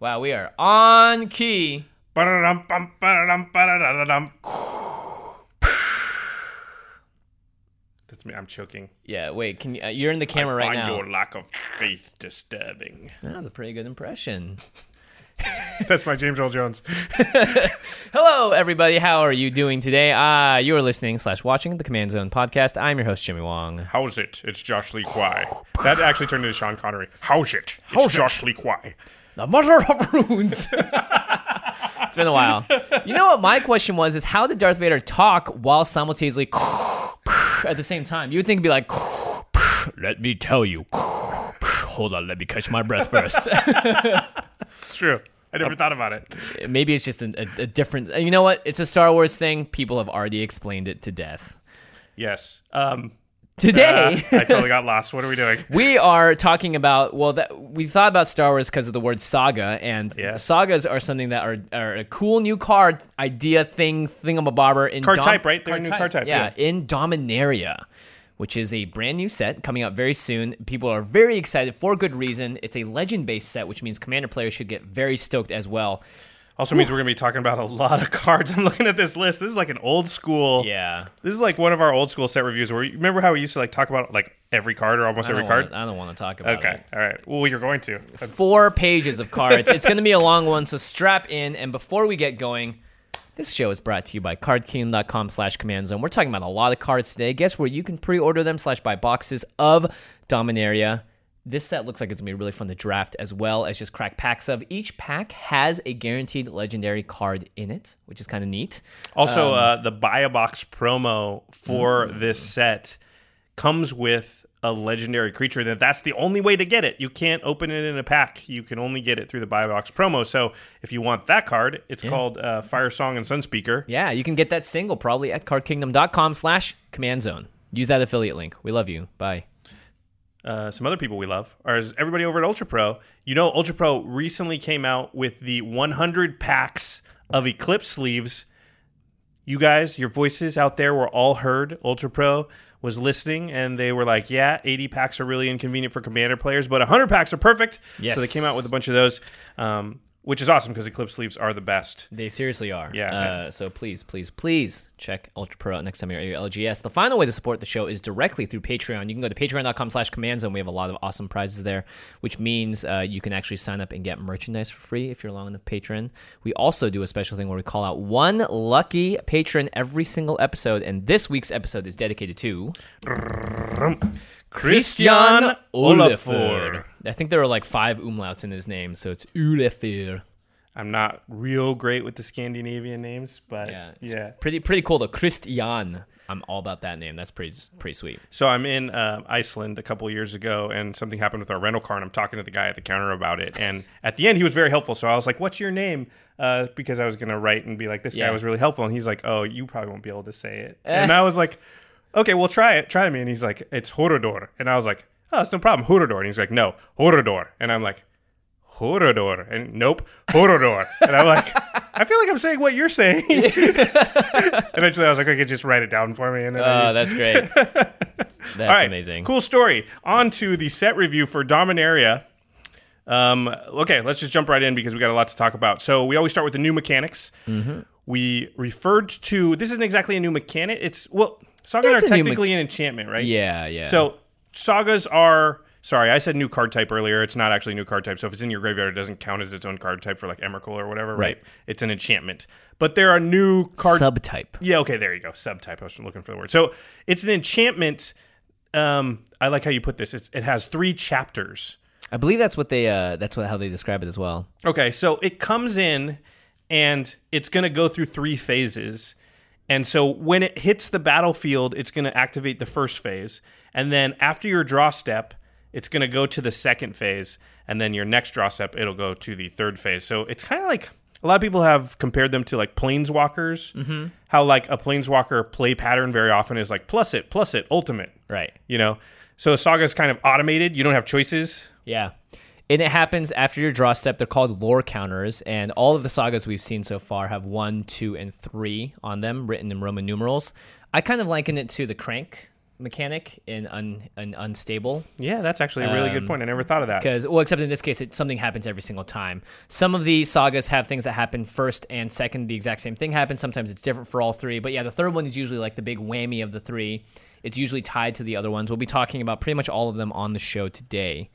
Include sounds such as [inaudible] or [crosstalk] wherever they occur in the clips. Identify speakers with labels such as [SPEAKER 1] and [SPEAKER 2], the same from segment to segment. [SPEAKER 1] Wow, we are on key.
[SPEAKER 2] That's me. I'm choking.
[SPEAKER 1] Yeah, wait. Can you, uh, you're in the camera
[SPEAKER 2] I
[SPEAKER 1] right
[SPEAKER 2] find
[SPEAKER 1] now?
[SPEAKER 2] your lack of faith disturbing. [laughs]
[SPEAKER 1] That was a pretty good impression.
[SPEAKER 2] That's my James Earl Jones.
[SPEAKER 1] Hello, everybody. How are you doing today? Ah, you are listening slash watching the Command Zone podcast. I'm your host Jimmy Wong.
[SPEAKER 2] How's it? It's Josh Lee Kwai. That actually turned into Sean Connery. Oh, How's it? It's Josh Lee Kwai.
[SPEAKER 1] The mother of [laughs] runes. it's been a while. You know what my question was is how did Darth Vader talk while simultaneously at the same time? You would think it'd be like let me tell you. Hold on, let me catch my breath [laughs] first.
[SPEAKER 2] It's true. I never thought about it.
[SPEAKER 1] Maybe it's just a, a, a different. You know what? It's a Star Wars thing. People have already explained it to death.
[SPEAKER 2] Yes. Um, uh, [laughs]
[SPEAKER 1] Today,
[SPEAKER 2] I totally got lost. What are we doing?
[SPEAKER 1] [laughs] we are talking about well that we thought about star wars because of the word saga and
[SPEAKER 2] Yes.
[SPEAKER 1] sagas are something that are, are a cool new card idea thing thingamabobber in
[SPEAKER 2] Card type, right? They're a new card type,
[SPEAKER 1] yeah, in dominaria which is a brand new set coming out very soon. People are very excited for good reason. It's a legend based set, which means commander players should get very stoked as well.
[SPEAKER 2] Also means we're going to be talking about a lot of [laughs] cards. I'm looking at this list. This is like an old school.
[SPEAKER 1] Yeah.
[SPEAKER 2] This is like one of our old school set reviews where you remember how we used to like talk about like every card or almost
[SPEAKER 1] I
[SPEAKER 2] every
[SPEAKER 1] don't
[SPEAKER 2] card?
[SPEAKER 1] wanna- I don't want to talk about it.
[SPEAKER 2] Okay. All right. Well, you're going to.
[SPEAKER 1] four pages of cards. it's going to be a long one, so strap in. And before we get going, this show is brought to you by cardkingdom.com slash command zone. We're talking about a lot of cards today. Guess where you can pre-order them slash buy boxes of Dominaria. This set looks like it's going to be really fun to draft as well as just crack packs of. Each pack has a guaranteed legendary card in it, which is kind of neat.
[SPEAKER 2] Also, uh, the buy a box promo for this set comes with a legendary creature. That that's the only way to get it. You can't open it in a pack. You can only get it through the buy a box promo. So if you want that card, it's called uh, Fire Song and Sunspeaker.
[SPEAKER 1] Yeah, you can get that single probably at cardkingdom.com slash command zone. Use that affiliate link. We love you. Bye.
[SPEAKER 2] uh, some other people we love are is everybody over at Ultra Pro. You know, Ultra Pro recently came out with the 100 packs of Eclipse sleeves. You guys, your voices out there were all heard. Ultra Pro was listening, and they were like, "Yeah, 80 packs are really inconvenient for Commander players, but 100 packs are perfect."
[SPEAKER 1] Yes.
[SPEAKER 2] So they came out with a bunch of those, um, which is awesome because Eclipse sleeves are the best.
[SPEAKER 1] They seriously are.
[SPEAKER 2] Yeah.
[SPEAKER 1] Uh, so please, please, please check Ultra Pro out next time you're at your LGS. The final way to support the show is directly through Patreon. You can go to patreon.com slash command zone. We have a lot of awesome prizes there, which means uh, you can actually sign up and get merchandise for free if you're a long enough patron. We also do a special thing where we call out one lucky patron every single episode, and this week's episode is dedicated to
[SPEAKER 2] Christian Olafur.
[SPEAKER 1] I think there are like five umlauts in his name, so it's Olafur.
[SPEAKER 2] I'm not real great with the Scandinavian names, but
[SPEAKER 1] Yeah,
[SPEAKER 2] yeah.
[SPEAKER 1] it's Pretty pretty cool. The Christian. I'm all about that name. That's pretty pretty sweet.
[SPEAKER 2] So I'm in uh, Iceland a couple of years ago, and something happened with our rental car, and I'm talking to the guy at the counter about it. And at the end, he was very helpful. So I was like, "What's your name?" Uh, because I was gonna write and be like, "This
[SPEAKER 1] Yeah. Eh.
[SPEAKER 2] guy was really helpful," and he's like, "Oh, you probably won't be able to say it." and I was like, "Okay, well, try it, try me." And he's like, "It's Horador," and I was like, "Oh, it's no problem, Horador." And he's like, "No, Horador," and I'm like. Horador and nope, Horador, and I'm like, I feel like I'm saying what you're
[SPEAKER 1] [laughs]
[SPEAKER 2] saying. [laughs] Eventually, I was like, okay, just write it down for me, and then I
[SPEAKER 1] Oh,
[SPEAKER 2] just-
[SPEAKER 1] that's great.
[SPEAKER 2] [laughs]
[SPEAKER 1] That's
[SPEAKER 2] all right,
[SPEAKER 1] amazing.
[SPEAKER 2] Cool story. On to the set review for Dominaria. Um, okay, let's just jump right in because we got a lot to talk about. So we always start with the new mechanics.
[SPEAKER 1] Mm-hmm.
[SPEAKER 2] We referred to this isn't exactly a new mechanic. It's well, sagas
[SPEAKER 1] It's
[SPEAKER 2] are
[SPEAKER 1] a new me-
[SPEAKER 2] technically an enchantment, right?
[SPEAKER 1] Yeah, yeah.
[SPEAKER 2] So sagas are. Sorry, I said new card type earlier. It's not actually a new card type. So if it's in your graveyard, it doesn't count as its own card type for like Emrakul or whatever, right?
[SPEAKER 1] Right.
[SPEAKER 2] It's an enchantment. But there are new card
[SPEAKER 1] subtype.
[SPEAKER 2] yeah, okay, there you go. Subtype. I was looking for the word. So it's an enchantment. Um, I like how you put this. It's, it has three chapters.
[SPEAKER 1] I believe that's what they uh that's what how they describe it as well.
[SPEAKER 2] Okay, so it comes in and it's going to go through three phases. And so when it hits the battlefield, it's going to activate the first phase. And then after your draw step, it's going to go to the second phase. And then your next draw step, it'll go to the third phase. So it's kind of like a lot of people have compared them to like planeswalkers. Mm-hmm. How like a planeswalker play pattern very often is like plus it, plus it, ultimate.
[SPEAKER 1] Right.
[SPEAKER 2] You know? So a saga is kind of automated. You don't have choices.
[SPEAKER 1] Yeah. And it happens after your draw step. They're called lore counters, and all of the sagas we've seen so far have one, two, and three on them, written in Roman numerals. I kind of liken it to the crank mechanic in un, an unstable
[SPEAKER 2] Yeah, that's actually a really good point. I never thought of that.
[SPEAKER 1] because well except in this case it, something happens every single time some of the sagas have things that happen first and second the exact same thing happens sometimes it's different for all three but yeah the third one is usually like the big whammy of the three it's usually tied to the other ones we'll be talking about pretty much all of them on the show today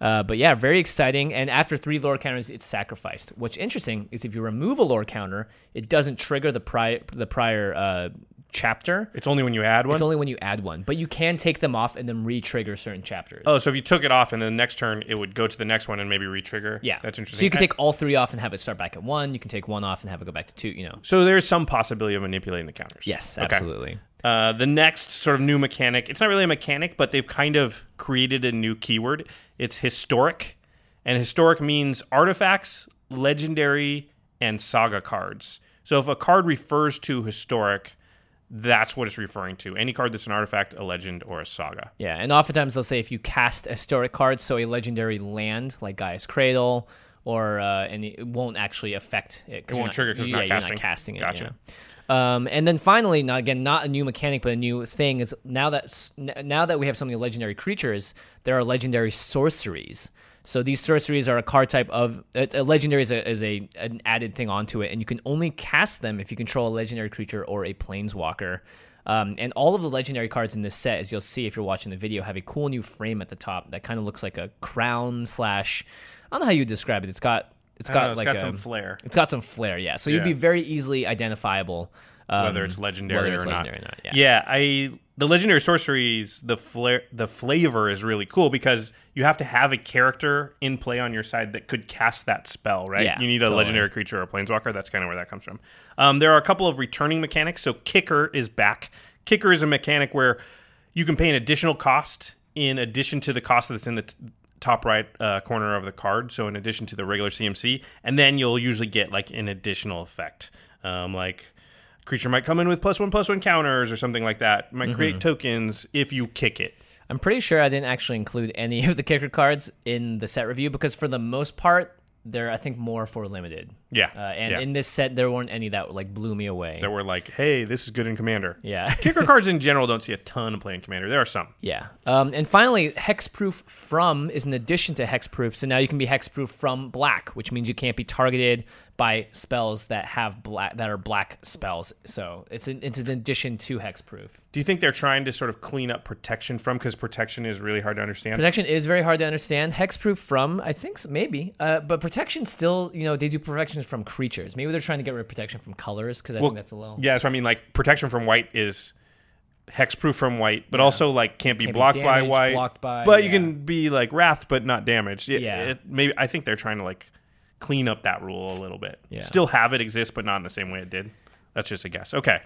[SPEAKER 1] uh, but yeah very exciting and after three lore counters it's sacrificed what's interesting is if you remove a lore counter it doesn't trigger the prior the prior uh, chapter
[SPEAKER 2] It's only when you add one.
[SPEAKER 1] it's only when you add one but you can take them off and then re-trigger certain chapters
[SPEAKER 2] Oh, so if you took it off and then the next turn, it would go to the next one and maybe retrigger.
[SPEAKER 1] Yeah,
[SPEAKER 2] that's interesting.
[SPEAKER 1] So you can
[SPEAKER 2] I-
[SPEAKER 1] take all three off and have it start back at one. You can take one off and have it go back to two. You know.
[SPEAKER 2] so there is some possibility of manipulating the counters.
[SPEAKER 1] Yes,
[SPEAKER 2] Okay.
[SPEAKER 1] absolutely.
[SPEAKER 2] Uh, the next sort of new mechanic. It's not really a mechanic, but they've kind of created a new keyword. It's historic, and historic means artifacts, legendary, and saga cards. So if a card refers to historic, that's what it's referring to. Any card that's an artifact, a legend, or a saga.
[SPEAKER 1] Yeah, and oftentimes they'll say if you cast a historic card, so a legendary land like Gaia's Cradle, or uh, and it won't actually affect it. It
[SPEAKER 2] won't trigger 'cause it's
[SPEAKER 1] yeah,
[SPEAKER 2] not
[SPEAKER 1] you're
[SPEAKER 2] casting.
[SPEAKER 1] not casting it.
[SPEAKER 2] Gotcha.
[SPEAKER 1] yeah. Um, and then finally, not again, not a new mechanic, but a new thing is now that s- n- now that we have so many legendary creatures, there are legendary sorceries. So these sorceries are a card type of a, a legendary is, a, is a an added thing onto it, and you can only cast them if you control a legendary creature or a planeswalker. Um, and all of the legendary cards in this set, as you'll see if you're watching the video, have a cool new frame at the top that kind of looks like a crown slash. I don't know how you would describe it. It's got it's
[SPEAKER 2] I
[SPEAKER 1] got
[SPEAKER 2] don't know, it's
[SPEAKER 1] like
[SPEAKER 2] got
[SPEAKER 1] a,
[SPEAKER 2] some flair.
[SPEAKER 1] it's got some flair, yeah. So you'd
[SPEAKER 2] Yeah.
[SPEAKER 1] be very easily identifiable. Um,
[SPEAKER 2] whether it's legendary,
[SPEAKER 1] whether it's
[SPEAKER 2] or,
[SPEAKER 1] legendary
[SPEAKER 2] not.
[SPEAKER 1] or not, yeah.
[SPEAKER 2] I the legendary sorceries, the flair, the flavor is really cool because you have to have a character in play on your side that could cast that spell, right?
[SPEAKER 1] Yeah,
[SPEAKER 2] you need a
[SPEAKER 1] totally.
[SPEAKER 2] legendary creature or a planeswalker. That's kind of where that comes from. Um, there are a couple of returning mechanics. So kicker is back. Kicker is a mechanic where you can pay an additional cost in addition to the cost that's in the t- top right uh, corner of the card. So in addition to the regular CMC, and then you'll usually get like an additional effect, um, like creature might come in with plus one plus one counters or something like that. Might create tokens if you kick it.
[SPEAKER 1] I'm pretty sure I didn't actually include any [laughs] of the kicker cards in the set review because for the most part, they're I think more for limited.
[SPEAKER 2] Yeah,
[SPEAKER 1] Uh, and
[SPEAKER 2] yeah.
[SPEAKER 1] in this set, there weren't any that like blew me away.
[SPEAKER 2] That were like, hey, this is good in Commander.
[SPEAKER 1] yeah.
[SPEAKER 2] Kicker cards in general don't see a ton of play in Commander. There are some.
[SPEAKER 1] Yeah. Um, and finally, hexproof from is an addition to hexproof. So now you can be hexproof from black, which means you can't be targeted by spells that have black that are black spells. So it's an, it's an addition to hexproof.
[SPEAKER 2] Do you think they're trying to sort of clean up protection from? Because protection is really hard to understand.
[SPEAKER 1] Protection is very hard to understand. Hexproof from, I think so, maybe, uh, but protection still, you know, they do protection from creatures. Maybe they're trying to get rid of protection from colors because I think that's a little.
[SPEAKER 2] Yeah, so I mean, like protection from white is hexproof from white, but also like can't be
[SPEAKER 1] Can't be
[SPEAKER 2] blocked by
[SPEAKER 1] damaged,
[SPEAKER 2] white.
[SPEAKER 1] blocked by-
[SPEAKER 2] but you
[SPEAKER 1] yeah.
[SPEAKER 2] can be like wrath, but not damaged. It-
[SPEAKER 1] Yeah.
[SPEAKER 2] it- maybe I think they're trying to like clean up that rule a little bit.
[SPEAKER 1] Yeah.
[SPEAKER 2] Still have it exist, but not in the same way it did. That's just a guess.
[SPEAKER 1] [laughs]
[SPEAKER 2] Okay.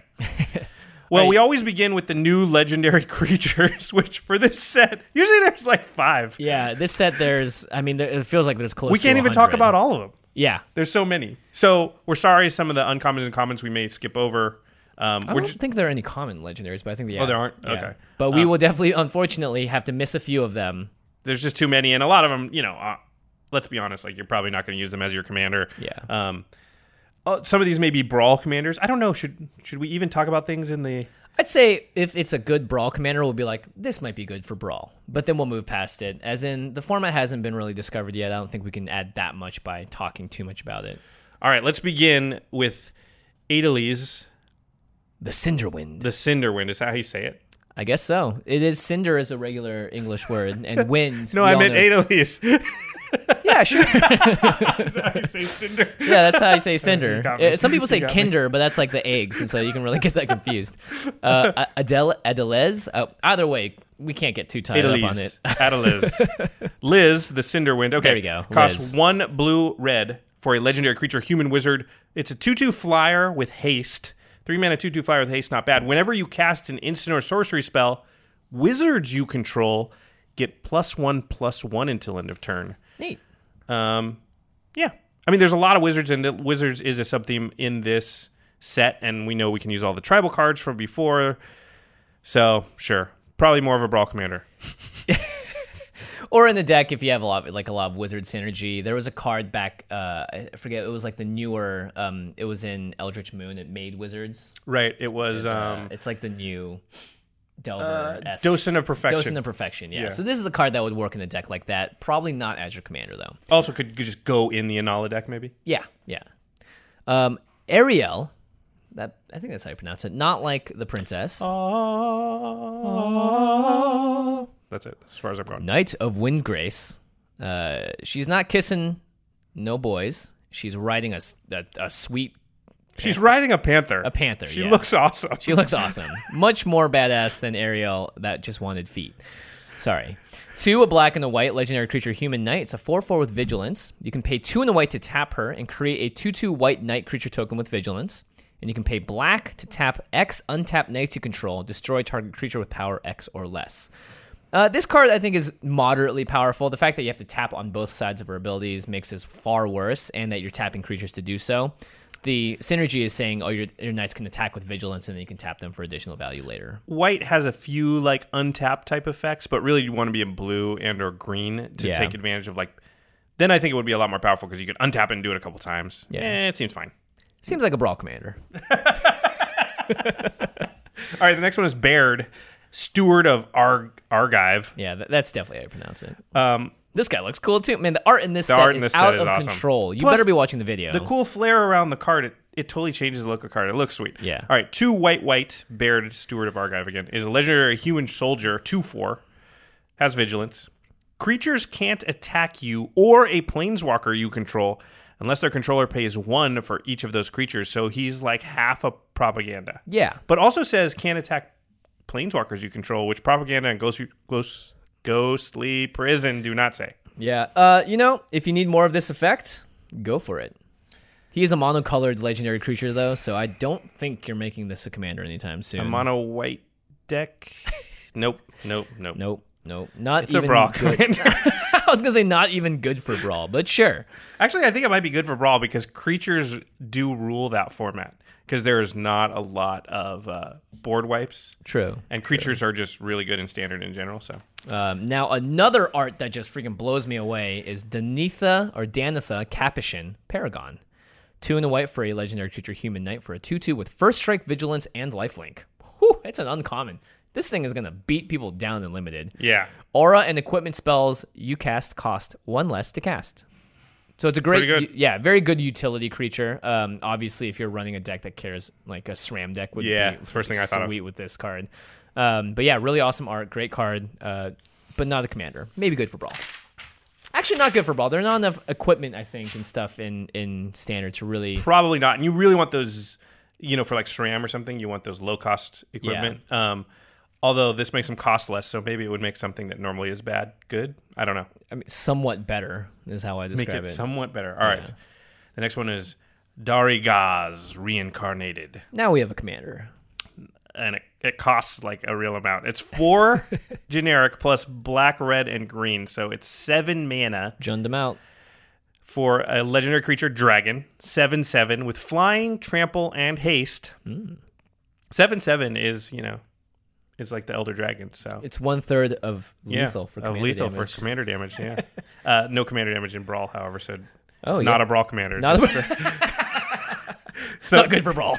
[SPEAKER 2] Well,
[SPEAKER 1] Right.
[SPEAKER 2] we always begin with the new legendary [laughs] creatures, which for this set, usually there's like five.
[SPEAKER 1] Yeah, this set there's. I mean, there, it feels like there's close.
[SPEAKER 2] we
[SPEAKER 1] to
[SPEAKER 2] can't even talk
[SPEAKER 1] 100.
[SPEAKER 2] about all of them.
[SPEAKER 1] Yeah,
[SPEAKER 2] There's so many. So we're sorry some of the uncommons and commons we may skip over. Um,
[SPEAKER 1] I
[SPEAKER 2] we're
[SPEAKER 1] don't
[SPEAKER 2] ju-
[SPEAKER 1] think there are any common legendaries, but I think they.
[SPEAKER 2] Oh, there aren't? Okay. Oh.
[SPEAKER 1] But we will definitely, unfortunately, have to miss a few of them.
[SPEAKER 2] there's just too many, and a lot of them, you know, uh, let's be honest, like you're probably not going to use them as your commander.
[SPEAKER 1] Yeah.
[SPEAKER 2] Um, oh, some of these may be brawl commanders. I don't know. Should should we even talk about things in the?
[SPEAKER 1] I'd say if it's a good brawl commander, we'll be like, this might be good for brawl, but then we'll move past it. As in, the format hasn't been really discovered yet. I don't think we can add that much by talking too much about it.
[SPEAKER 2] All right, let's begin with Adelies.
[SPEAKER 1] The Cinderwind.
[SPEAKER 2] The Cinderwind is that how you say it?
[SPEAKER 1] I guess so. It is cinder is a regular English
[SPEAKER 2] [laughs]
[SPEAKER 1] word, and wind.
[SPEAKER 2] No,
[SPEAKER 1] we
[SPEAKER 2] I
[SPEAKER 1] all
[SPEAKER 2] meant [laughs]
[SPEAKER 1] know-
[SPEAKER 2] Adelies. [laughs]
[SPEAKER 1] Yeah, sure.
[SPEAKER 2] I say Cinder.
[SPEAKER 1] yeah, that's how you say cinder.
[SPEAKER 2] got me.
[SPEAKER 1] Uh, Some people say
[SPEAKER 2] You got
[SPEAKER 1] kinder, but that's like the eggs, and so you can really get that confused.
[SPEAKER 2] [laughs]
[SPEAKER 1] Uh, A- Adele, Adelez. Uh, either way, we can't get too tied up on it. [laughs]
[SPEAKER 2] Adelies. Adeliz. Liz, the Cinderwind. Okay.
[SPEAKER 1] There we go.
[SPEAKER 2] Costs
[SPEAKER 1] Liz.
[SPEAKER 2] one blue red for a legendary creature, human wizard. It's a 2 2 flyer with haste. Three mana 2 2 flyer with haste, not bad. Whenever you cast an instant or sorcery spell, wizards you control get plus one plus one until end of turn.
[SPEAKER 1] Neat.
[SPEAKER 2] Um, yeah. I mean, there's a lot of wizards, and the wizards is a sub theme in this set, and we know we can use all the tribal cards from before. So, sure. Probably more of a brawl commander.
[SPEAKER 1] Or in the deck, if you have a lot, like a lot of wizard synergy, there was a card back. Uh, I forget. It was like the newer. Um, it was in Eldritch Moon. It made wizards.
[SPEAKER 2] Right. It was
[SPEAKER 1] Uh,
[SPEAKER 2] um, uh,
[SPEAKER 1] it's like the new Delver. esque
[SPEAKER 2] Docent of Perfection.
[SPEAKER 1] Docent of Perfection. Yeah.
[SPEAKER 2] Yeah.
[SPEAKER 1] So this is a card that would work in a deck like that. Probably not as your commander though.
[SPEAKER 2] also, could, could just go in the Anala deck, maybe.
[SPEAKER 1] Yeah. Yeah. Um, Ariel. That I think that's how you pronounce it. Not like the princess.
[SPEAKER 2] Oh. That's it. That's as far as I've gone.
[SPEAKER 1] Knight of Windgrace. Uh, she's not kissing no boys. She's riding a, s- a- a sweet
[SPEAKER 2] She's riding a panther.
[SPEAKER 1] a panther.
[SPEAKER 2] She
[SPEAKER 1] yeah.
[SPEAKER 2] looks awesome.
[SPEAKER 1] She looks awesome. Much more badass than Ariel that just wanted feet. Sorry. Two, a black and a white legendary creature, human knight. It's a 4 4 with vigilance. You can pay two and a white to tap her and create a 2 2 white knight creature token with vigilance. And you can pay black to tap X untapped knights you control, destroy target creature with power X or less. Uh, this card, I think, is moderately powerful. The fact that you have to tap on both sides of her abilities makes this far worse, and that you're tapping creatures to do so. The synergy is saying, oh, your, your knights can attack with vigilance, and then you can tap them for additional value later.
[SPEAKER 2] White has a few like untapped type effects, but really you want to be in blue and or green to
[SPEAKER 1] Yeah.
[SPEAKER 2] take advantage of like. Then I think it would be a lot more powerful because you could untap it and do it a couple times. Yeah, it seems fine.
[SPEAKER 1] Seems like a brawl commander.
[SPEAKER 2] All right, the next one is Baird, steward of Arg- Argive.
[SPEAKER 1] Yeah, that, that's definitely how you pronounce it.
[SPEAKER 2] Um,
[SPEAKER 1] This guy looks cool too, man. The art in this
[SPEAKER 2] The
[SPEAKER 1] set
[SPEAKER 2] art in
[SPEAKER 1] is
[SPEAKER 2] this set
[SPEAKER 1] out
[SPEAKER 2] is
[SPEAKER 1] of
[SPEAKER 2] awesome.
[SPEAKER 1] control. You
[SPEAKER 2] Plus,
[SPEAKER 1] better be watching the video.
[SPEAKER 2] The cool flare around the card, it, it totally changes the look of the card. It looks sweet.
[SPEAKER 1] Yeah.
[SPEAKER 2] All right, two white, white, Baird, Steward of Argive again, is a legendary human soldier, 2 4, has vigilance. Creatures can't attack you or a planeswalker you control unless their controller pays one for each of those creatures. So he's like half a propaganda.
[SPEAKER 1] yeah,
[SPEAKER 2] But also says can't attack planeswalkers you control, which propaganda and ghost, ghost, ghostly prison do not say.
[SPEAKER 1] yeah. Uh, you know, if you need more of this effect, go for it. He is a monocolored legendary creature though, so I don't think you're making this a commander anytime soon.
[SPEAKER 2] A mono white deck? [laughs] nope, nope, nope.
[SPEAKER 1] Nope, nope. Not
[SPEAKER 2] It's
[SPEAKER 1] even
[SPEAKER 2] a brawl
[SPEAKER 1] good-
[SPEAKER 2] [laughs]
[SPEAKER 1] [laughs]
[SPEAKER 2] commander.
[SPEAKER 1] I was gonna say not even good for brawl, but sure.
[SPEAKER 2] Actually, I think it might be good for brawl because creatures do rule that format because there is not a lot of uh, board wipes,
[SPEAKER 1] True.
[SPEAKER 2] and creatures are just really good in standard in general. So
[SPEAKER 1] Um, now another art that just freaking blows me away is Danitha or Danitha Capuchin Paragon. Two in a white for a legendary creature human knight for a 2-2 with first strike vigilance and lifelink. Whew, it's an uncommon. This thing is gonna beat people down in limited.
[SPEAKER 2] yeah,
[SPEAKER 1] Aura and equipment spells you cast cost one less to cast. So it's a great,
[SPEAKER 2] Pretty good.
[SPEAKER 1] yeah, very good utility creature. Um, obviously, if you're running a deck that cares, like a SRAM deck would
[SPEAKER 2] Yeah,
[SPEAKER 1] be
[SPEAKER 2] it's the first thing I
[SPEAKER 1] sweet
[SPEAKER 2] thought of.
[SPEAKER 1] with this card. Um, but yeah, really awesome art, great card, uh, but not a commander. Maybe good for brawl. Actually, not good for brawl. There are not enough equipment, I think, and stuff in in standard to really.
[SPEAKER 2] probably not. And you really want those, you know, for like SRAM or something. You want those low cost equipment. Um, Although this makes them cost less, so maybe it would make something that normally is bad good. I don't know.
[SPEAKER 1] I mean, somewhat better is how I
[SPEAKER 2] Make
[SPEAKER 1] describe
[SPEAKER 2] it,
[SPEAKER 1] it.
[SPEAKER 2] somewhat better. All right.
[SPEAKER 1] Yeah.
[SPEAKER 2] The next one is Darigaz reincarnated,
[SPEAKER 1] now we have a commander.
[SPEAKER 2] and it, it costs like a real amount. It's
[SPEAKER 1] [laughs]
[SPEAKER 2] four generic plus black, red, and green, so it's seven mana.
[SPEAKER 1] Jund him out.
[SPEAKER 2] for a legendary creature dragon, 7 7 with flying, trample, and haste.
[SPEAKER 1] Hmm.
[SPEAKER 2] 7 7 is, you know, is like the Elder Dragon. So
[SPEAKER 1] It's one third of
[SPEAKER 2] yeah,
[SPEAKER 1] lethal for
[SPEAKER 2] of
[SPEAKER 1] commander
[SPEAKER 2] lethal
[SPEAKER 1] damage.
[SPEAKER 2] for commander damage. Yeah.
[SPEAKER 1] [laughs]
[SPEAKER 2] uh, no commander damage in Brawl, however. So it's
[SPEAKER 1] Oh, yeah.
[SPEAKER 2] not a Brawl commander.
[SPEAKER 1] [laughs] Not,
[SPEAKER 2] just- so [laughs]
[SPEAKER 1] not good for brawl.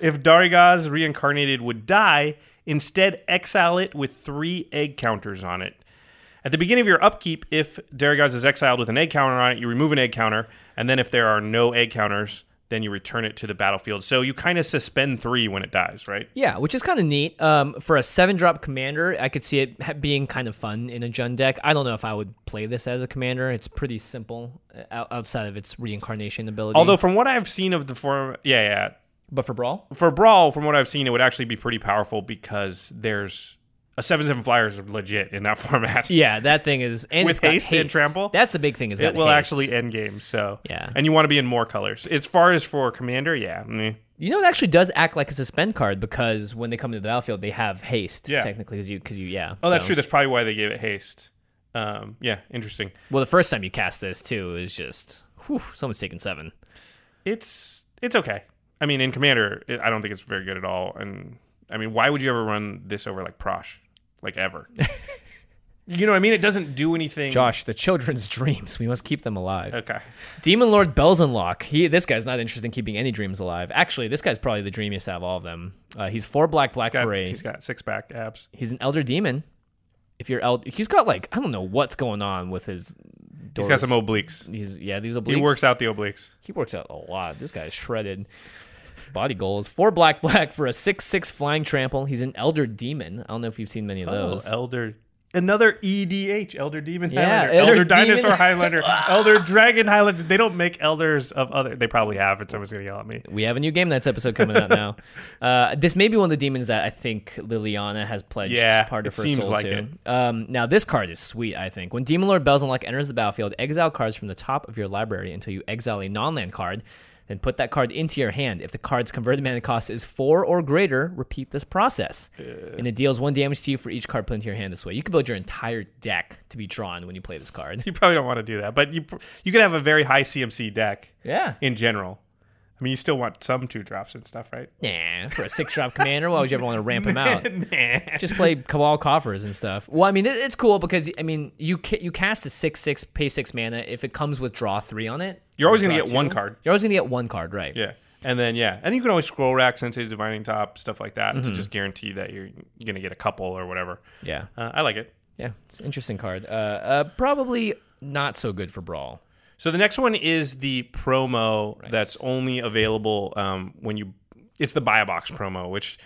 [SPEAKER 2] if Darigaz reincarnated would die, instead exile it with three egg counters on it. At the beginning of your upkeep, if Darigaz is exiled with an egg counter on it, you remove an egg counter, and then if there are no egg counters, then you return it to the battlefield. So you kind of suspend three when it dies, right?
[SPEAKER 1] yeah, which is kind of neat. Um, for a seven drop commander, I could see it ha- being kind of fun in a Jund deck. I don't know if I would play this as a commander. It's pretty simple uh, out- outside of its reincarnation ability.
[SPEAKER 2] Although from what I've seen of the form, yeah, yeah,
[SPEAKER 1] but for brawl,
[SPEAKER 2] for brawl, from what I've seen, it would actually be pretty powerful because there's a seven seven flyer is legit in that [laughs] format.
[SPEAKER 1] yeah, that thing is and
[SPEAKER 2] With
[SPEAKER 1] it's got
[SPEAKER 2] haste and trample?
[SPEAKER 1] That's the big thing. Is
[SPEAKER 2] it will actually end game. So
[SPEAKER 1] Yeah.
[SPEAKER 2] and you want to be in more colors. As far as for commander, yeah, meh.
[SPEAKER 1] You know, it actually does act like a suspend card because when they come into the battlefield, they have haste
[SPEAKER 2] Yeah.
[SPEAKER 1] technically because you because you yeah.
[SPEAKER 2] Oh, that's
[SPEAKER 1] so-
[SPEAKER 2] true. That's probably why they gave it haste. Um, yeah, interesting.
[SPEAKER 1] Well, the first time you cast this too is just whew, someone's taking seven.
[SPEAKER 2] It's it's okay. I mean, in commander, it, I don't think it's very good at all. And I mean, why would you ever run this over like Prosh, like [laughs] ever? you know what I mean? It doesn't do anything.
[SPEAKER 1] Josh, the children's [laughs] dreams. We must keep them alive.
[SPEAKER 2] Okay.
[SPEAKER 1] Demon Lord Belzenlock. He this guy's not interested in keeping any dreams alive. Actually, this guy's probably the dreamiest out of all of them. Uh, he's four black, black
[SPEAKER 2] He's got,
[SPEAKER 1] for a.
[SPEAKER 2] he's got six back abs.
[SPEAKER 1] He's an elder demon. If you're elder, he's got like I don't know what's going on with his.
[SPEAKER 2] He's
[SPEAKER 1] Doors.
[SPEAKER 2] got some obliques.
[SPEAKER 1] He's yeah, these obliques.
[SPEAKER 2] He works out the obliques.
[SPEAKER 1] He works out a lot. This guy is shredded. Body goals. Four black, black for a six six flying trample. He's an elder demon. I don't know if you've seen many of those.
[SPEAKER 2] Oh, elder. Another EDH, Elder Demon
[SPEAKER 1] Yeah,
[SPEAKER 2] Highlander,
[SPEAKER 1] Elder
[SPEAKER 2] Elder,
[SPEAKER 1] Demon-
[SPEAKER 2] Dinosaur
[SPEAKER 1] [laughs]
[SPEAKER 2] Highlander, Elder Dragon Highlander. They don't make elders of other. They probably have, and someone's gonna yell at me.
[SPEAKER 1] We have a new game nights episode coming
[SPEAKER 2] [laughs]
[SPEAKER 1] out now. Uh, this may be one of the demons that I think Liliana has pledged
[SPEAKER 2] Yeah,
[SPEAKER 1] part of
[SPEAKER 2] it
[SPEAKER 1] her
[SPEAKER 2] seems
[SPEAKER 1] soul
[SPEAKER 2] like
[SPEAKER 1] to. Um, now this card is sweet. I think when Demon Lord Belzenlock enters the battlefield, exile cards from the top of your library until you exile a non-land card. Then put that card into your hand. If the card's converted mana cost is four or greater, repeat this process,
[SPEAKER 2] Uh.
[SPEAKER 1] and it deals one damage to you for each card put into your hand. This way, you can build your entire deck to be drawn when you play this card. [laughs]
[SPEAKER 2] You probably don't want to do that, but you pr- you can have a very high CMC deck
[SPEAKER 1] Yeah,
[SPEAKER 2] in general. I mean, you still want some two drops and stuff, right?
[SPEAKER 1] nah. For a six-drop commander, why would you ever want to ramp him out?
[SPEAKER 2] [laughs] Nah.
[SPEAKER 1] just play Cabal Coffers and stuff. Well, I mean, it, it's cool because I mean, you ca- you cast a six six, pay six mana. If it comes with draw three on it,
[SPEAKER 2] You're always
[SPEAKER 1] or
[SPEAKER 2] gonna
[SPEAKER 1] draw
[SPEAKER 2] get one card.
[SPEAKER 1] You're always gonna get one card, right?
[SPEAKER 2] Yeah, and then yeah, and you can always scroll rack, Sensei's Divining Top, stuff like that, to just guarantee that you're gonna get a couple or whatever.
[SPEAKER 1] Mm-hmm. yeah,
[SPEAKER 2] Uh, I like it.
[SPEAKER 1] yeah. It's an interesting card. Uh, uh, probably not so good for Brawl.
[SPEAKER 2] So the next one is the promo that's only available um, when you. It's the buy a box promo, which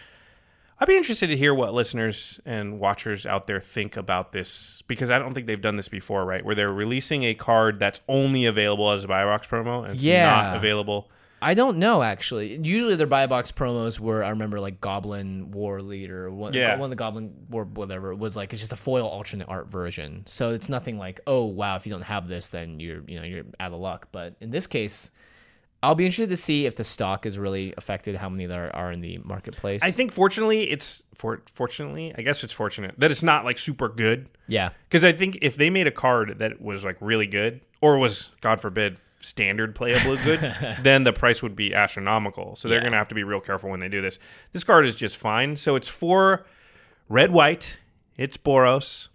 [SPEAKER 2] I'd be interested to hear what listeners and watchers out there think about this because I don't think they've done this before, right? Where they're releasing a card that's only available as a buy a box promo and it's
[SPEAKER 1] Yeah.
[SPEAKER 2] not available.
[SPEAKER 1] I don't know actually. Usually their buy box promos were I remember like Goblin War Leader, one,
[SPEAKER 2] Yeah.
[SPEAKER 1] one of the Goblin War whatever was like it's just a foil alternate art version. So it's nothing like oh wow if you don't have this then you're you know you're out of luck. But in this case, I'll be interested to see if the stock is really affected how many there are in the marketplace.
[SPEAKER 2] I think fortunately it's for fortunately I guess it's fortunate that it's not like super good
[SPEAKER 1] yeah.
[SPEAKER 2] because I think if they made a card that was like really good or was God forbid standard playable good, then the price would be astronomical. So they're
[SPEAKER 1] Yeah.
[SPEAKER 2] gonna have to be real careful when they do this. This card is just fine. So it's for red white. It's Boros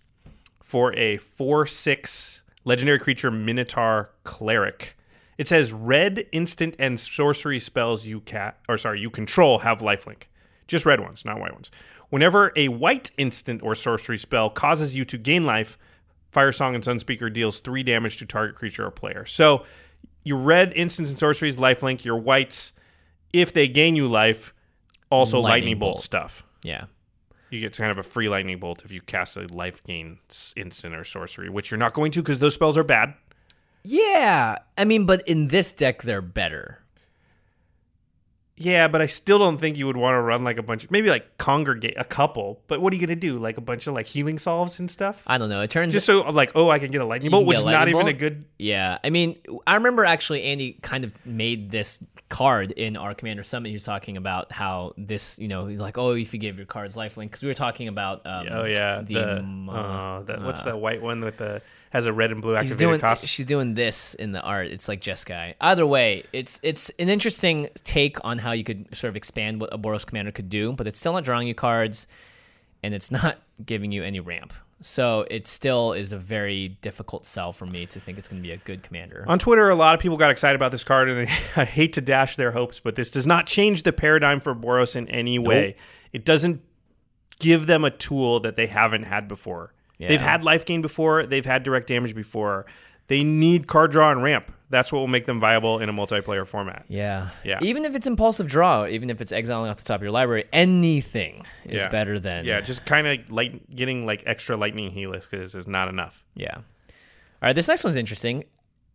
[SPEAKER 2] for a 4 6 legendary creature Minotaur cleric. It says red instant and sorcery spells you cat or sorry, you control have lifelink. Just red ones, not white ones. Whenever a white instant or sorcery spell causes you to gain life, Fire Song and Sunspeaker deals 3 damage to target creature or player. So, your red instants and sorceries lifelink, your whites if they gain you life also lightning,
[SPEAKER 1] Lightning
[SPEAKER 2] bolt
[SPEAKER 1] bolt.
[SPEAKER 2] stuff.
[SPEAKER 1] Yeah.
[SPEAKER 2] You get kind of a free lightning bolt if you cast a life gain s- instant or sorcery, which you're not going to because those spells are bad.
[SPEAKER 1] Yeah. I mean but in this deck they're better.
[SPEAKER 2] Yeah, but I still don't think you would want to run like a bunch of maybe like congregate a couple. But what are you gonna do? Like a bunch of like healing solves and stuff?
[SPEAKER 1] I don't know. It turns
[SPEAKER 2] Just so like, oh, I can get a lightning
[SPEAKER 1] You
[SPEAKER 2] bolt,
[SPEAKER 1] can
[SPEAKER 2] which
[SPEAKER 1] get
[SPEAKER 2] is
[SPEAKER 1] a
[SPEAKER 2] not
[SPEAKER 1] lightning
[SPEAKER 2] even a
[SPEAKER 1] bolt.
[SPEAKER 2] good.
[SPEAKER 1] Yeah, I mean, I remember actually Andy kind of made this card in our Commander Summit. He was talking about how this, you know, he's like, oh, if you give your cards lifelink, because we were talking about, um,
[SPEAKER 2] Oh yeah,
[SPEAKER 1] the,
[SPEAKER 2] the,
[SPEAKER 1] mo-
[SPEAKER 2] oh, that, what's that white one with the has a red and blue
[SPEAKER 1] he's
[SPEAKER 2] activated
[SPEAKER 1] doing,
[SPEAKER 2] cost?
[SPEAKER 1] she's doing this in the art. It's like Jeskai. Either way, it's it's an interesting take on how you could sort of expand what a Boros Commander could do, but it's still not drawing you cards, and it's not giving you any ramp. So it still is a very difficult sell for me to think it's going to be a good commander.
[SPEAKER 2] On Twitter, a lot of people got excited about this card, and [laughs] I hate to dash their hopes, but this does not change the paradigm for Boros in any way. It doesn't give them a tool that they haven't had before. They've had life gain before, they've had direct damage before. They need card draw and ramp. That's what will make them viable in a multiplayer format.
[SPEAKER 1] Yeah.
[SPEAKER 2] Yeah.
[SPEAKER 1] Even if it's impulsive draw, even if it's exiling off the top of your library, anything is
[SPEAKER 2] Yeah.
[SPEAKER 1] better than
[SPEAKER 2] Yeah, just kind of light getting like extra lightning helix because is not enough.
[SPEAKER 1] Yeah. All right, this next one's interesting.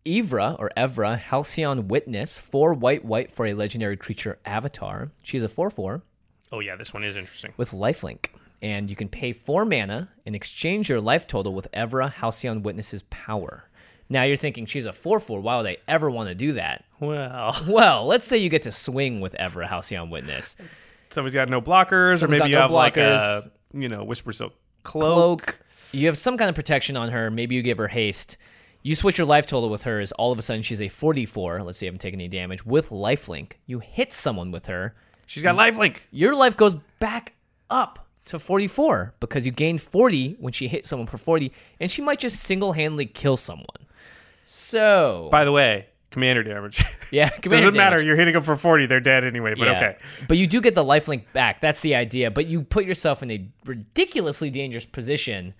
[SPEAKER 1] Evra or Evra Halcyon Witness, four white white for a legendary creature avatar. She is a four four
[SPEAKER 2] Oh yeah, this one is interesting.
[SPEAKER 1] with lifelink. And you can pay four mana and exchange your life total with Evra Halcyon Witness's power. Now you're thinking she's a four four. Why would I ever want to do that?
[SPEAKER 2] Well,
[SPEAKER 1] Well, let's say you get to swing with Evra Halcyon Witness.
[SPEAKER 2] [laughs] somebody's got no blockers,
[SPEAKER 1] Someone's
[SPEAKER 2] or
[SPEAKER 1] got
[SPEAKER 2] maybe you
[SPEAKER 1] no
[SPEAKER 2] have like
[SPEAKER 1] blockers.
[SPEAKER 2] a you know whisper silk cloak.
[SPEAKER 1] cloak. You have some kind of protection on her. Maybe you give her haste. You switch your life total with hers. All of a sudden, she's a 44. Let's say you haven't taken any damage with lifelink. You hit someone with her.
[SPEAKER 2] She's got lifelink.
[SPEAKER 1] Your life goes back up to 44 because you gained 40 when she hit someone for 40, and she might just single handedly kill someone. So,
[SPEAKER 2] By the way, commander damage. [laughs]
[SPEAKER 1] yeah, [laughs]
[SPEAKER 2] Doesn't
[SPEAKER 1] commander
[SPEAKER 2] matter.
[SPEAKER 1] damage.
[SPEAKER 2] You're hitting them for 40. They're dead anyway, but
[SPEAKER 1] Yeah.
[SPEAKER 2] okay.
[SPEAKER 1] But you do get the lifelink back. That's the idea. But you put yourself in a ridiculously dangerous position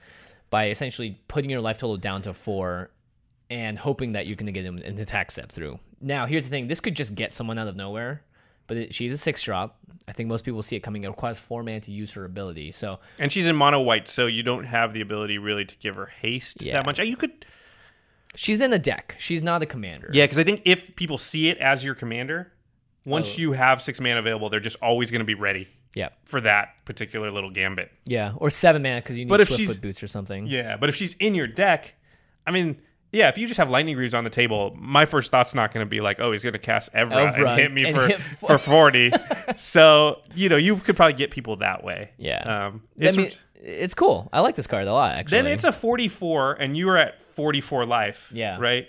[SPEAKER 1] by essentially putting your life total down to four and hoping that you're going to get an an attack step through. Now, here's the thing this could just get someone out of nowhere, but it, she's a six drop. I think most people see it coming. It requires four man to use her ability. So,
[SPEAKER 2] And she's in mono white, so you don't have the ability really to give her haste
[SPEAKER 1] Yeah.
[SPEAKER 2] that much. Uh, You could.
[SPEAKER 1] she's in the deck. She's not a commander.
[SPEAKER 2] Yeah, because I think if people see it as your commander, once
[SPEAKER 1] Oh.
[SPEAKER 2] you have six mana available, they're just always going to be ready
[SPEAKER 1] Yeah.
[SPEAKER 2] for that particular little gambit.
[SPEAKER 1] Yeah. Or seven mana because you need
[SPEAKER 2] But if she's-
[SPEAKER 1] Swiftfoot boots or something.
[SPEAKER 2] Yeah, but if she's in your deck, I mean, yeah, if you just have lightning greaves on the table, my first thought's not going to be like, oh, he's going to cast Evra,
[SPEAKER 1] Evra
[SPEAKER 2] and hit me
[SPEAKER 1] and
[SPEAKER 2] for
[SPEAKER 1] hit [laughs]
[SPEAKER 2] for forty. so you know, you could probably get people that way.
[SPEAKER 1] Yeah.
[SPEAKER 2] Um,
[SPEAKER 1] I
[SPEAKER 2] it's,
[SPEAKER 1] mean, it's cool. I like this card a lot, actually.
[SPEAKER 2] then it's a forty-four, and you are at forty-four life.
[SPEAKER 1] Yeah.
[SPEAKER 2] Right.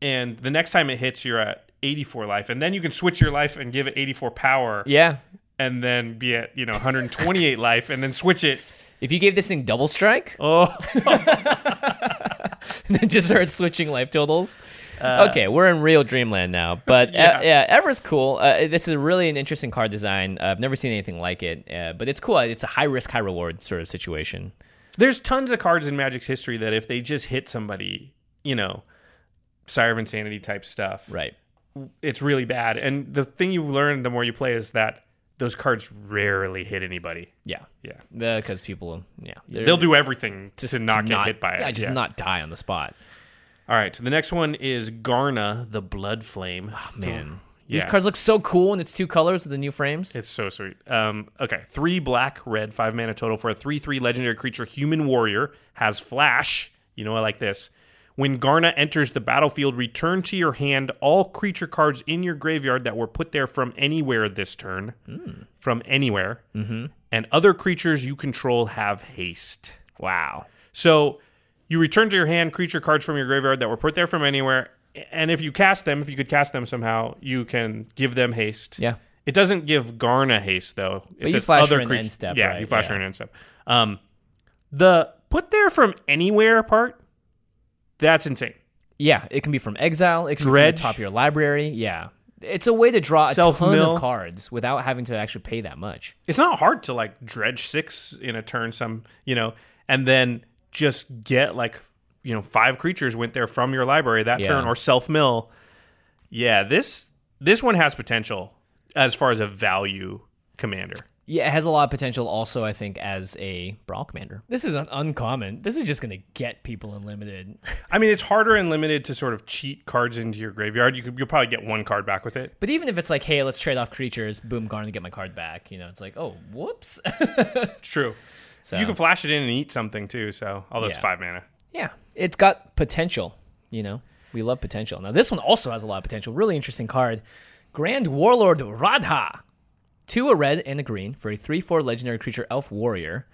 [SPEAKER 2] And the next time it hits, you're at eighty-four life, and then you can switch your life and give it eighty-four power,
[SPEAKER 1] Yeah.
[SPEAKER 2] and then be at you know one hundred and twenty-eight life, and then switch it.
[SPEAKER 1] If you gave this thing double strike,
[SPEAKER 2] [laughs] Oh.
[SPEAKER 1] and [laughs] then just start switching life totals. okay, we're in real dreamland now. But yeah,
[SPEAKER 2] Uh, [laughs] Yeah.
[SPEAKER 1] uh, yeah Ever's cool. Uh, this is really an interesting card design. Uh, I've never seen anything like it, uh, but it's cool. It's a high risk, high reward sort of situation.
[SPEAKER 2] There's tons of cards in Magic's history that if they just hit somebody, you know, Sire of Insanity type stuff,
[SPEAKER 1] Right.
[SPEAKER 2] it's really bad. And the thing you've learned the more you play is that those cards rarely hit anybody.
[SPEAKER 1] Yeah.
[SPEAKER 2] Yeah.
[SPEAKER 1] Because people, yeah. they're-
[SPEAKER 2] They'll do everything
[SPEAKER 1] just
[SPEAKER 2] to not get hit by it.
[SPEAKER 1] Yeah, just
[SPEAKER 2] Yeah.
[SPEAKER 1] not die on the spot.
[SPEAKER 2] All right. The next one is Garna, the Blood Flame. Oh,
[SPEAKER 1] man.
[SPEAKER 2] Yeah.
[SPEAKER 1] These cards look so cool and it's two colors with the new frames.
[SPEAKER 2] It's so sweet. Um, okay, three black, red, five mana total for a three-three legendary creature. Human warrior has flash. You know I like this. When Garna enters the battlefield, return to your hand all creature cards in your graveyard that were put there from anywhere this turn, from anywhere, Hmm. mm-hmm. and other creatures you control have haste.
[SPEAKER 1] wow.
[SPEAKER 2] So you return to your hand creature cards from your graveyard that were put there from anywhere, and if you cast them, if you could cast them somehow, you can give them haste.
[SPEAKER 1] Yeah.
[SPEAKER 2] It doesn't give Garna haste though. It's
[SPEAKER 1] you
[SPEAKER 2] just
[SPEAKER 1] flash
[SPEAKER 2] other
[SPEAKER 1] her an
[SPEAKER 2] creat-
[SPEAKER 1] end step,
[SPEAKER 2] Yeah,
[SPEAKER 1] right,
[SPEAKER 2] you flash
[SPEAKER 1] yeah.
[SPEAKER 2] her an end step. Um, the put there from anywhere part. That's insane.
[SPEAKER 1] Yeah, it can be from exile. It can
[SPEAKER 2] Dredge.
[SPEAKER 1] be from the top of your library. Yeah. It's a way to draw a ton
[SPEAKER 2] Self-mill.
[SPEAKER 1] of cards without having to actually pay that much.
[SPEAKER 2] It's not hard to like dredge six in a turn. Some you know, and then just get like you know five creatures went there from your library that
[SPEAKER 1] Yeah.
[SPEAKER 2] turn or self mill. Yeah, this this one has potential as far as a value commander.
[SPEAKER 1] Yeah, it has a lot of potential also, I think, as a Brawl commander. This is an uncommon. This is just going to get people unlimited. [laughs]
[SPEAKER 2] I mean, it's harder and limited to sort of cheat cards into your graveyard. You could, you'll probably get one card back with it.
[SPEAKER 1] But even if it's like, hey, let's trade off creatures, boom, gone, and get my card back, you know, it's like, oh, whoops.
[SPEAKER 2] It's true.
[SPEAKER 1] So-
[SPEAKER 2] You can flash it in and eat something too. So, although it's
[SPEAKER 1] Yeah.
[SPEAKER 2] five mana.
[SPEAKER 1] yeah, it's got potential, you know? We love potential. Now, this one also has a lot of potential. Really interesting card. Grand Warlord Radha. Two, a red and a green for a 3 4 legendary creature elf warrior.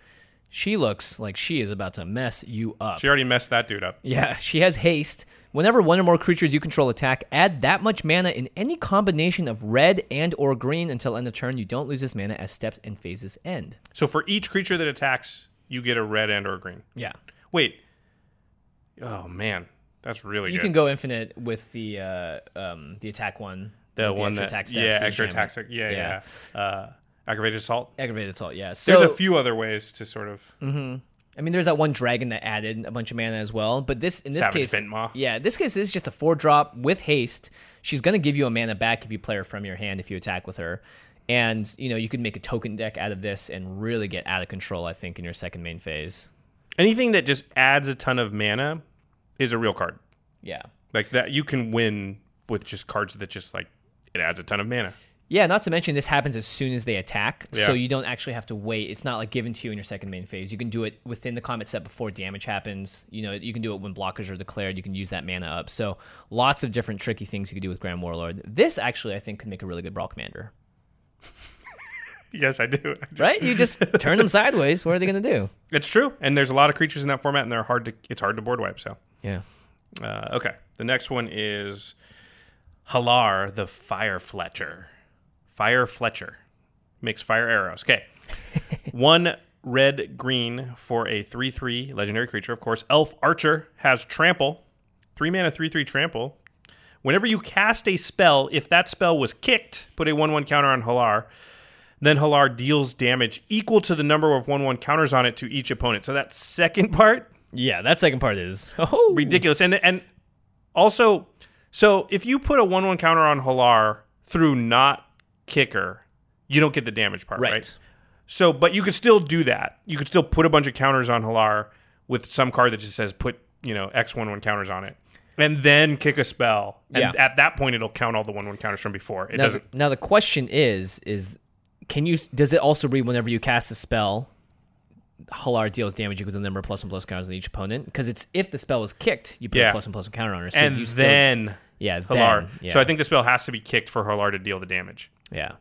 [SPEAKER 1] She looks like she is about to mess you up.
[SPEAKER 2] She already messed that dude up.
[SPEAKER 1] Yeah, [laughs] she has haste. Whenever one or more creatures you control attack, add that much mana in any combination of red and or green until end of turn. You don't lose this mana as steps and phases end.
[SPEAKER 2] So for each creature that attacks, you get a red and or a green.
[SPEAKER 1] Yeah.
[SPEAKER 2] Wait. Oh man, that's really
[SPEAKER 1] You
[SPEAKER 2] good.
[SPEAKER 1] can go infinite with the uh, um, the attack one.
[SPEAKER 2] the
[SPEAKER 1] with
[SPEAKER 2] one
[SPEAKER 1] extra
[SPEAKER 2] that
[SPEAKER 1] attack steps,
[SPEAKER 2] yeah,
[SPEAKER 1] the
[SPEAKER 2] extra
[SPEAKER 1] enchantment.
[SPEAKER 2] attack. step- Yeah, yeah. yeah. Uh, aggravated assault.
[SPEAKER 1] Aggravated assault, yeah. So
[SPEAKER 2] There's a few other ways to sort of.
[SPEAKER 1] I mean, there's that one dragon that added a bunch of mana as well, but this in this
[SPEAKER 2] Savage
[SPEAKER 1] case,
[SPEAKER 2] Vintma.
[SPEAKER 1] yeah, this case is just a four drop with haste. She's gonna give you a mana back if you play her from your hand if you attack with her, and you know you could make a token deck out of this and really get out of control. I think in your second main phase,
[SPEAKER 2] Anything that just adds a ton of mana is a real card.
[SPEAKER 1] yeah,
[SPEAKER 2] Like that, you can win with just cards that just like it adds a ton of mana.
[SPEAKER 1] yeah. Not to mention this happens as soon as they attack, so
[SPEAKER 2] Yeah.
[SPEAKER 1] you don't actually have to wait. It's not like given to you in your second main phase. You can do it within the combat set before damage happens. You know, you can do it when blockers are declared. You can use that mana up. So lots of different tricky things you could do with Grand Warlord. This actually, I think, could make a really good Brawl Commander.
[SPEAKER 2] Yes, I do.
[SPEAKER 1] right? You [laughs] just turn them sideways. What are they going to do?
[SPEAKER 2] It's true, and there's a lot of creatures in that format, and they're hard to. It's hard to board wipe. So,
[SPEAKER 1] Yeah.
[SPEAKER 2] uh, okay, the next one is Halar the Fire Fletcher. Fire Fletcher makes fire arrows. Okay, one red green for a three three legendary creature. Of course, Elf Archer has trample, three mana three three trample. Whenever you cast a spell, if that spell was kicked, put a one one counter on Halar. Then Halar deals damage equal to the number of 1 1 counters on it to each opponent. So that second [laughs] part,
[SPEAKER 1] Yeah, that second part is oh
[SPEAKER 2] ridiculous. And and also, so if you put a 1 1 counter on Halar through not kicker, you don't get the damage part, right?
[SPEAKER 1] Right.
[SPEAKER 2] So, but you could still do that. You could still put a bunch of counters on Halar with some card that just says put, you know, X 1 1 counters on it. And then kick a spell. And
[SPEAKER 1] Yeah.
[SPEAKER 2] at that point, it'll count all the 1 1 counters from before. It
[SPEAKER 1] Now,
[SPEAKER 2] doesn't.
[SPEAKER 1] now the question is: is can you? Does it also read whenever you cast a spell? Halar deals damage equal to the number of plus and plus counters on each opponent because it's if the spell was kicked, you put
[SPEAKER 2] Yeah.
[SPEAKER 1] a plus and plus counter on her. So
[SPEAKER 2] And
[SPEAKER 1] you still,
[SPEAKER 2] then.
[SPEAKER 1] yeah, then,
[SPEAKER 2] Halar.
[SPEAKER 1] yeah,
[SPEAKER 2] So I think the spell has to be kicked for Halar to deal the damage.
[SPEAKER 1] yeah,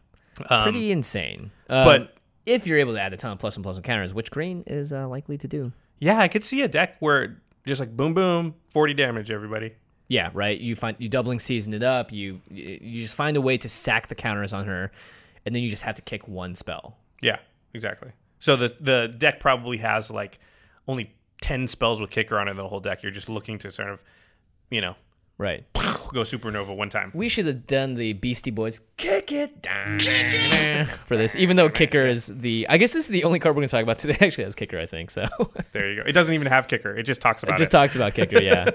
[SPEAKER 2] Um,
[SPEAKER 1] pretty insane. Um,
[SPEAKER 2] but-
[SPEAKER 1] if you're able to add a ton of plus and plus counters, which green is uh, likely to do?
[SPEAKER 2] yeah, I could see a deck where just like boom, boom, 40 damage, everybody.
[SPEAKER 1] Yeah, right. You find you doubling season it up. You you just find a way to sack the counters on her, and then you just have to kick one spell.
[SPEAKER 2] Yeah, exactly. So the, the deck probably has like only 10 spells with kicker on it in the whole deck. You're just looking to sort of, you know,
[SPEAKER 1] Right.
[SPEAKER 2] go supernova one time.
[SPEAKER 1] We should have done the Beastie Boys kick it down [laughs] for this, even though kicker is the. I guess this is the only card we're going to talk about today. [laughs] Actually, has kicker, I think. So [laughs]
[SPEAKER 2] There you go. It doesn't even have kicker. It just talks about
[SPEAKER 1] it
[SPEAKER 2] it.
[SPEAKER 1] just talks about kicker.
[SPEAKER 2] [laughs]
[SPEAKER 1] Yeah.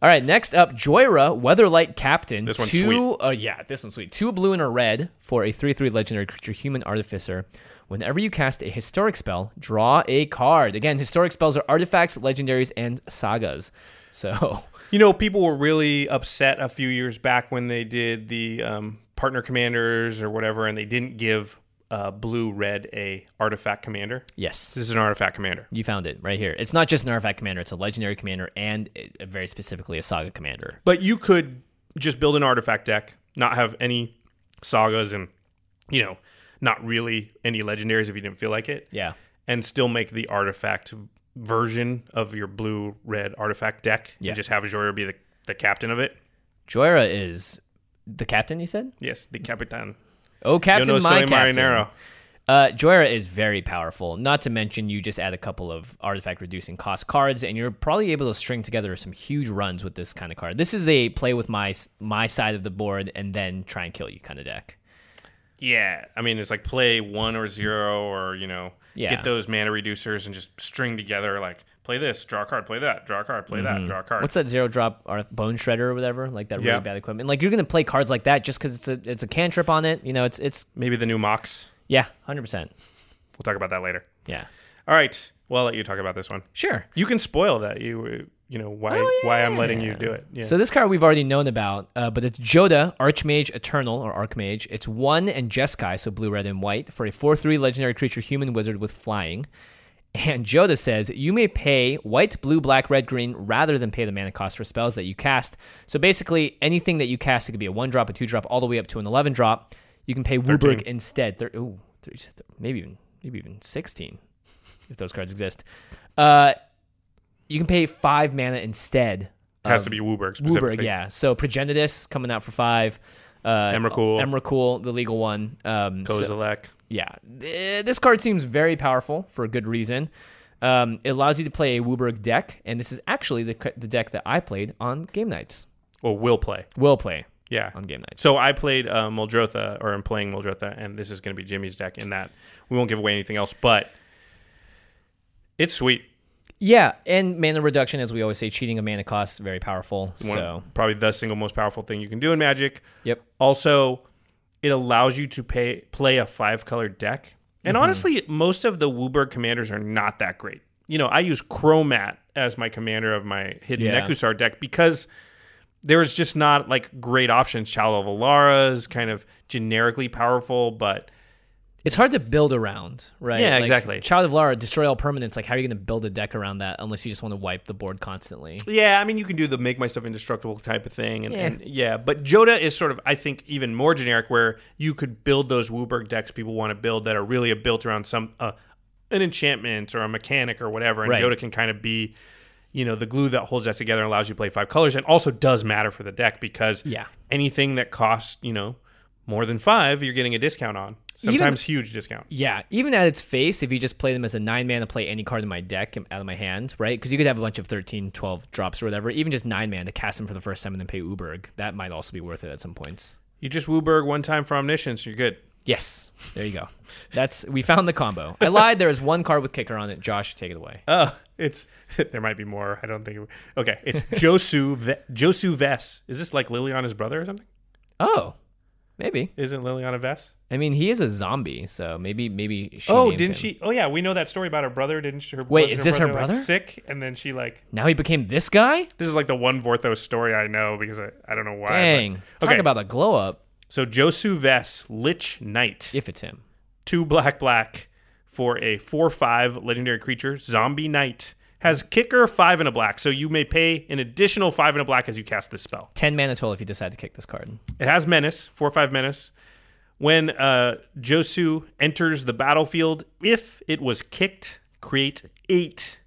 [SPEAKER 1] All right. Next up, Joyra, Weatherlight Captain.
[SPEAKER 2] This one's
[SPEAKER 1] two, Uh, yeah, this one's sweet. Two blue and a red for a three-three legendary creature, Human Artificer. Whenever you cast a historic spell, draw a card. Again, historic spells are artifacts, legendaries, and sagas. So [laughs]
[SPEAKER 2] You know, people were really upset a few years back when they did the um, partner commanders or whatever, and they didn't give uh, blue red a artifact commander.
[SPEAKER 1] yes.
[SPEAKER 2] This is an artifact commander.
[SPEAKER 1] You found it right here. It's not just an artifact commander; it's a legendary commander and uh, very specifically a saga commander.
[SPEAKER 2] But you could just build an artifact deck, not have any sagas and, you know, not really any legendaries if you didn't feel like it,
[SPEAKER 1] Yeah.
[SPEAKER 2] and still make the artifact version of your blue red artifact deck.
[SPEAKER 1] Yeah.
[SPEAKER 2] And just have Jorah be the, the captain of it.
[SPEAKER 1] Joyra is the captain, you said?
[SPEAKER 2] Yes, the Capitan.
[SPEAKER 1] Oh,
[SPEAKER 2] Yo
[SPEAKER 1] captain,
[SPEAKER 2] no
[SPEAKER 1] my
[SPEAKER 2] soy
[SPEAKER 1] captain.
[SPEAKER 2] marinero.
[SPEAKER 1] Uh, Joyra is very powerful. Not to mention, you just add a couple of artifact reducing cost cards, and you're probably able to string together some huge runs with this kind of card. This is the play with my my side of the board and then try and kill you kind of deck.
[SPEAKER 2] Yeah. I mean, it's like play one or zero or, you know,
[SPEAKER 1] Yeah.
[SPEAKER 2] get those mana reducers and just string together like play this, draw a card, play that, draw a card, play that, draw a card.
[SPEAKER 1] Mm-hmm. What's that zero drop or bone shredder or whatever? Like that really
[SPEAKER 2] Yeah.
[SPEAKER 1] bad equipment. Like you're gonna play cards like that just because it's a it's a cantrip on it. You know, it's it's
[SPEAKER 2] Maybe the new Mox.
[SPEAKER 1] yeah, hundred percent.
[SPEAKER 2] We'll talk about that later.
[SPEAKER 1] Yeah.
[SPEAKER 2] All right. Well, I'll let you talk about this one.
[SPEAKER 1] Sure.
[SPEAKER 2] You can spoil that. You you know why why I'm letting you do it. Yeah.
[SPEAKER 1] So this card we've already known about, uh, but it's Joda, Archmage Eternal or Archmage. It's one and Jeskai, so blue, red, and white for a four-three legendary creature, human wizard with flying. And Joda says you may pay white, blue, black, red, green rather than pay the mana cost for spells that you cast. So basically, anything that you cast, it could be a one drop, a two drop, all the way up to an eleven drop. You can pay Wuburg instead. Thir- ooh, thir- maybe even maybe even sixteen, if those cards exist. Uh, you can pay five mana instead.
[SPEAKER 2] it has to be Wooburg specifically.
[SPEAKER 1] um, Wuburg, yeah. So Progenitus coming out for five. Uh,
[SPEAKER 2] Emrakul.
[SPEAKER 1] Emrakul, the legal one. Um, so-
[SPEAKER 2] Kozilek.
[SPEAKER 1] yeah, Eh, this card seems very powerful for a good reason. Um, it allows you to play a Wuburg deck, and this is actually the c- the deck that I played on game nights.
[SPEAKER 2] Well, will play.
[SPEAKER 1] Will play
[SPEAKER 2] Yeah.
[SPEAKER 1] on game nights.
[SPEAKER 2] So I played uh, Moldrotha, or I'm playing Moldrotha, and this is going to be Jimmy's deck in that. We won't give away anything else, but it's sweet.
[SPEAKER 1] Yeah, and mana reduction, as we always say, cheating a mana cost, very powerful.
[SPEAKER 2] One-
[SPEAKER 1] So
[SPEAKER 2] probably the single most powerful thing you can do in Magic.
[SPEAKER 1] yep,
[SPEAKER 2] Also, it allows you to pay, play a five color deck. And honestly, most of the Wuburg commanders are not that great. You know, I use Chromat as my commander of my hidden
[SPEAKER 1] Yeah.
[SPEAKER 2] Nekusar deck because there is just not like great options. Chalo Valara is kind of generically powerful, but
[SPEAKER 1] it's hard to build around, right?
[SPEAKER 2] Yeah,
[SPEAKER 1] Like,
[SPEAKER 2] exactly.
[SPEAKER 1] Child of Lara, destroy all permanents. Like, how are you going to build a deck around that unless you just want to wipe the board constantly?
[SPEAKER 2] Yeah, I mean, you can do the make my stuff indestructible type of thing, and yeah. and yeah, but Joda is sort of, I think, even more generic, where you could build those Wuburg decks people want to build that are really built around some uh, an enchantment or a mechanic or whatever, and
[SPEAKER 1] Right.
[SPEAKER 2] Joda can kind of be, you know, the glue that holds that together and allows you to play five colors, and also does matter for the deck because
[SPEAKER 1] Yeah.
[SPEAKER 2] anything that costs you know more than five, you're getting a discount on,
[SPEAKER 1] Even-
[SPEAKER 2] sometimes huge discount.
[SPEAKER 1] Yeah, even at its face, if you just play them as a nine mana, play any card in my deck and out of my hand, right? Because you could have a bunch of 13, 12 drops or whatever. Even just nine mana to cast them for the first time and then pay Uberg. That might also be worth it at some points.
[SPEAKER 2] You just Wuburg one time for omniscience, you're good.
[SPEAKER 1] Yes, there you go. That's we found the combo.
[SPEAKER 2] [laughs]
[SPEAKER 1] I lied. There is one card with kicker on it. Josh, take it away.
[SPEAKER 2] Oh, it's [laughs] there might be more. I don't think. It, okay, it's [laughs] Josu Ve, Josu Vess. Is this like Liliana's brother or something?
[SPEAKER 1] Oh, maybe.
[SPEAKER 2] Isn't Liliana Vess?
[SPEAKER 1] I mean, he is a zombie, so maybe maybe she.
[SPEAKER 2] oh,
[SPEAKER 1] named
[SPEAKER 2] didn't
[SPEAKER 1] him.
[SPEAKER 2] she? Oh yeah, we know that story about her brother. Didn't she? Her,
[SPEAKER 1] Wait,
[SPEAKER 2] wasn't
[SPEAKER 1] is this her
[SPEAKER 2] like,
[SPEAKER 1] brother?
[SPEAKER 2] sick? And then she like
[SPEAKER 1] Now he became this guy.
[SPEAKER 2] this is like the one Vorthos story I know because I, I don't know why. but-
[SPEAKER 1] Dang.
[SPEAKER 2] okay,
[SPEAKER 1] Talk about a glow up.
[SPEAKER 2] so Josu Vess, Lich Knight,
[SPEAKER 1] If it's him.
[SPEAKER 2] two black black for a four five legendary creature zombie knight has kicker five and a black, so you may pay an additional five and a black as you cast this spell.
[SPEAKER 1] 10 mana total if you decide to kick this card.
[SPEAKER 2] It has menace, four or five menace. When uh, Josu enters the battlefield, if it was kicked, create eight.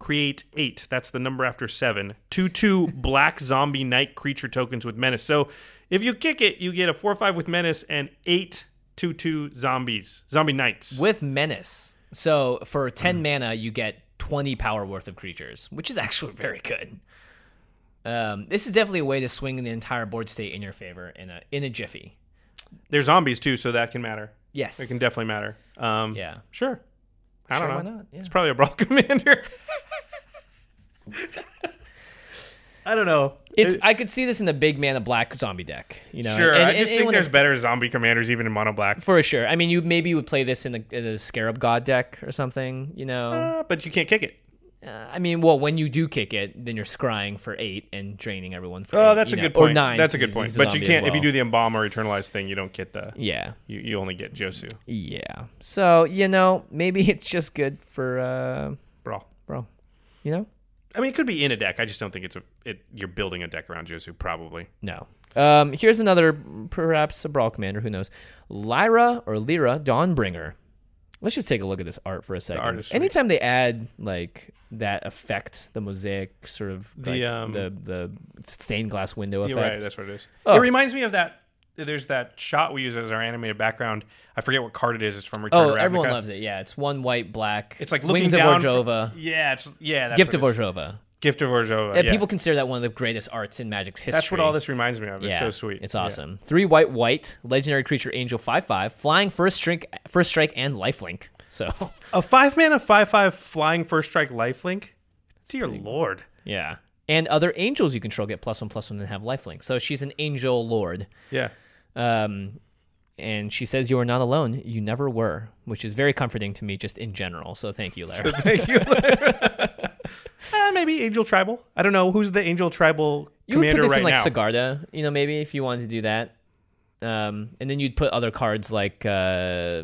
[SPEAKER 2] Create eight. That's the number after seven. Two two [laughs] black zombie knight creature tokens with menace. So if you kick it, you get a four or five with menace and eight two two zombies, zombie knights.
[SPEAKER 1] with menace. So for 10 mana, you get 20 power worth of creatures, which is actually [laughs] very good. Um, this is definitely a way to swing the entire board state in your favor in a in a jiffy.
[SPEAKER 2] They're zombies too, so that can matter.
[SPEAKER 1] Yes,
[SPEAKER 2] It can definitely matter. Um,
[SPEAKER 1] Yeah.
[SPEAKER 2] Sure. I
[SPEAKER 1] Sure,
[SPEAKER 2] don't
[SPEAKER 1] why
[SPEAKER 2] know.
[SPEAKER 1] not? Yeah.
[SPEAKER 2] It's probably a brawl [laughs] commander. I don't know.
[SPEAKER 1] It's I could see this in a big mana black zombie deck. You know,
[SPEAKER 2] Sure,
[SPEAKER 1] and-
[SPEAKER 2] I
[SPEAKER 1] and
[SPEAKER 2] just think
[SPEAKER 1] anyone
[SPEAKER 2] there's
[SPEAKER 1] that-
[SPEAKER 2] better zombie commanders even in mono black.
[SPEAKER 1] for sure. I mean, you maybe you would play this in a, in a scarab god deck or something. You know,
[SPEAKER 2] Uh, but you can't kick it.
[SPEAKER 1] uh, I mean, well, when you do kick it, then you're scrying for eight and draining everyone. For
[SPEAKER 2] Oh,
[SPEAKER 1] eight,
[SPEAKER 2] that's a
[SPEAKER 1] you know,
[SPEAKER 2] good point.
[SPEAKER 1] Or nine.
[SPEAKER 2] That's a good
[SPEAKER 1] because
[SPEAKER 2] point.
[SPEAKER 1] he's
[SPEAKER 2] But you
[SPEAKER 1] zombie as
[SPEAKER 2] can't if you
[SPEAKER 1] well.
[SPEAKER 2] do the embalm or eternalize thing, you don't get the
[SPEAKER 1] Yeah.
[SPEAKER 2] you, you only get Josu.
[SPEAKER 1] Yeah. So, you know, maybe [laughs] it's just good for uh
[SPEAKER 2] Brawl.
[SPEAKER 1] bro. You know?
[SPEAKER 2] I mean it could be in a deck. I just don't think it's a it you're building a deck around Josu, probably.
[SPEAKER 1] No. Um here's another perhaps a brawl commander, who knows. Lyra or Lyra Dawnbringer. Let's just take a look at this art for a second.
[SPEAKER 2] artistry.
[SPEAKER 1] Anytime they add like that effect, the mosaic sort of
[SPEAKER 2] The,
[SPEAKER 1] like,
[SPEAKER 2] um,
[SPEAKER 1] the the stained glass window effect.
[SPEAKER 2] You're right, that's what it is.
[SPEAKER 1] Oh.
[SPEAKER 2] It reminds me of that there's that shot we use as our animated background. I forget what card it is. It's from Return
[SPEAKER 1] oh,
[SPEAKER 2] to Ravnica.
[SPEAKER 1] everyone loves it. Yeah, it's one white black.
[SPEAKER 2] It's like looking
[SPEAKER 1] Wings of
[SPEAKER 2] down
[SPEAKER 1] Orjova.
[SPEAKER 2] from- yeah, it's yeah. That's
[SPEAKER 1] Gift of
[SPEAKER 2] what it is.
[SPEAKER 1] Orjova.
[SPEAKER 2] Gift of Orjova.
[SPEAKER 1] Yeah,
[SPEAKER 2] yeah.
[SPEAKER 1] People consider that one of the greatest arts in Magic's history.
[SPEAKER 2] That's what all this reminds me of. It's so sweet.
[SPEAKER 1] It's
[SPEAKER 2] Yeah.
[SPEAKER 1] awesome. Three white, white, legendary creature, angel, five, five, flying, first strike, first strike, and lifelink.
[SPEAKER 2] [laughs]
[SPEAKER 1] So,
[SPEAKER 2] A five mana, five five flying first strike lifelink? Dear lord.
[SPEAKER 1] yeah. And other angels you control get plus one, plus one, and have lifelink. So she's an angel lord.
[SPEAKER 2] Yeah.
[SPEAKER 1] Um, and she says you are not alone. You never were, which is very comforting to me just in general. So thank
[SPEAKER 2] [laughs]
[SPEAKER 1] you, Larry.
[SPEAKER 2] [laughs] Thank you. Uh, maybe Angel Tribal. I don't know who's the Angel Tribal
[SPEAKER 1] you would
[SPEAKER 2] commander
[SPEAKER 1] put this
[SPEAKER 2] right
[SPEAKER 1] in like
[SPEAKER 2] now.
[SPEAKER 1] Sigarda, you know, maybe if you wanted to do that. Um, and then you'd put other cards like uh,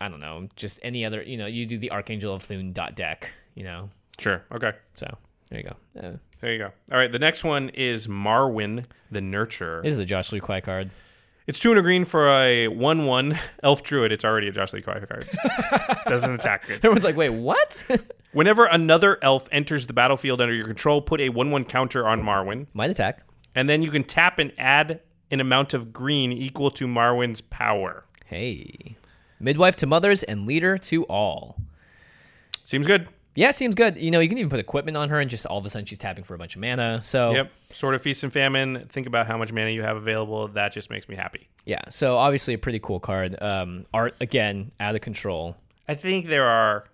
[SPEAKER 1] I don't know, just any other, you know, you do the Archangel of Thune dot deck, you know.
[SPEAKER 2] Sure. Okay.
[SPEAKER 1] So there you go. Uh,
[SPEAKER 2] There you go. All right. The next one is Marwin the Nurturer.
[SPEAKER 1] this is a Josh Luquai card.
[SPEAKER 2] It's two and a green for a one-one elf druid. It's already a Josh Lee Kwai
[SPEAKER 1] [laughs]
[SPEAKER 2] card. Doesn't attack it.
[SPEAKER 1] Everyone's like, wait, what? [laughs]
[SPEAKER 2] Whenever another elf enters the battlefield under your control, put a one-one counter on Marwin,
[SPEAKER 1] Might attack.
[SPEAKER 2] and then you can tap and add an amount of green equal to Marwin's power.
[SPEAKER 1] Hey. Midwife to mothers and leader to all.
[SPEAKER 2] Seems good.
[SPEAKER 1] Yeah, seems good. You know, you can even put equipment on her and just all of a sudden she's tapping for a bunch of mana. So
[SPEAKER 2] Yep. Sort of feast and famine. Think about how much mana you have available. That just makes me happy.
[SPEAKER 1] yeah, so obviously a pretty cool card. Um, art again, out of control.
[SPEAKER 2] I think there are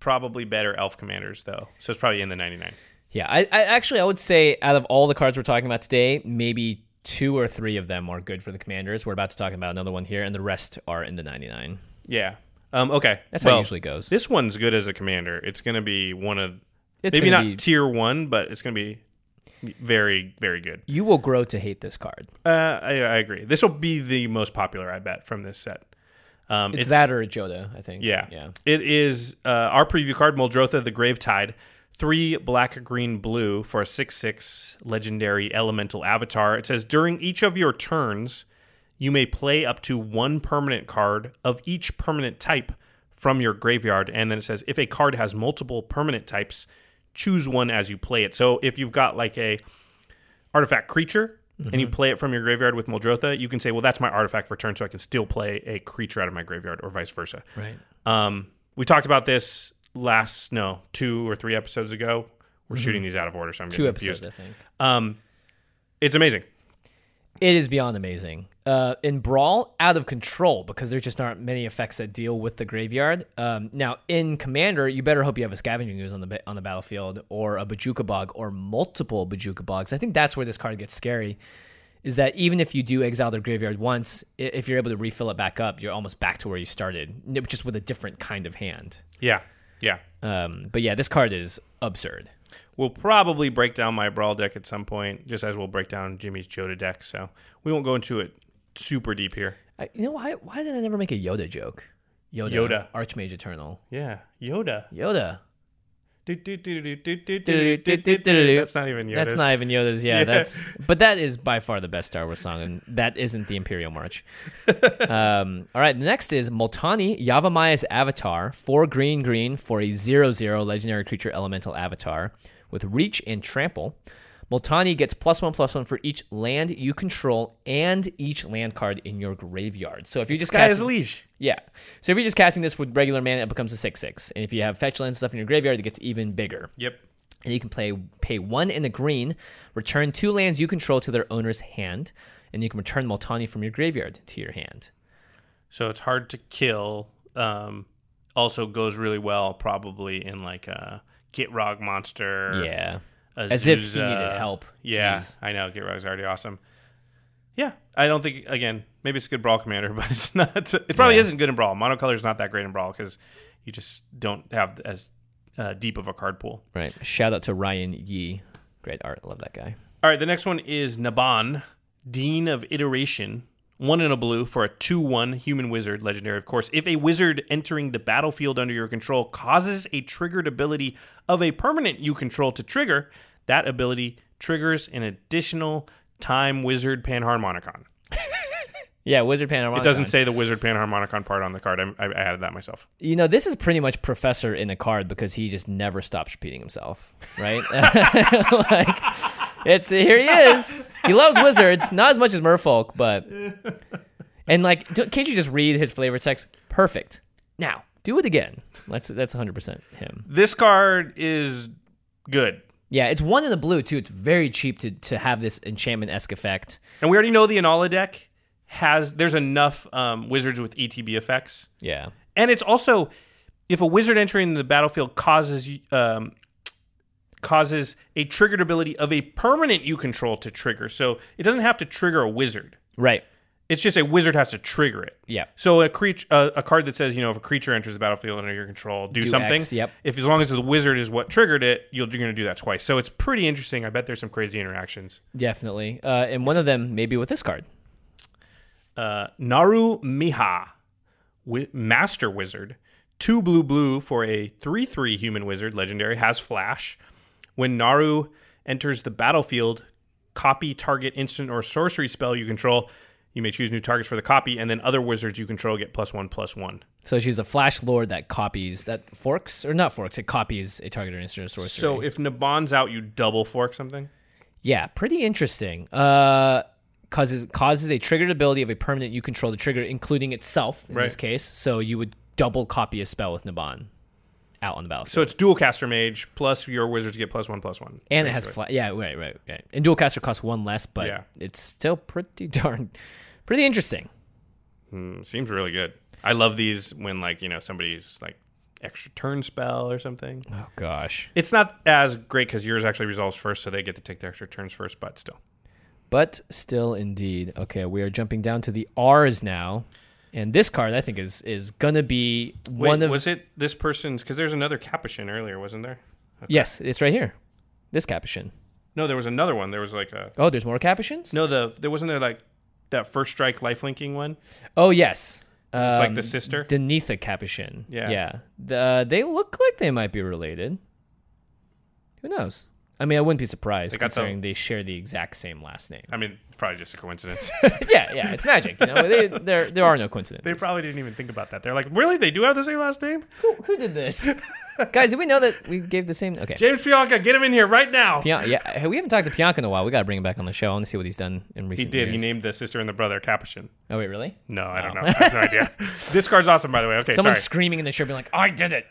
[SPEAKER 2] probably better elf commanders though. So it's probably in the 99.
[SPEAKER 1] Yeah, I, I actually I would say out of all the cards we're talking about today, maybe two or three of them are good for the commanders. We're about to talk about another one here, and the rest are in the ninety nine.
[SPEAKER 2] Yeah. Um, okay.
[SPEAKER 1] That's how it usually goes.
[SPEAKER 2] This one's good as a commander. It's going to be one of
[SPEAKER 1] It's
[SPEAKER 2] maybe not
[SPEAKER 1] gonna be-
[SPEAKER 2] tier 1, but it's going to be very very good.
[SPEAKER 1] You will grow to hate this card.
[SPEAKER 2] Uh, I, I agree. This will be the most popular I bet from this set. Um,
[SPEAKER 1] It's, that or a Joda, I think.
[SPEAKER 2] Yeah.
[SPEAKER 1] yeah.
[SPEAKER 2] It is uh, our preview card, Moldrotha the Grave Tide. Three black, green, blue for a 6 6 legendary elemental avatar. It says during each of your turns, you may play up to one permanent card of each permanent type from your graveyard. And then it says if a card has multiple permanent types, choose one as you play it. So if you've got like a artifact creature and
[SPEAKER 1] Mm-hmm.
[SPEAKER 2] you play it from your graveyard with Moldrotha, you can say, well, that's my artifact for turn, so I can still play a creature out of my graveyard or vice versa.
[SPEAKER 1] Right.
[SPEAKER 2] Um, we talked about this last, no, two or three episodes ago. We're shooting these out of order, so I'm
[SPEAKER 1] Mm-hmm. Two
[SPEAKER 2] getting
[SPEAKER 1] episodes,
[SPEAKER 2] confused.
[SPEAKER 1] I think.
[SPEAKER 2] Um, it's amazing.
[SPEAKER 1] It is beyond amazing. Uh, in Brawl, out of control because there just aren't many effects that deal with the graveyard. Um, now in Commander, you better hope you have a Scavenging Ooze on the ba- on the battlefield or a Bajuka Bog or multiple Bajuka Bogs. I think that's where this card gets scary. Is that even if you do exile their graveyard once, i- if you're able to refill it back up, you're almost back to where you started, n- just with a different kind of hand.
[SPEAKER 2] Yeah, yeah.
[SPEAKER 1] Um, but yeah, this card is absurd.
[SPEAKER 2] We'll probably break down my brawl deck at some point, just as we'll break down Jimmy's Joda deck. So we won't go into it super deep here.
[SPEAKER 1] I, you know why? Why did I never make a Yoda joke? Yoda,
[SPEAKER 2] Yoda.
[SPEAKER 1] Archmage Eternal,
[SPEAKER 2] Yeah, Yoda.
[SPEAKER 1] Yoda.
[SPEAKER 2] Do, do, do, do, do, do, do, do, do, do, do.
[SPEAKER 1] That's
[SPEAKER 2] That's not even Yoda.
[SPEAKER 1] That's not even Yoda's. Yeah,
[SPEAKER 2] Yeah.
[SPEAKER 1] that's. But that is by far the best Star Wars song, and that isn't the Imperial March. um, all right, next is Multani Yavamaya's Avatar, four green green for a zero zero legendary creature elemental avatar with reach and trample. Multani gets plus one plus one for each land you control and each land card in your graveyard. So if you just
[SPEAKER 2] Sky is
[SPEAKER 1] casting-
[SPEAKER 2] Liege.
[SPEAKER 1] yeah. So if you're just casting this with regular mana, it becomes a six six, and if you have fetch land stuff in your graveyard, it gets even bigger
[SPEAKER 2] Yep.
[SPEAKER 1] and you can play pay one in the green, return two lands you control to their owner's hand, and you can return Multani from your graveyard to your hand.
[SPEAKER 2] So it's hard to kill. Um, also goes really well probably in like a Gitrog monster.
[SPEAKER 1] Yeah. As if he needed
[SPEAKER 2] Azusa.
[SPEAKER 1] help.
[SPEAKER 2] Yeah,
[SPEAKER 1] Jeez.
[SPEAKER 2] I know. Get Rug's already awesome. Yeah, I don't think again. Maybe it's a good brawl commander, [laughs] but it's not. It probably
[SPEAKER 1] Yeah.
[SPEAKER 2] isn't good in brawl. Monocolor is not that great in brawl because you just don't have as uh, deep of a card pool.
[SPEAKER 1] Right. Shout out to Ryan Yee. Great art. Love that guy.
[SPEAKER 2] All right, the next one is Naban, Dean of Iteration. One in a blue for a 2 1 human wizard, legendary, of course. If a wizard entering the battlefield under your control causes a triggered ability of a permanent you control to trigger, that ability triggers an additional time wizard panharmonicon.
[SPEAKER 1] Yeah, Wizard Panorama.
[SPEAKER 2] It doesn't say the wizard panharmonicon part on the card. I, I added that myself.
[SPEAKER 1] You know, this is pretty much Professor in a card because he just never stops repeating himself, right? [laughs] like, it's here he is. He loves wizards, not as much as Merfolk, but and like, do- can't you just read his flavor text? Perfect. Now do it again. That's that's 100 percent him.
[SPEAKER 2] This card is good.
[SPEAKER 1] Yeah, it's one in the blue too. It's very cheap to to have this enchantment esque effect.
[SPEAKER 2] And we already know the Anala deck has, there's enough um, wizards with ETB effects.
[SPEAKER 1] Yeah,
[SPEAKER 2] And it's also if a wizard entering the battlefield causes um, causes a triggered ability of a permanent you control to trigger. So it doesn't have to trigger a wizard.
[SPEAKER 1] right.
[SPEAKER 2] It's just a wizard has to trigger it.
[SPEAKER 1] Yeah.
[SPEAKER 2] So a creature, uh, a card that says, you know, if a creature enters the battlefield under your control, do,
[SPEAKER 1] Do
[SPEAKER 2] something.
[SPEAKER 1] X, yep.
[SPEAKER 2] If as long as the wizard is what triggered it, you'll, you're going to do that twice. So it's pretty interesting. I bet there's some crazy interactions.
[SPEAKER 1] Definitely. Uh, and one of them maybe with this card.
[SPEAKER 2] Uh, Naru Miha, wi- Master Wizard, two blue blue for a three three human wizard. Legendary has flash. When Naru enters the battlefield, copy target instant or sorcery spell you control. You may choose new targets for the copy, and then other wizards you control get plus one plus one.
[SPEAKER 1] So she's a flash lord that copies that forks or not forks. It copies a target or instant or sorcery.
[SPEAKER 2] So if Nabon's out, you double fork something.
[SPEAKER 1] yeah, pretty interesting. Uh, causes causes a triggered ability of a permanent you control to trigger, including itself in this
[SPEAKER 2] Right.
[SPEAKER 1] case. So you would double copy a spell with Nabon out on the battlefield.
[SPEAKER 2] So it's dual caster mage plus your wizards get plus one plus one.
[SPEAKER 1] and it has
[SPEAKER 2] basically.
[SPEAKER 1] fly. Yeah, right, right, right. And dual caster costs one less, but
[SPEAKER 2] Yeah.
[SPEAKER 1] it's still pretty [laughs] darn, pretty interesting.
[SPEAKER 2] Mm, Seems really good. I love these when like you know somebody's like extra turn spell or something.
[SPEAKER 1] Oh gosh.
[SPEAKER 2] It's not as great because yours actually resolves first, so they get to take their extra turns first. But still,
[SPEAKER 1] But still, indeed. Okay, we are jumping down to the R's now, and this card I think is is gonna be
[SPEAKER 2] Wait,
[SPEAKER 1] one of
[SPEAKER 2] was it this person's? Because there's another Capuchin earlier, wasn't there?
[SPEAKER 1] yes, it's right here. This Capuchin.
[SPEAKER 2] No, there was another one. There was like a
[SPEAKER 1] Oh, there's more Capuchins.
[SPEAKER 2] no. The there wasn't there like that first strike lifelinking one.
[SPEAKER 1] Oh yes. Um,
[SPEAKER 2] Is this like the sister?
[SPEAKER 1] Denitha Capuchin.
[SPEAKER 2] Yeah.
[SPEAKER 1] Yeah. The- uh, they look like they might be related. Who knows? I mean, I wouldn't be surprised
[SPEAKER 2] They got the-
[SPEAKER 1] considering they share the exact same
[SPEAKER 2] [laughs]
[SPEAKER 1] last name.
[SPEAKER 2] I mean, probably just a [laughs] coincidence.
[SPEAKER 1] yeah, yeah, it's magic. You know, they, there there are no coincidences.
[SPEAKER 2] they probably didn't even think about that. They're like, really? They do have the same last name?
[SPEAKER 1] who, who
[SPEAKER 2] [laughs]
[SPEAKER 1] did this, guys? Did we know that we gave the same? Okay,
[SPEAKER 2] James Bianca, get him in here right now.
[SPEAKER 1] Pian- yeah, hey, we haven't talked to Pionk in a while. We got to bring him back on the show. I want to see what he's done in
[SPEAKER 2] he
[SPEAKER 1] recent.
[SPEAKER 2] did. He
[SPEAKER 1] years.
[SPEAKER 2] named the sister and the brother Capuchin.
[SPEAKER 1] Oh wait, really?
[SPEAKER 2] No, I don't know. I have no idea. [laughs] this card's awesome, by the way. Okay,
[SPEAKER 1] Someone's
[SPEAKER 2] sorry.
[SPEAKER 1] screaming in the shirt, being like, "I
[SPEAKER 2] [laughs]
[SPEAKER 1] did it."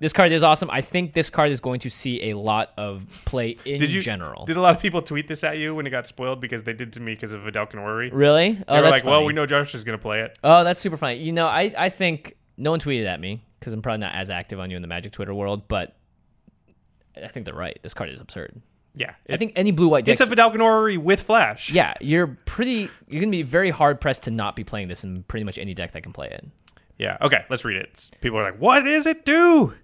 [SPEAKER 1] this card is awesome. I think this card is going to see a lot of play in
[SPEAKER 2] did you
[SPEAKER 1] general.
[SPEAKER 2] Did a lot of people tweet this at you when it got spoiled because they did to me because of Vidal Canori? They
[SPEAKER 1] really? Oh,
[SPEAKER 2] were
[SPEAKER 1] that's
[SPEAKER 2] like, well,
[SPEAKER 1] funny.
[SPEAKER 2] we know Josh is gonna play it.
[SPEAKER 1] Oh, that's super funny. You know, I I think no one tweeted at me because I'm probably not as active on you in the Magic Twitter world, but I think they're right. This card is absurd.
[SPEAKER 2] Yeah,
[SPEAKER 1] I think any blue white deck
[SPEAKER 2] it's a Vidal Canori with Flash.
[SPEAKER 1] yeah, you're pretty. You're gonna be very hard pressed to not be playing this in pretty much any deck that can play it.
[SPEAKER 2] yeah. Okay, let's read it. It's- People are like, what does it do?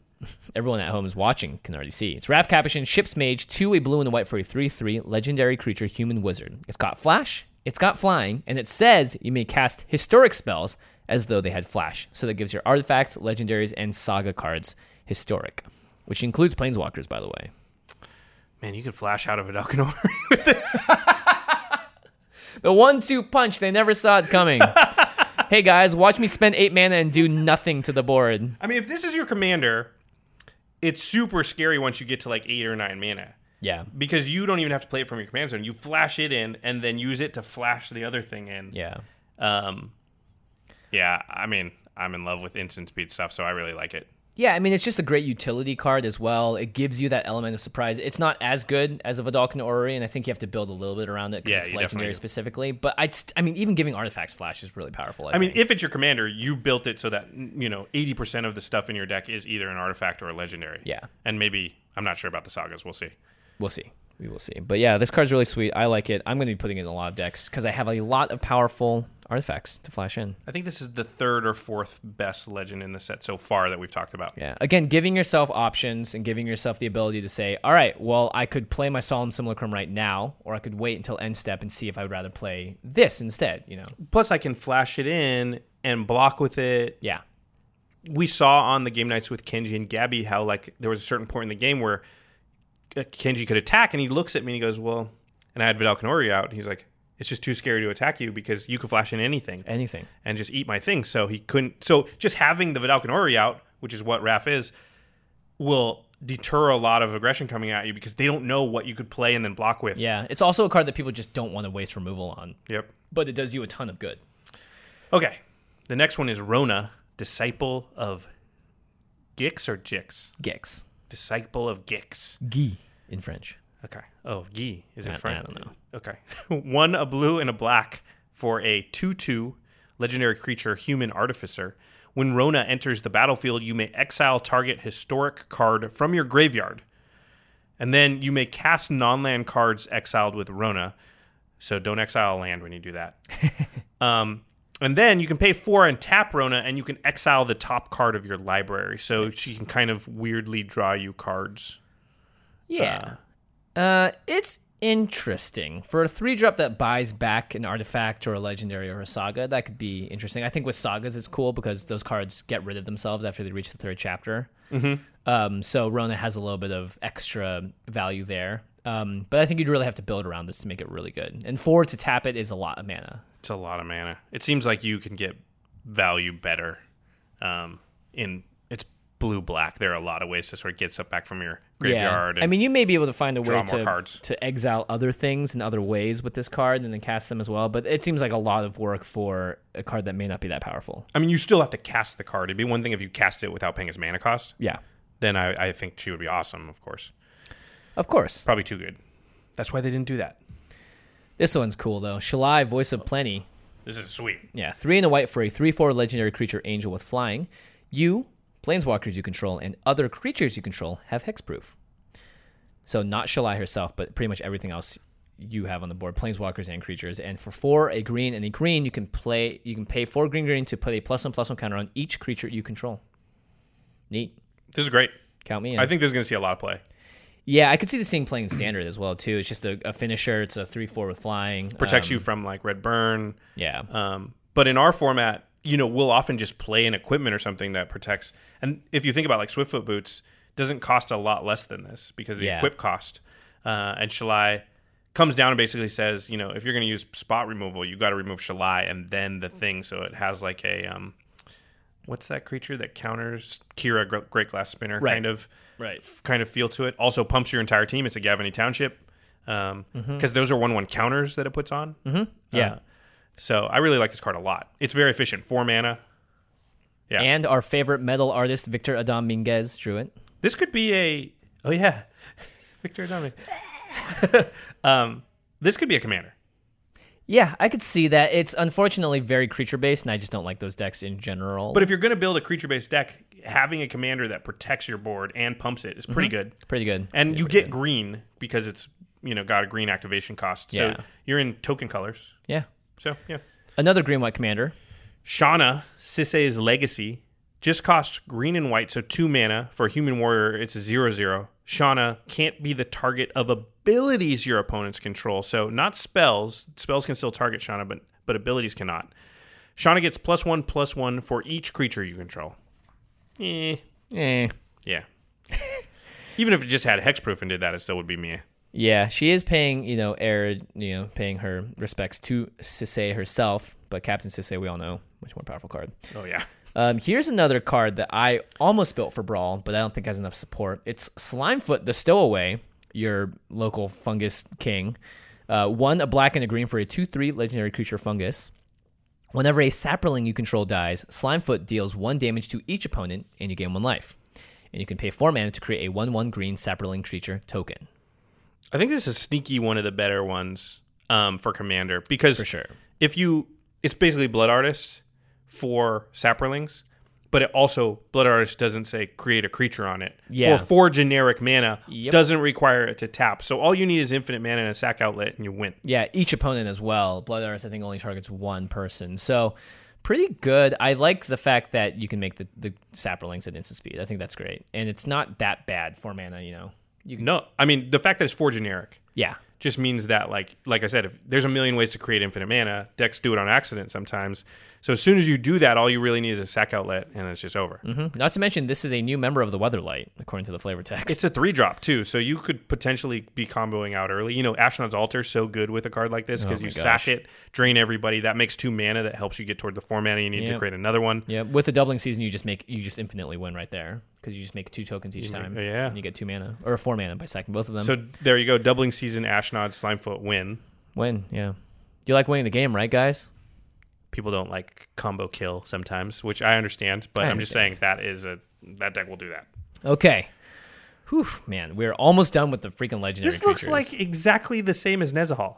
[SPEAKER 1] Everyone at home is watching can already see. It's Raf Capuchin, Ship's Mage, two a blue and a white for a three-three legendary creature, human wizard. It's got flash, it's got flying, and it says you may cast historic spells as though they had flash. So that gives your artifacts, legendaries, and saga cards historic, which includes planeswalkers, by the way.
[SPEAKER 2] Man, you could flash out of Vidal Canori.
[SPEAKER 1] The one-two punch they never saw it coming. hey guys, watch me spend eight mana and do nothing to the board.
[SPEAKER 2] [laughs] I mean, if this is your commander, it's super scary once you get to like eight or nine mana.
[SPEAKER 1] Yeah.
[SPEAKER 2] Because you don't even have to play it from your command zone. You flash it in and then use it to flash the other thing in.
[SPEAKER 1] Yeah.
[SPEAKER 2] Um, yeah, I mean, I'm in love with instant speed stuff, so I really like it.
[SPEAKER 1] Yeah, I mean it's just a great utility card as well. It gives you that element of surprise. It's not as good as a Vidalcan Orrery, and I think you have to build a little bit around it because
[SPEAKER 2] Yeah,
[SPEAKER 1] it's
[SPEAKER 2] you definitely
[SPEAKER 1] legendary
[SPEAKER 2] do.
[SPEAKER 1] specifically. But I, st- I mean, even giving artifacts flash is really powerful. I,
[SPEAKER 2] I mean,
[SPEAKER 1] think.
[SPEAKER 2] if it's your commander, you built it so that n- you know 80% of the stuff in your deck is either an artifact or a legendary.
[SPEAKER 1] Yeah.
[SPEAKER 2] and maybe I'm not sure about the sagas. We'll see.
[SPEAKER 1] we'll see, we will see. But yeah, this card's really sweet. I like it. I'm going to be putting it in a lot of decks because I have a lot of powerful artifacts to flash in.
[SPEAKER 2] I think this is the third or fourth best legend in the set so far that we've talked about.
[SPEAKER 1] Yeah. Again, giving yourself options and giving yourself the ability to say, all right, well, I could play my Solemn Simulacrum right now, or I could wait until end step and see if I would rather play this instead. You know?
[SPEAKER 2] Plus, I can flash it in and block with it.
[SPEAKER 1] Yeah.
[SPEAKER 2] we saw on the game nights with Kenji and Gabby how like there was a certain point in the game where uh, Kenji could attack, and he looks at me and he goes, "Well," and I had Vidal Canori out, and he's like, "It's just too scary to attack you because you could flash in anything
[SPEAKER 1] Anything.
[SPEAKER 2] and just eat my thing." So he couldn't. So just having the Vidal Canori out, which is what Raf is, will deter a lot of aggression coming at you because they don't know what you could play and then block with.
[SPEAKER 1] Yeah, it's also a card that people just don't want to waste removal on,
[SPEAKER 2] Yep.
[SPEAKER 1] but it does you a ton of good.
[SPEAKER 2] Okay. The next one is Rona, disciple of Gix or Jix,
[SPEAKER 1] Gex.
[SPEAKER 2] disciple of Gix.
[SPEAKER 1] Guy in French.
[SPEAKER 2] Okay. Oh, Guy is
[SPEAKER 1] I-
[SPEAKER 2] it
[SPEAKER 1] I
[SPEAKER 2] French?
[SPEAKER 1] don't know.
[SPEAKER 2] Okay. [laughs] One a blue and a black for a two-two legendary creature, human artificer. When Rona enters the battlefield, you may exile target historic card from your graveyard, and then you may cast non-land cards exiled with Rona. So don't exile a land when you do
[SPEAKER 1] [laughs]
[SPEAKER 2] that. um, and then you can pay four and tap Rona, and you can exile the top card of your library. So she can kind of weirdly draw you cards.
[SPEAKER 1] Yeah. Uh, it's interesting. For a three drop that buys back an artifact or a legendary or a saga, that could be interesting. I think with sagas, it's cool because those cards get rid of themselves after they reach the third chapter. Um, so Rona has a little bit of extra value there. Um, but I think you'd really have to build around this to make it really good. And four to tap it is a lot of mana.
[SPEAKER 2] It's a lot of mana. It seems like you can get value better um, in it's blue black. There are a lot of ways to sort of get stuff back from your graveyard.
[SPEAKER 1] I mean, you may be able to find a
[SPEAKER 2] draw
[SPEAKER 1] way
[SPEAKER 2] more
[SPEAKER 1] to,
[SPEAKER 2] cards.
[SPEAKER 1] to exile other things in other ways with this card and then cast them as well, but it seems like a lot of work for a card that may not be that powerful.
[SPEAKER 2] I mean, you still have to cast the card. It'd be one thing if you cast it without paying its mana cost.
[SPEAKER 1] Yeah.
[SPEAKER 2] Then I, I think she would be awesome, of course.
[SPEAKER 1] Of course.
[SPEAKER 2] Probably too good. That's why they didn't do that.
[SPEAKER 1] This one's cool though. Shalai, Voice of Plenty.
[SPEAKER 2] This is sweet.
[SPEAKER 1] Yeah, three and a white for a three four legendary creature angel with flying. You, planeswalkers you control, and other creatures you control have hexproof. So not Shalai herself, but pretty much everything else you have on the board, planeswalkers and creatures. And for four, a green and a green, you can play you can pay four green green to put a plus one plus one counter on each creature you control. Neat.
[SPEAKER 2] This is great.
[SPEAKER 1] Count me in.
[SPEAKER 2] I think this is going to see a lot of play.
[SPEAKER 1] yeah, I could see this thing playing standard as well too. It's just a, a finisher. It's a three four with flying.
[SPEAKER 2] Protects
[SPEAKER 1] Um,
[SPEAKER 2] you from like red burn.
[SPEAKER 1] Yeah.
[SPEAKER 2] Um, but in our format, you know, we'll often just play an equipment or something that protects. And if you think about like Swiftfoot boots, doesn't cost a lot less than this because of the
[SPEAKER 1] Yeah.
[SPEAKER 2] equip cost. Uh, and Shalai comes down and basically says, you know, if you're going to use spot removal, you got to remove Shalai and then the thing. So it has like a um, what's that creature that counters Kira Gr- Great Glass Spinner
[SPEAKER 1] Right.
[SPEAKER 2] kind of
[SPEAKER 1] Right.
[SPEAKER 2] f- kind of feel to it. Also pumps your entire team. It's a Gavany Township because
[SPEAKER 1] Mm-hmm.
[SPEAKER 2] those are one one counters that it puts on. Mm-hmm.
[SPEAKER 1] Yeah.
[SPEAKER 2] so I really like this card a lot. It's very efficient. Four mana. Yeah.
[SPEAKER 1] And our favorite metal artist, Victor Adam Minguez, drew it.
[SPEAKER 2] This could be a oh yeah, [laughs] Victor Adami. [laughs] um, this could be a commander.
[SPEAKER 1] Yeah, I could see that. It's unfortunately very creature based, and I just don't like those decks in general.
[SPEAKER 2] But if you're going to build a creature based deck, having a commander that protects your board and pumps it is pretty good.
[SPEAKER 1] pretty good.
[SPEAKER 2] And
[SPEAKER 1] Mm-hmm. Yeah,
[SPEAKER 2] you
[SPEAKER 1] pretty
[SPEAKER 2] get
[SPEAKER 1] good.
[SPEAKER 2] green because it's you know got a green activation cost.
[SPEAKER 1] Yeah.
[SPEAKER 2] So you're in token colors.
[SPEAKER 1] yeah
[SPEAKER 2] So yeah.
[SPEAKER 1] another green white commander.
[SPEAKER 2] Shauna, Sisse's legacy, just costs green and white, so two mana. For a human warrior, it's a zero zero. Shauna can't be the target of abilities your opponents control. So not spells. Spells can still target Shauna, but but abilities cannot. Shauna gets plus one plus one for each creature you control. Eh,
[SPEAKER 1] Eh.
[SPEAKER 2] yeah. [laughs] Even if it just had hexproof and did that, it still would be me.
[SPEAKER 1] Yeah, she is paying you know air you know paying her respects to Sisse herself, but Captain Sisse we all know much more powerful card.
[SPEAKER 2] Oh yeah.
[SPEAKER 1] Um, here's another card that I almost built for Brawl, but I don't think has enough support. It's Slimefoot the Stowaway, your local fungus king. Uh, one, a black and a green for a 2 3 legendary creature fungus. Whenever a sapperling you control dies, Slimefoot deals one damage to each opponent and you gain one life. And you can pay four mana to create a 1 1 green sapperling creature token.
[SPEAKER 2] I think this is sneaky one of the better ones um, for Commander because
[SPEAKER 1] For sure.
[SPEAKER 2] if you it's basically Blood Artist for Sapperlings, but it also Blood Artist doesn't say create a creature on it
[SPEAKER 1] Yeah.
[SPEAKER 2] for four generic mana
[SPEAKER 1] Yep.
[SPEAKER 2] doesn't require it to tap. So all you need is infinite mana and a sack outlet, and you win.
[SPEAKER 1] Yeah, each opponent as well. Blood Artist, I think, only targets one person. So pretty good. I like the fact that you can make the, the Sapperlings at instant speed. I think that's great. And it's not that bad for mana, you know. You can,
[SPEAKER 2] No, I mean the fact that it's four generic
[SPEAKER 1] yeah.
[SPEAKER 2] just means that like like I said, if there's a million ways to create infinite mana, decks do it on accident sometimes. So as soon as you do that, all you really need is a sack outlet, and it's just over.
[SPEAKER 1] Mhm. Not to mention, this is a new member of the Weatherlight, according to the flavor text.
[SPEAKER 2] It's a three drop too, so you could potentially be comboing out early. You know, Ashnod's Altar is so good with a card like this because
[SPEAKER 1] Oh my
[SPEAKER 2] you
[SPEAKER 1] gosh.
[SPEAKER 2] sack it, drain everybody. That makes two mana that helps you get toward the four mana you need
[SPEAKER 1] Yep.
[SPEAKER 2] to create another one.
[SPEAKER 1] [laughs] yeah, with the doubling season, you just make you just infinitely win right there because you just make two tokens each time.
[SPEAKER 2] uh, yeah.
[SPEAKER 1] and you get two mana or four mana by sacking both of them.
[SPEAKER 2] So there you go, doubling season Ashnod Slimefoot win.
[SPEAKER 1] win, yeah. You like winning the game, right, guys?
[SPEAKER 2] People don't like combo kill sometimes, which I understand, but
[SPEAKER 1] I
[SPEAKER 2] I'm just saying that is a that deck will do that.
[SPEAKER 1] Okay. Whew, man, we're almost done with the freaking legendary.
[SPEAKER 2] This looks
[SPEAKER 1] creatures.
[SPEAKER 2] like exactly the same as Nezahal.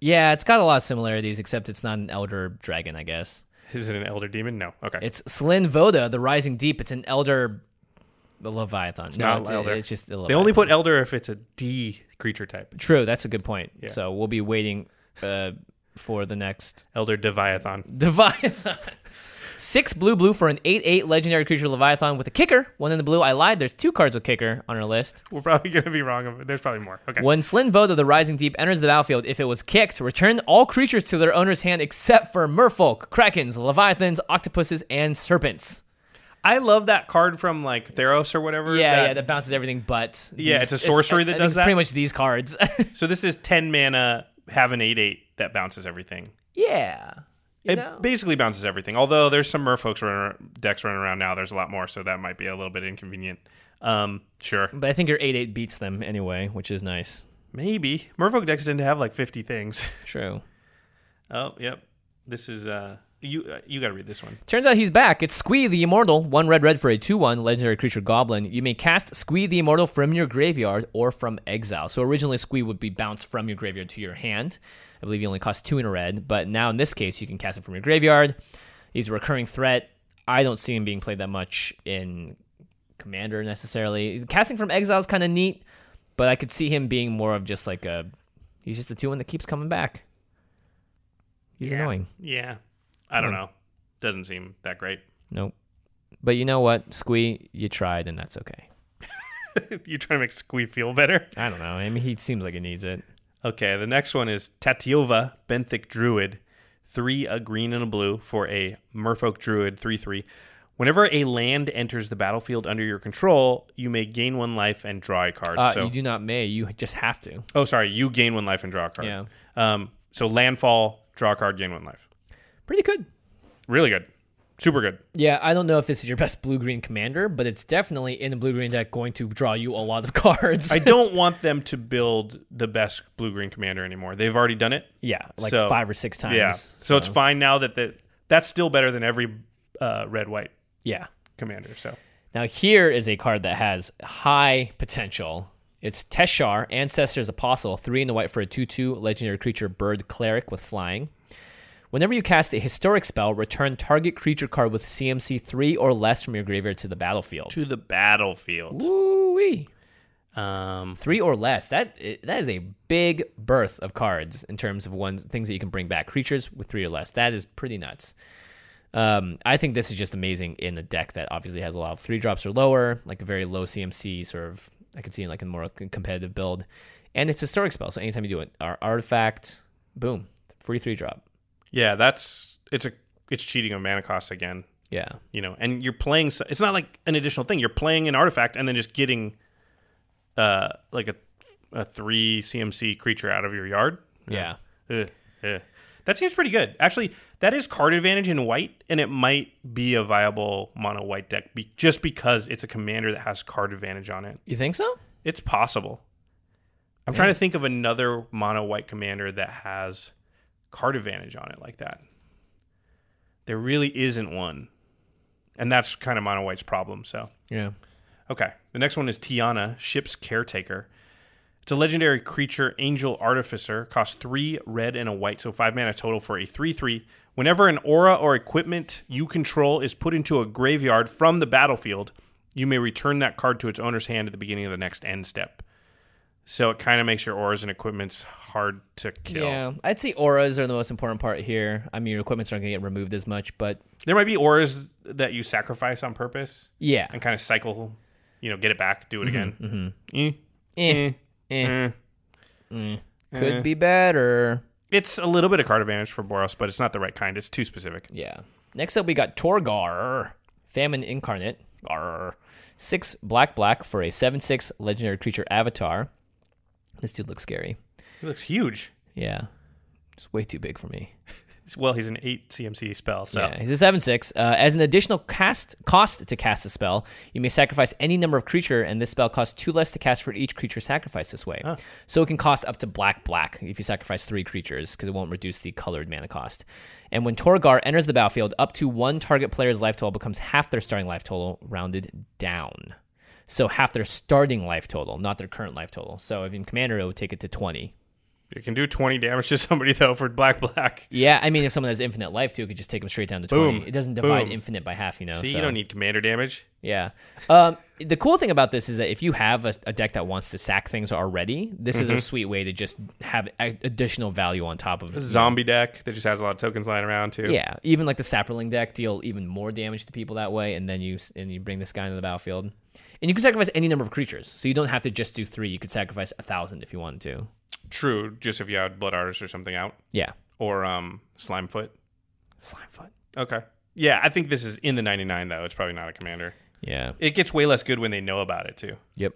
[SPEAKER 1] Yeah, it's got a lot of similarities, except it's not an elder dragon, I guess.
[SPEAKER 2] Is it an elder demon? No. Okay.
[SPEAKER 1] It's Slin Voda, the Rising Deep. It's an elder the Leviathan. no,
[SPEAKER 2] not
[SPEAKER 1] it's,
[SPEAKER 2] elder.
[SPEAKER 1] it's just a
[SPEAKER 2] they only put elder if it's a D creature type.
[SPEAKER 1] True, that's a good point.
[SPEAKER 2] Yeah.
[SPEAKER 1] So we'll be waiting uh, for the next [laughs]
[SPEAKER 2] Elder Deviathan.
[SPEAKER 1] Leviathan. Six blue blue for an 8 8 legendary creature Leviathan with a kicker. One in the blue. I lied. There's two cards with kicker on our list.
[SPEAKER 2] We're probably [laughs] going to be wrong. of- There's probably more. Okay.
[SPEAKER 1] When Slinvoda the Rising Deep enters the battlefield, if it was kicked, return all creatures to their owner's hand except for merfolk, krakens, leviathans, octopuses, and serpents.
[SPEAKER 2] I love that card from like Theros or whatever.
[SPEAKER 1] Yeah,
[SPEAKER 2] that-
[SPEAKER 1] yeah, that bounces everything but.
[SPEAKER 2] Yeah, it's a sorcery that
[SPEAKER 1] I think
[SPEAKER 2] does
[SPEAKER 1] it's
[SPEAKER 2] that?
[SPEAKER 1] Pretty much these cards. [laughs]
[SPEAKER 2] so this is 10 mana, have an 8 8 that bounces everything.
[SPEAKER 1] yeah. You
[SPEAKER 2] It
[SPEAKER 1] know?
[SPEAKER 2] basically bounces everything. Although there's some merfolks running, decks running around now. There's a lot more, so that might be a little bit inconvenient. Um, sure,
[SPEAKER 1] But I think your 8 8 beats them anyway, which is nice.
[SPEAKER 2] maybe merfolk decks didn't have like 50 things. [laughs]
[SPEAKER 1] True.
[SPEAKER 2] Oh, yep. This is uh, you. Uh, you got to read this one.
[SPEAKER 1] Turns out he's back. It's Squee the Immortal, one red red for a 2 1 legendary creature goblin. You may cast Squee the Immortal from your graveyard or from exile. So originally, Squee would be bounced from your graveyard to your hand. I believe he only costs two in a red, but now in this case, you can cast it from your graveyard. He's a recurring threat. I don't see him being played that much in Commander necessarily. Casting from exile is kind of neat, but I could see him being more of just like a. He's just the 2 1 that keeps coming back. He's annoying.
[SPEAKER 2] Yeah, I don't know. Doesn't seem that great. [laughs]
[SPEAKER 1] Nope. But you know what, Squee, you tried, and that's okay.
[SPEAKER 2] You're trying to make Squee feel better.
[SPEAKER 1] I don't know. I mean, he seems like he needs it.
[SPEAKER 2] Okay, the next one is Tatiova Benthic Druid. Three, a green and a blue for a Merfolk Druid, 3 3. Whenever a land enters the battlefield under your control, you may gain one life and draw a card.
[SPEAKER 1] Uh,
[SPEAKER 2] so,
[SPEAKER 1] You do not may. You just have to.
[SPEAKER 2] oh, sorry, you gain one life and draw a card.
[SPEAKER 1] Yeah.
[SPEAKER 2] Um, so, landfall, draw a card, gain one life.
[SPEAKER 1] Pretty good.
[SPEAKER 2] Really good. Super good.
[SPEAKER 1] Yeah, I don't know if this is your best blue green commander, but it's definitely in the blue green deck going to draw you a lot of [laughs] cards.
[SPEAKER 2] I don't want them to build the best blue green commander anymore. They've already done it.
[SPEAKER 1] yeah, like
[SPEAKER 2] So-
[SPEAKER 1] five or six times.
[SPEAKER 2] Yeah. So, it's fine now that the, that's still better than every uh, red white
[SPEAKER 1] yeah.
[SPEAKER 2] commander. So.
[SPEAKER 1] Now here is a card that has high potential. It's Teshar, Ancestor's Apostle, three in the white for a two-two legendary creature bird cleric with flying. Whenever you cast a historic spell, return target creature card with CMC three or less from your graveyard to the battlefield.
[SPEAKER 2] to the battlefield.
[SPEAKER 1] Ooh-wee.
[SPEAKER 2] Um,
[SPEAKER 1] Three or less. That i- that is a big berth of cards in terms of ones things that you can bring back. Creatures with three or less. That is pretty nuts. Um, I think this is just amazing in a deck that obviously has a lot of three drops or lower, like a very low CMC sort of. I could see in like a more c- competitive build, and it's historic spell. So anytime you do it, our artifact, boom, free three drop.
[SPEAKER 2] yeah, that's it's a it's cheating on mana cost again.
[SPEAKER 1] Yeah,
[SPEAKER 2] You know, and you're playing. so- It's not like an additional thing. You're playing an artifact and then just getting, uh, like a a three CMC creature out of your yard.
[SPEAKER 1] yeah.
[SPEAKER 2] Ugh, ugh. That seems pretty good. Actually, that is card advantage in white, and it might be a viable mono white deck be- just because it's a commander that has card advantage on it.
[SPEAKER 1] You think so?
[SPEAKER 2] It's possible. I'm trying to think of another mono white commander that has card advantage on it like that. There really isn't one. And that's kind of mono white's problem. So,
[SPEAKER 1] Yeah.
[SPEAKER 2] okay. The next one is Tiana, Ship's Caretaker. It's a legendary creature, Angel Artificer. Costs three red and a white, so five mana total for a 3 3. Whenever an aura or equipment you control is put into a graveyard from the battlefield, you may return that card to its owner's hand at the beginning of the next end step. So it kind of makes your auras and equipments hard to kill.
[SPEAKER 1] Yeah, I'd say auras are the most important part here. I mean, your equipment's aren't going to get removed as much, but
[SPEAKER 2] There might be auras that you sacrifice on purpose
[SPEAKER 1] yeah,
[SPEAKER 2] and kind of cycle, you know, get it back, do it again. Eh.
[SPEAKER 1] Eh. Eh. Eh. Could be better.
[SPEAKER 2] It's a little bit of card advantage for Boros, but it's not the right kind. It's too specific.
[SPEAKER 1] Yeah. Next up, we got Torgar, Famine Incarnate. Garr. Six black black for a 7 6 legendary creature avatar. This dude looks scary.
[SPEAKER 2] He looks huge.
[SPEAKER 1] Yeah. It's way too big for me.
[SPEAKER 2] Well, he's an eight CMC spell, so
[SPEAKER 1] Yeah, he's a 7 6. Uh, as an additional cast cost to cast the spell, you may sacrifice any number of creature, and this spell costs two less to cast for each creature sacrificed this
[SPEAKER 2] Ah.
[SPEAKER 1] way. So it can cost up to black black if you sacrifice three creatures, because it won't reduce the colored mana cost. And when Torgar enters the battlefield, up to one target player's life total becomes half their starting life total, rounded down. So half their starting life total, not their current life total. So if in Commander, it would take it to 20.
[SPEAKER 2] It can do 20 damage to [laughs] somebody, though, for black, black.
[SPEAKER 1] Yeah, I mean, if someone has infinite life too, it could just take them straight down to
[SPEAKER 2] Boom.
[SPEAKER 1] twenty. It doesn't divide
[SPEAKER 2] Boom.
[SPEAKER 1] infinite by half, you know.
[SPEAKER 2] See,
[SPEAKER 1] so,
[SPEAKER 2] you don't need commander damage.
[SPEAKER 1] Yeah. Um, the cool thing about this is that if you have a, a deck that wants to sack things already, this
[SPEAKER 2] Mm-hmm.
[SPEAKER 1] is a sweet way to just have a- additional value on top of.
[SPEAKER 2] This
[SPEAKER 1] it.
[SPEAKER 2] is a zombie deck that just has a lot of tokens lying around, too.
[SPEAKER 1] Yeah, even like the Sapperling deck deal even more damage to people that way, and then you s- and you bring this guy into the battlefield, and you can sacrifice any number of creatures, so you don't have to just do three. You could sacrifice a thousand if you wanted to.
[SPEAKER 2] True, just if you had Blood Artist or something out.
[SPEAKER 1] Yeah,
[SPEAKER 2] Or um, Slimefoot.
[SPEAKER 1] Slimefoot.
[SPEAKER 2] Okay. Yeah, I think this is in the 99, though. It's probably not a commander.
[SPEAKER 1] Yeah.
[SPEAKER 2] It gets way less good when they know about it, too.
[SPEAKER 1] Yep.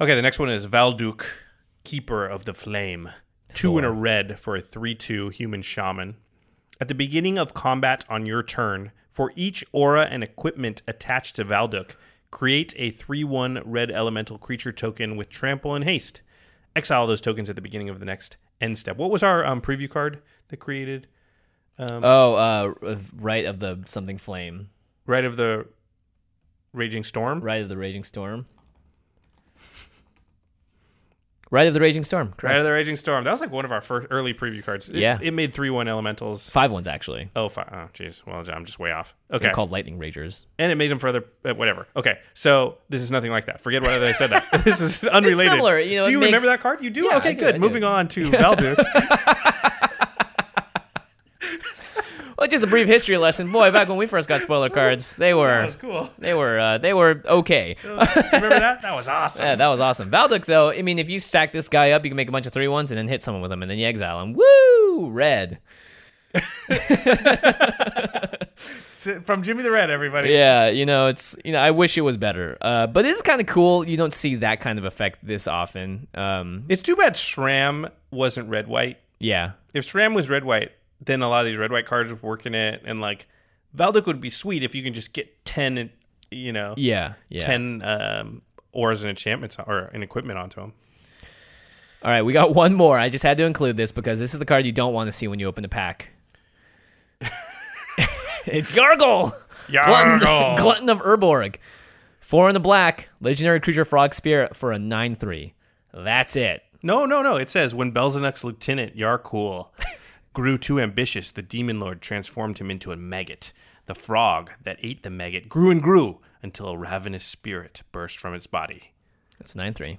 [SPEAKER 2] Okay, the next one is Valduk, Keeper of the Flame. Two and a red for a 3 2 human shaman. At the beginning of combat on your turn, for each aura and equipment attached to Valduk, create a 3 1 red elemental creature token with trample and haste. Exile those tokens at the beginning of the next end step. What was our um, preview card that created? Um,
[SPEAKER 1] Oh, uh, right of the something flame.
[SPEAKER 2] Right of the Raging Storm?
[SPEAKER 1] Right of the Raging Storm. Right of the Raging Storm. Correct.
[SPEAKER 2] Right of the Raging Storm. That was like one of our first early preview cards. It-
[SPEAKER 1] Yeah.
[SPEAKER 2] It made 3 1 elementals.
[SPEAKER 1] Five ones actually.
[SPEAKER 2] Oh, fi Oh, jeez. Well, I'm just way off.
[SPEAKER 1] They're
[SPEAKER 2] Okay.
[SPEAKER 1] called Lightning Ragers.
[SPEAKER 2] And it made them further, uh, whatever. Okay. So this is nothing like that. Forget whether they said
[SPEAKER 1] [laughs]
[SPEAKER 2] that. this is unrelated.
[SPEAKER 1] similar, you know,
[SPEAKER 2] do
[SPEAKER 1] it
[SPEAKER 2] you remember
[SPEAKER 1] makes-
[SPEAKER 2] that card? You do?
[SPEAKER 1] Yeah, I
[SPEAKER 2] okay,
[SPEAKER 1] do, I
[SPEAKER 2] good.
[SPEAKER 1] do.
[SPEAKER 2] Moving on to
[SPEAKER 1] [laughs]
[SPEAKER 2] Valduke.
[SPEAKER 1] Well, just a brief history lesson, boy. Back when we first
[SPEAKER 2] [laughs]
[SPEAKER 1] got spoiler cards, they were
[SPEAKER 2] cool.
[SPEAKER 1] they were uh, they were okay.
[SPEAKER 2] [laughs] remember that? That was awesome.
[SPEAKER 1] Yeah, that was awesome. Valduk, though, I mean, if you stack this guy up, you can make a bunch of three ones and then hit someone with him, and then you exile him. Woo! Red.
[SPEAKER 2] S- From Jimmy the Red, everybody.
[SPEAKER 1] Yeah, you know, it's you know, I wish it was better. Uh, but it's kind of cool. You don't see that kind of effect this often. Um,
[SPEAKER 2] It's too bad Shram wasn't red white.
[SPEAKER 1] yeah,
[SPEAKER 2] If Shram was red white, then a lot of these red white cards would work in it. And like, Valduke would be sweet if you can just get 10, and you know,
[SPEAKER 1] yeah, yeah.
[SPEAKER 2] 10 um, auras and enchantments or an equipment onto them.
[SPEAKER 1] All right, we got [laughs] one more. I just had to include this because this is the card you don't want to see when you open a pack. [laughs] it's Yargle!
[SPEAKER 2] Yargle.
[SPEAKER 1] Glutton, [laughs] Glutton of Urborg. Four in the black, legendary creature Frog Spear for a 9 3. That's it.
[SPEAKER 2] No, no, no. It says when Belzenuk's lieutenant Yarkul grew too ambitious, the demon lord transformed him into a maggot. The frog that ate the maggot grew and grew until a ravenous spirit burst from its body.
[SPEAKER 1] That's 9 3.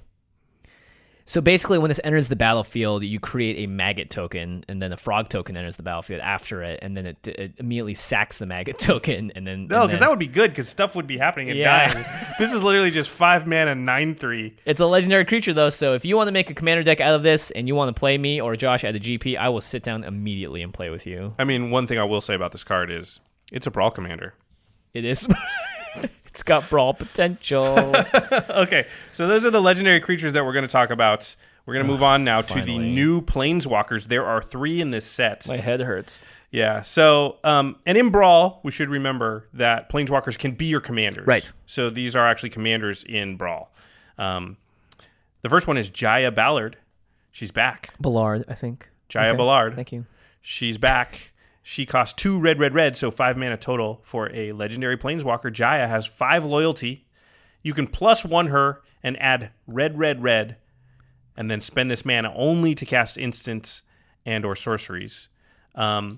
[SPEAKER 1] So basically, when this enters the battlefield, you create a maggot token, and then a frog token enters the battlefield after it, and then it, it immediately sacks the maggot [laughs] token, and then
[SPEAKER 2] No,
[SPEAKER 1] and
[SPEAKER 2] because
[SPEAKER 1] then-
[SPEAKER 2] that would be good because stuff would be happening and
[SPEAKER 1] Yeah.
[SPEAKER 2] dying. This is literally just five mana, nine three.
[SPEAKER 1] It's a legendary creature though, so if you want to make a commander deck out of this and you want to play me or Josh at the GP, I will sit down immediately and play with you.
[SPEAKER 2] I mean, one thing I will say about this card is it's a brawl commander.
[SPEAKER 1] It is [laughs] It's got
[SPEAKER 2] [laughs]
[SPEAKER 1] brawl potential.
[SPEAKER 2] Okay, so those are the legendary creatures that we're going to talk about. We're going to move on now to the
[SPEAKER 1] finally.
[SPEAKER 2] new planeswalkers. There are three in this set.
[SPEAKER 1] My head hurts.
[SPEAKER 2] Yeah. So, um, and in Brawl, we should remember that planeswalkers can be your commanders.
[SPEAKER 1] Right.
[SPEAKER 2] So these are actually commanders in Brawl. Um, the first one is Jaya Ballard. She's back.
[SPEAKER 1] Ballard, I think.
[SPEAKER 2] Jaya Ballard.
[SPEAKER 1] Thank you.
[SPEAKER 2] She's back. She costs two red, red, red, so five mana total for a legendary planeswalker. Jaya has five loyalty. You can plus one her and add red, red, red, and then spend this mana only to cast instants and or sorceries. Um,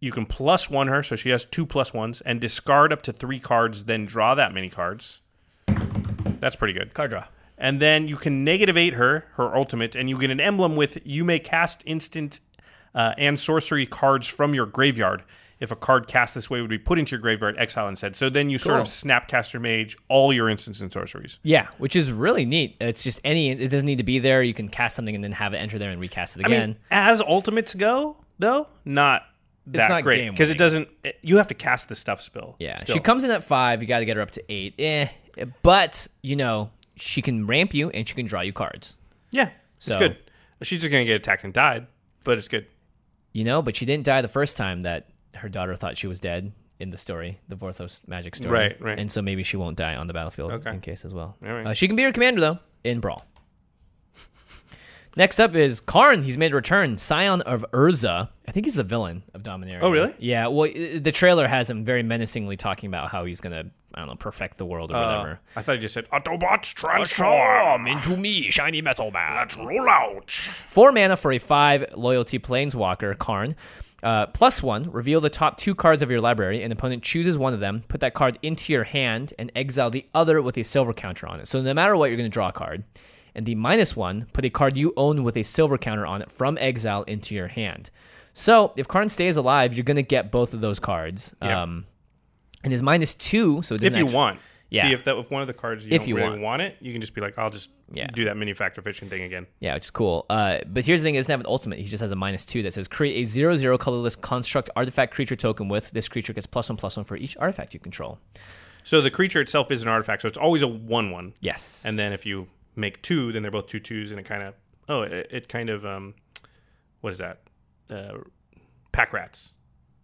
[SPEAKER 2] you can plus one her, so she has two plus ones, and discard up to three cards, then draw that many cards. That's pretty good. Card draw. And then you can negative eight her, her ultimate, and you get an emblem with you may cast instant uh, and sorcery cards from your graveyard. If a card cast this way would be put into your graveyard, exile instead. So then you sort of
[SPEAKER 1] Cool.
[SPEAKER 2] snapcaster mage all your instants and sorceries.
[SPEAKER 1] Yeah, which is really neat. It's just any it doesn't need to be there. You can cast something and then have it enter there and recast it
[SPEAKER 2] I
[SPEAKER 1] again.
[SPEAKER 2] mean, as ultimates go, though, not that
[SPEAKER 1] not
[SPEAKER 2] great
[SPEAKER 1] game
[SPEAKER 2] because it
[SPEAKER 1] winning.
[SPEAKER 2] doesn't. it- you have to cast the stuff spell.
[SPEAKER 1] yeah.
[SPEAKER 2] still.
[SPEAKER 1] She comes in at five, you gotta get her up to eight. Eh. But, you know, she can ramp you and she can draw you cards.
[SPEAKER 2] Yeah,
[SPEAKER 1] So-
[SPEAKER 2] it's good. She's just gonna get attacked and died, but it's good.
[SPEAKER 1] You know, but she didn't die the first time that her daughter thought she was dead in the story, the Vorthos magic story.
[SPEAKER 2] Right, right.
[SPEAKER 1] And so maybe she won't die on the battlefield
[SPEAKER 2] Okay.
[SPEAKER 1] in case as well.
[SPEAKER 2] All right.
[SPEAKER 1] Uh, she can be her commander, though, in Brawl. Next up is Karn. He's made a return. Scion of Urza. I think he's the villain of Dominaria.
[SPEAKER 2] Oh, really?
[SPEAKER 1] Yeah. Well, i- the trailer has him very menacingly talking about how he's going to I don't know, perfect the world or whatever.
[SPEAKER 2] Uh, I thought you just said Autobots transform.
[SPEAKER 1] into me, shiny metal man.
[SPEAKER 2] Let's roll out.
[SPEAKER 1] Four mana for a five loyalty planeswalker, Karn. Uh, plus one, reveal the top two cards of your library. An opponent chooses one of them, put that card into your hand, and exile the other with a silver counter on it. So no matter what, you're going to draw a card. And the minus one, put a card you own with a silver counter on it from exile into your hand. So if Karn stays alive, you're going to get both of those cards.
[SPEAKER 2] Yeah.
[SPEAKER 1] Um, and his minus two, so it doesn't
[SPEAKER 2] If you
[SPEAKER 1] actu-
[SPEAKER 2] want.
[SPEAKER 1] Yeah.
[SPEAKER 2] See if that if one of the cards you
[SPEAKER 1] If
[SPEAKER 2] don't
[SPEAKER 1] you
[SPEAKER 2] really
[SPEAKER 1] want.
[SPEAKER 2] want. it, you can just be like, I'll just
[SPEAKER 1] Yeah.
[SPEAKER 2] do that mini factor fishing thing again.
[SPEAKER 1] Yeah, which is cool. Uh, but here's the thing: it doesn't have an ultimate. He just has a minus two that says create a zero zero colorless construct artifact creature token with this creature gets plus one plus one for each artifact you control.
[SPEAKER 2] So the creature itself is an artifact, so it's always a one one.
[SPEAKER 1] Yes,
[SPEAKER 2] And then if you make two, then they're both two twos, and it kind of oh, it, it kind of um, what is that? Uh, pack rats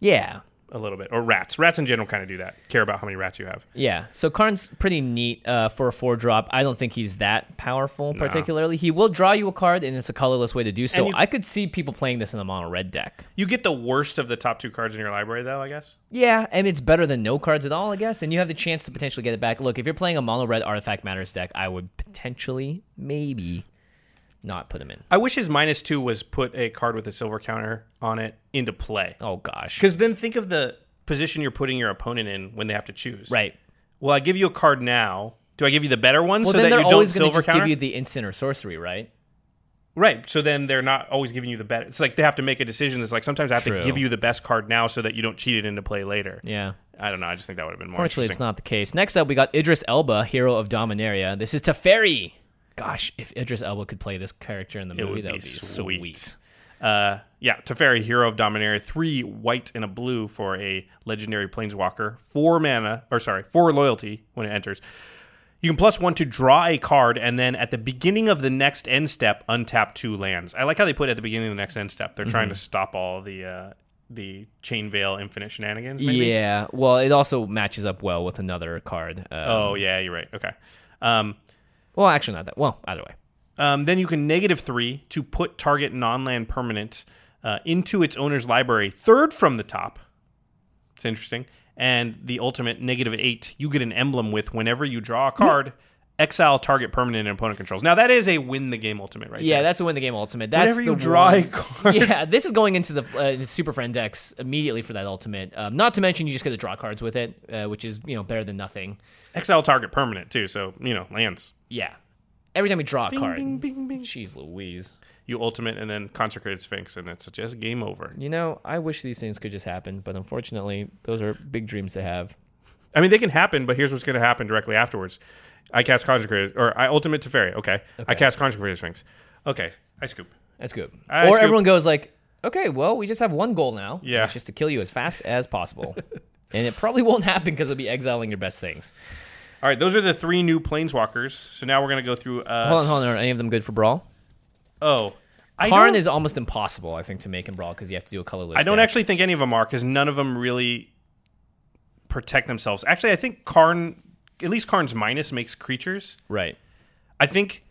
[SPEAKER 1] yeah,
[SPEAKER 2] a little bit, or rats. Rats in general kind of do that. Care about how many rats you have.
[SPEAKER 1] yeah. So Karn's pretty neat uh, for a four drop. I don't think he's that powerful particularly. He will draw you a card, and it's a colorless way to do so.
[SPEAKER 2] And you-
[SPEAKER 1] I could see people playing this in a mono red deck.
[SPEAKER 2] You get the worst of the top two cards in your library, though. I guess.
[SPEAKER 1] Yeah, and it's better than no cards at all, I guess. And you have the chance to potentially get it back. Look, if you're playing a mono red artifact matters deck, I would potentially maybe not put him in.
[SPEAKER 2] I wish his minus two was put a card with a silver counter on it into play.
[SPEAKER 1] Oh gosh.
[SPEAKER 2] Because then think of the position you're putting your opponent in when they have to choose.
[SPEAKER 1] Right.
[SPEAKER 2] Well, I give you a card now. Do I give you the better one
[SPEAKER 1] Well,
[SPEAKER 2] so that
[SPEAKER 1] then they're
[SPEAKER 2] you don't
[SPEAKER 1] always going to
[SPEAKER 2] silver
[SPEAKER 1] just
[SPEAKER 2] counter?
[SPEAKER 1] give you the instant or sorcery, right?
[SPEAKER 2] Right. So then they're not always giving you the best. It's like they have to make a decision. It's like sometimes I have
[SPEAKER 1] True.
[SPEAKER 2] to give you the best card now so that you don't cheat it into play later.
[SPEAKER 1] Yeah.
[SPEAKER 2] I don't know. I just think that would have been more
[SPEAKER 1] Fortunately, it's
[SPEAKER 2] interesting.
[SPEAKER 1] not the case. Next up, we got Idris Elba, hero of Dominaria. This is Teferi. Gosh, if Idris Elba could play this character in the
[SPEAKER 2] It
[SPEAKER 1] movie,
[SPEAKER 2] would
[SPEAKER 1] that
[SPEAKER 2] be,
[SPEAKER 1] would be
[SPEAKER 2] sweet.
[SPEAKER 1] sweet.
[SPEAKER 2] Uh, yeah, Teferi, Hero of Dominaria, three white and a blue for a legendary planeswalker, four mana, or sorry, four loyalty when it enters. You can plus one to draw a card, and then at the beginning of the next end step, untap two lands. I like how they put it at the beginning of the next end step. They're trying to
[SPEAKER 1] Mm-hmm.
[SPEAKER 2] stop all the uh, the chain veil infinite shenanigans. Maybe?
[SPEAKER 1] Yeah. Well, it also matches up well with another card. Uh,
[SPEAKER 2] Oh yeah, you're right. Okay. Um,
[SPEAKER 1] Well, actually, not that. Well, either way.
[SPEAKER 2] Um, then you can negative three to put target non land permanent uh, into its owner's library, third from the top. It's interesting. And the ultimate negative eight, you get an emblem with whenever you draw a card, exile target permanent and opponent controls. Now, that is a win the game ultimate, right?
[SPEAKER 1] Yeah,
[SPEAKER 2] there.
[SPEAKER 1] that's the win the game ultimate. That's
[SPEAKER 2] Whenever you
[SPEAKER 1] the
[SPEAKER 2] draw
[SPEAKER 1] one-
[SPEAKER 2] a card.
[SPEAKER 1] Yeah, this is going into the uh, Super Friend decks immediately for that ultimate. Um, not to mention, you just get to draw cards with it, uh, which is you know better than nothing.
[SPEAKER 2] exile target permanent, too. So, you know, lands.
[SPEAKER 1] Yeah. Every time you draw a card. Jeez Louise.
[SPEAKER 2] You ultimate and then consecrated sphinx, and it's just game over.
[SPEAKER 1] You know, I wish these things could just happen, but unfortunately, those are big dreams to have.
[SPEAKER 2] I mean, they can happen, but here's what's going to happen directly afterwards. I cast consecrated, or I ultimate to fairy. Okay. I cast consecrated sphinx. Okay. I scoop.
[SPEAKER 1] That's good.
[SPEAKER 2] I
[SPEAKER 1] or
[SPEAKER 2] scooped.
[SPEAKER 1] everyone goes like, okay, well, we just have one goal now. and
[SPEAKER 2] Yeah.
[SPEAKER 1] It's just to kill you as fast as possible. [laughs] and it probably won't happen because it'll be exiling your best things.
[SPEAKER 2] All right, those are the three new planeswalkers. So now we're gonna go through. Uh,
[SPEAKER 1] Hold on, hold on. Are any of them good for Brawl?
[SPEAKER 2] Oh, I
[SPEAKER 1] Karn
[SPEAKER 2] don't,
[SPEAKER 1] is almost impossible, I think, to make in Brawl because you have to do a colorless.
[SPEAKER 2] I don't
[SPEAKER 1] deck.
[SPEAKER 2] actually think any of them are because none of them really protect themselves. Actually, I think Karn, at least Karn's minus makes creatures.
[SPEAKER 1] Right.
[SPEAKER 2] I think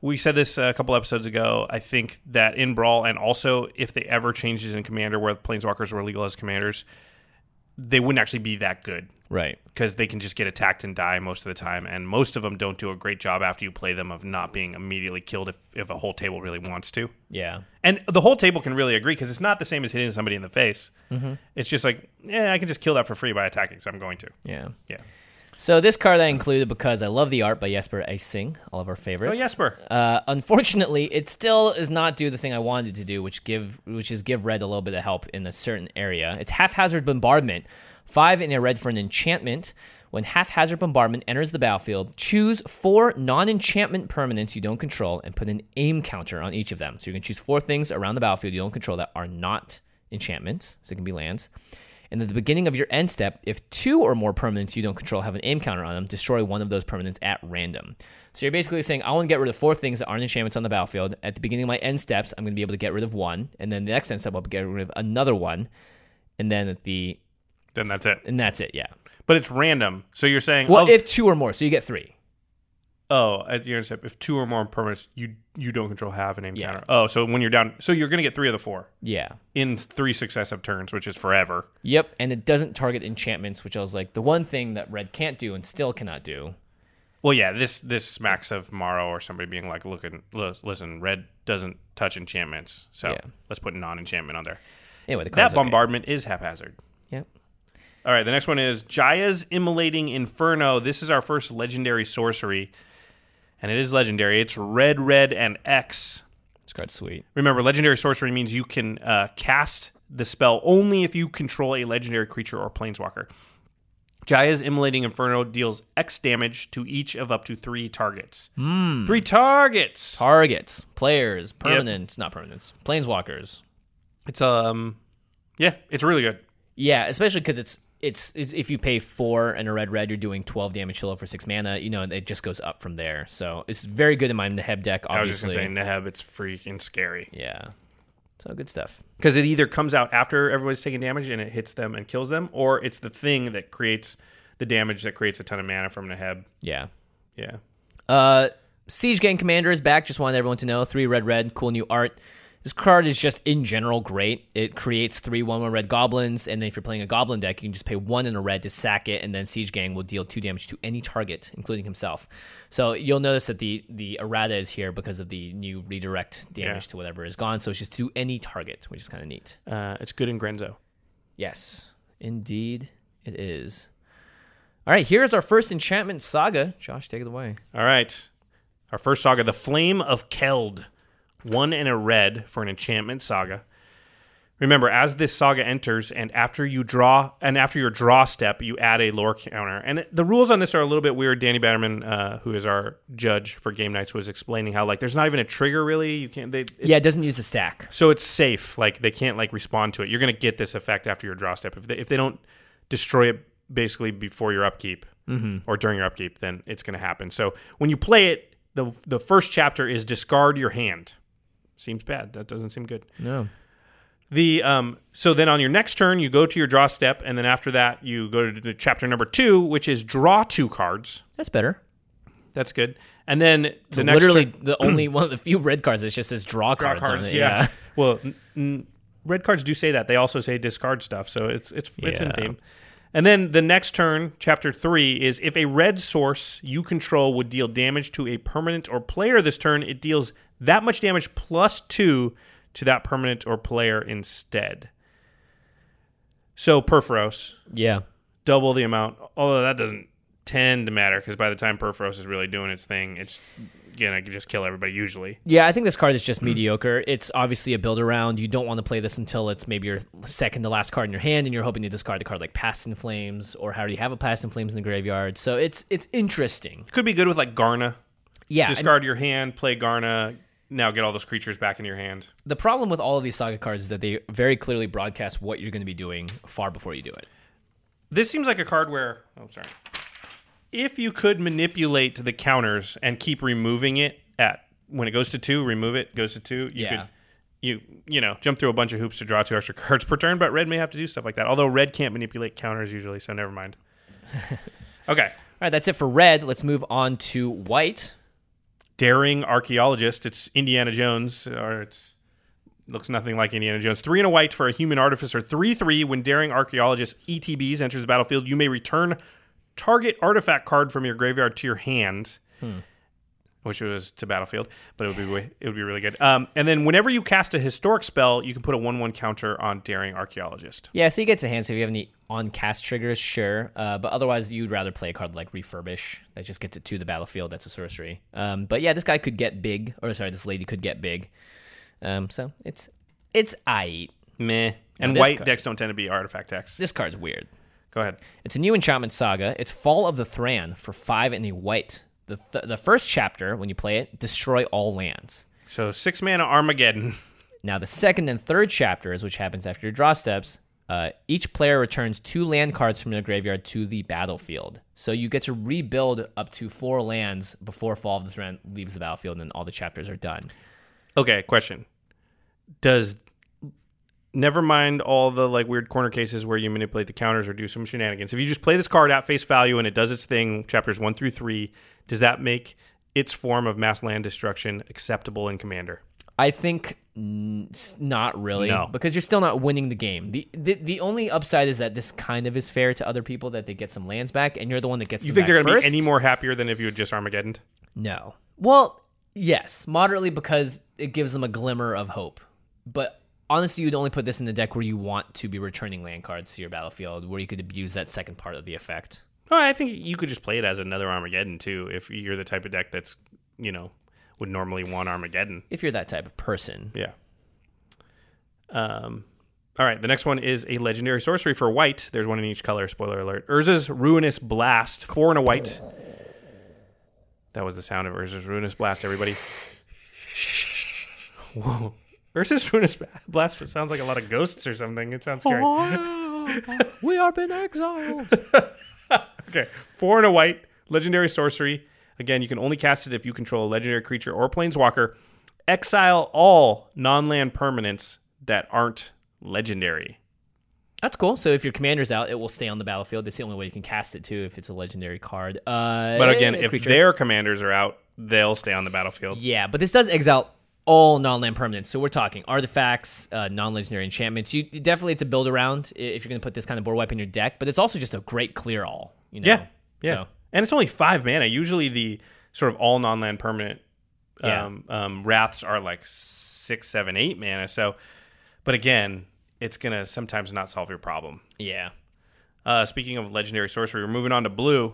[SPEAKER 2] we said this a couple episodes ago. I think that in Brawl, and also if they ever changed it in Commander, where planeswalkers were legal as commanders, they wouldn't actually be that good.
[SPEAKER 1] Right.
[SPEAKER 2] because they can just get attacked and die most of the time. And most of them don't do a great job after you play them of not being immediately killed if, if a whole table really wants to.
[SPEAKER 1] Yeah.
[SPEAKER 2] And the whole table can really agree because it's not the same as hitting somebody in the face. It's just like, yeah, I can just kill that for free by attacking, so I'm going to.
[SPEAKER 1] Yeah.
[SPEAKER 2] Yeah.
[SPEAKER 1] So this card I included because I love the art by Jesper Sing, all of our favorites.
[SPEAKER 2] Oh, Jesper.
[SPEAKER 1] Uh, unfortunately, it still is not do the thing I wanted to do, which give which is give red a little bit of help in a certain area. It's haphazard bombardment, five in a red for an enchantment. When haphazard bombardment enters the battlefield, choose four non-enchantment permanents you don't control and put an aim counter on each of them. So you can choose four things around the battlefield you don't control that are not enchantments. So it can be lands. And at the beginning of your end step, if two or more permanents you don't control have an aim counter on them, destroy one of those permanents at random. So you're basically saying, I want to get rid of four things that aren't enchantments on the battlefield. At the beginning of my end steps, I'm going to be able to get rid of one. And then the next end step, I'll get rid of another one. And then at the,
[SPEAKER 2] Then that's it.
[SPEAKER 1] and that's it, yeah.
[SPEAKER 2] But it's random. So you're saying,
[SPEAKER 1] Well,
[SPEAKER 2] of-
[SPEAKER 1] if two or more, so you get three.
[SPEAKER 2] Oh, at your intercept, if two or more permanents, you you don't control half an aim counter. Oh, so when you're down, so you're gonna get three of the four
[SPEAKER 1] Yeah.
[SPEAKER 2] in three successive turns, which is forever.
[SPEAKER 1] Yep. And it doesn't target enchantments, which I was like, the one thing that red can't do and still cannot do.
[SPEAKER 2] Well, yeah, this this smacks of Morrow or somebody being like, "Look, and li- listen, red doesn't touch enchantments, so
[SPEAKER 1] Yeah.
[SPEAKER 2] let's put non-enchantment on there."
[SPEAKER 1] Anyway, the
[SPEAKER 2] That
[SPEAKER 1] card's okay.
[SPEAKER 2] bombardment is haphazard.
[SPEAKER 1] Yep.
[SPEAKER 2] All right, the next one is Jaya's Immolating Inferno. This is our first legendary sorcery, and it is legendary. It's red, red, and X.
[SPEAKER 1] This card's sweet.
[SPEAKER 2] Remember, legendary sorcery means you can uh, cast the spell only if you control a legendary creature or planeswalker. Jaya's Immolating Inferno deals X damage to each of up to three targets. Three targets.
[SPEAKER 1] Targets, players, permanents, not permanents, planeswalkers.
[SPEAKER 2] It's um, yeah, it's really good.
[SPEAKER 1] Yeah, especially because it's, it's it's if you pay four and a red red, you're doing twelve damage solo for six mana. You know, and it just goes up from there. So it's very good in my Neheb deck. Obviously,
[SPEAKER 2] I was just gonna say, Neheb, it's freaking scary
[SPEAKER 1] yeah. So good stuff.
[SPEAKER 2] because it either comes out after everybody's taking damage and it hits them and kills them, or it's the thing that creates the damage that creates a ton of mana from Neheb.
[SPEAKER 1] Yeah.
[SPEAKER 2] Yeah,
[SPEAKER 1] Uh, Siege Gang Commander is back. Just wanted everyone to know. Three red, red, cool new art. This card is just in general great. It creates three one one red goblins, and then if you're playing a goblin deck, you can just pay one and a red to sack it, and then Siege Gang will deal two damage to any target, including himself. So you'll notice that the the errata is here because of the new redirect damage
[SPEAKER 2] Yeah.
[SPEAKER 1] to whatever is gone. So it's just to any target, which is kind of neat.
[SPEAKER 2] uh, it's good in Grenzo.
[SPEAKER 1] Yes, indeed, it is. All right, here's our first enchantment saga. Josh, take it away.
[SPEAKER 2] All right. Our first saga, The Flame of Keld. One and a red for an enchantment saga. Remember, as this saga enters, and after you draw, and after your draw step, you add a lore counter. And the rules on this are a little bit weird. Danny Batterman, uh, who is our judge for game nights, was explaining how like there's not even a trigger really. You can't. They, it-
[SPEAKER 1] Yeah, it doesn't use the stack.
[SPEAKER 2] so it's safe. Like they can't like respond to it. You're gonna get this effect after your draw step. If they, if they don't destroy it basically before your upkeep or during your upkeep, then it's gonna happen. So when you play it, the the first chapter is discard your hand. Seems bad. That doesn't seem good.
[SPEAKER 1] No.
[SPEAKER 2] The um so then on your next turn you go to your draw step and then after that you go to the chapter number two, which is draw two cards.
[SPEAKER 1] That's better.
[SPEAKER 2] That's good. And then the
[SPEAKER 1] It's
[SPEAKER 2] next
[SPEAKER 1] literally
[SPEAKER 2] turn-
[SPEAKER 1] the only [clears throat] one of the few red cards that just says draw,
[SPEAKER 2] draw
[SPEAKER 1] cards. on
[SPEAKER 2] cards.
[SPEAKER 1] it,
[SPEAKER 2] yeah. [laughs] Well, n- n- red cards do say that. They also say discard stuff, so it's it's it's in
[SPEAKER 1] Yeah.
[SPEAKER 2] theme. And then the next turn, chapter three, is if a red source you control would deal damage to a permanent or player this turn, it deals that much damage plus two to that permanent or player instead. So Perforos,
[SPEAKER 1] Yeah.
[SPEAKER 2] double the amount. Although that doesn't tend to matter because by the time Perforos is really doing its thing, it's gonna just kill everybody usually.
[SPEAKER 1] Yeah, I think this card is just mediocre. It's obviously a build around. You don't want to play this until it's maybe your second to last card in your hand, and you're hoping to discard the card like Pass in Flames, or how do you have a Pass in Flames in the graveyard? So it's it's interesting.
[SPEAKER 2] Could be good with like Garna.
[SPEAKER 1] Yeah. and
[SPEAKER 2] discard your hand, play Garna. Now get all those creatures back in your hand.
[SPEAKER 1] the problem with all of these saga cards is that they very clearly broadcast what you're going to be doing far before you do it.
[SPEAKER 2] This seems like a card where, oh, sorry. If you could manipulate the counters and keep removing it at when it goes to two, remove it, goes to two, you
[SPEAKER 1] Yeah.
[SPEAKER 2] could you you know jump through a bunch of hoops to draw two extra [laughs] cards per turn. But red may have to do stuff like that. Although red can't manipulate counters usually, so never mind. [laughs] okay,
[SPEAKER 1] All right, that's it for red. Let's move on to white.
[SPEAKER 2] daring archaeologist. It's Indiana Jones, or it's looks nothing like Indiana Jones. Three and a white for a human artificer. Three three. When daring archaeologist ETBs enters the battlefield, you may return target artifact card from your graveyard to your hand.
[SPEAKER 1] Hmm.
[SPEAKER 2] Which was to battlefield, but it would be way- it would be really good. Um, and then whenever you cast a historic spell, you can put a one one counter on daring archaeologist.
[SPEAKER 1] Yeah, so you get to hand. So if you have any on cast triggers, sure. Uh, but otherwise, you'd rather play a card like Refurbish that just gets it to the battlefield. That's a sorcery. Um, but yeah, this guy could get big, or sorry, this lady could get big. Um, so it's it's I.
[SPEAKER 2] Meh. And
[SPEAKER 1] this
[SPEAKER 2] white
[SPEAKER 1] card-
[SPEAKER 2] decks don't tend to be artifact decks.
[SPEAKER 1] This card's weird.
[SPEAKER 2] Go ahead.
[SPEAKER 1] It's a new enchantment saga. It's Fall of the Thran for five and a white. The th- the first chapter when you play it, destroy all lands.
[SPEAKER 2] So six mana Armageddon.
[SPEAKER 1] Now, the second and third chapters, which happens after your draw steps, uh, each player returns two land cards from their graveyard to the battlefield. So you get to rebuild up to four lands before Fall of the Threat leaves the battlefield and all the chapters are done.
[SPEAKER 2] Okay, question. Does never mind all the like weird corner cases where you manipulate the counters or do some shenanigans. If you just play this card at face value and it does its thing, chapters one through three, does that make its form of mass land destruction acceptable in Commander?
[SPEAKER 1] I think n- s- not really,
[SPEAKER 2] No.
[SPEAKER 1] because you're still not winning the game. The, the the only upside is that this kind of is fair to other people that they get some lands back, and you're the one that gets.
[SPEAKER 2] You
[SPEAKER 1] them
[SPEAKER 2] think they're
[SPEAKER 1] back
[SPEAKER 2] going to be
[SPEAKER 1] first.
[SPEAKER 2] any more happier than if you had just Armageddon?
[SPEAKER 1] No. Well, yes, moderately because it gives them a glimmer of hope. But honestly, you'd only put this in the deck where you want to be returning land cards to your battlefield, where you could abuse that second part of the effect.
[SPEAKER 2] Oh, I think you could just play it as another Armageddon too, if you're the type of deck that's you know would normally want Armageddon.
[SPEAKER 1] If you're that type of person,
[SPEAKER 2] Yeah. Um, all right. The next one is a legendary sorcery for white. There's one in each color. Spoiler alert. Urza's Ruinous Blast. Four and a white. That was the sound of Urza's Ruinous Blast, everybody. [laughs] Whoa. Urza's Ruinous Blast sounds like a lot of ghosts or something. It sounds scary.
[SPEAKER 1] [laughs] we are been exiled.
[SPEAKER 2] Okay. Four and a white, legendary sorcery. Again, you can only cast it if you control a legendary creature or planeswalker. Exile all non land permanents that aren't legendary.
[SPEAKER 1] That's cool. So if your commander's out, it will stay on the battlefield. That's the only way you can cast it too, if it's a legendary card. Uh,
[SPEAKER 2] But again, if
[SPEAKER 1] creature.
[SPEAKER 2] their commanders are out, they'll stay on the battlefield.
[SPEAKER 1] Yeah, but this does exile all non-land permanents. So we're talking artifacts, uh, non-legendary enchantments. You, you definitely it's a build around i- if you're going to put this kind of board wipe in your deck. But it's also just a great clear all. You know?
[SPEAKER 2] Yeah. Yeah.
[SPEAKER 1] So,
[SPEAKER 2] And it's only five mana. Usually the sort of all non land permanent
[SPEAKER 1] Yeah.
[SPEAKER 2] um, um, wraths are like six, seven, eight mana. So, but again, it's going to sometimes not solve your problem.
[SPEAKER 1] yeah.
[SPEAKER 2] Uh, speaking of legendary sorcery, we're moving on to blue.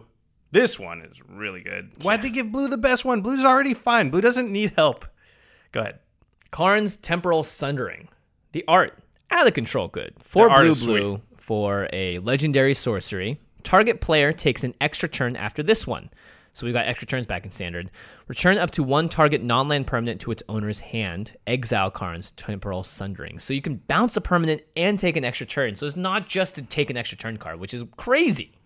[SPEAKER 2] This one is really good. Why'd they give blue the best one? Blue's already fine. Blue doesn't need help. Go ahead.
[SPEAKER 1] Karn's temporal sundering. The art out of control. Good for
[SPEAKER 2] The art
[SPEAKER 1] blue
[SPEAKER 2] is
[SPEAKER 1] blue for a legendary sorcery. Target player takes an extra turn after this one. So we've got extra turns back in standard. Return up to one target non-land permanent to its owner's hand. Exile Karn's temporal sundering. So you can bounce a permanent and take an extra turn. So it's not just to take an extra turn card, which is crazy.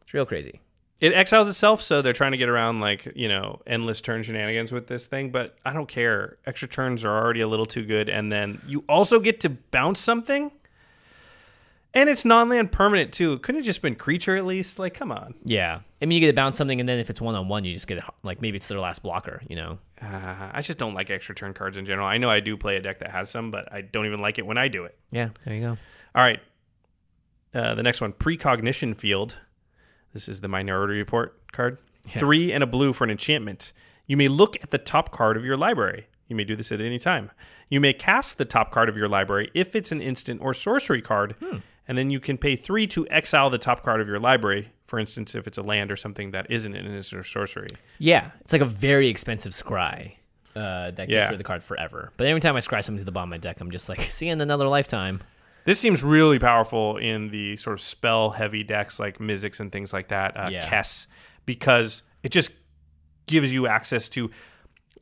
[SPEAKER 1] It's real crazy.
[SPEAKER 2] It exiles itself, so they're trying to get around like you know endless turn shenanigans with this thing. But I don't care. Extra turns are already a little too good, and then you also get to bounce something, and it's non-land permanent too. Couldn't have just been creature at least. Like, come on.
[SPEAKER 1] Yeah. I mean, you get to bounce something, and then if it's one-on-one, you just get, a, like, maybe it's their last blocker, you know?
[SPEAKER 2] Uh, I just don't like extra turn cards in general. I know I do play a deck that has some, but I don't even like it when I do it.
[SPEAKER 1] Yeah, there you go.
[SPEAKER 2] All right. Uh, the next one, precognition field. This is the minority report card. Three and a blue for an enchantment. You may look at the top card of your library. You may do this at any time. You may cast the top card of your library if it's an instant or sorcery card, and then you can pay three to exile the top card of your library. For instance, if it's a land or something that isn't an instant or sorcery.
[SPEAKER 1] Yeah, it's like a very expensive scry uh, that gets
[SPEAKER 2] Yeah.
[SPEAKER 1] rid of the card forever. But every time I scry something to the bottom of my deck, I'm just like, [laughs] see you in another lifetime.
[SPEAKER 2] This seems really powerful in the sort of spell heavy decks like Mizzix and things like that, uh,
[SPEAKER 1] Yeah.
[SPEAKER 2] Kess, because it just gives you access to.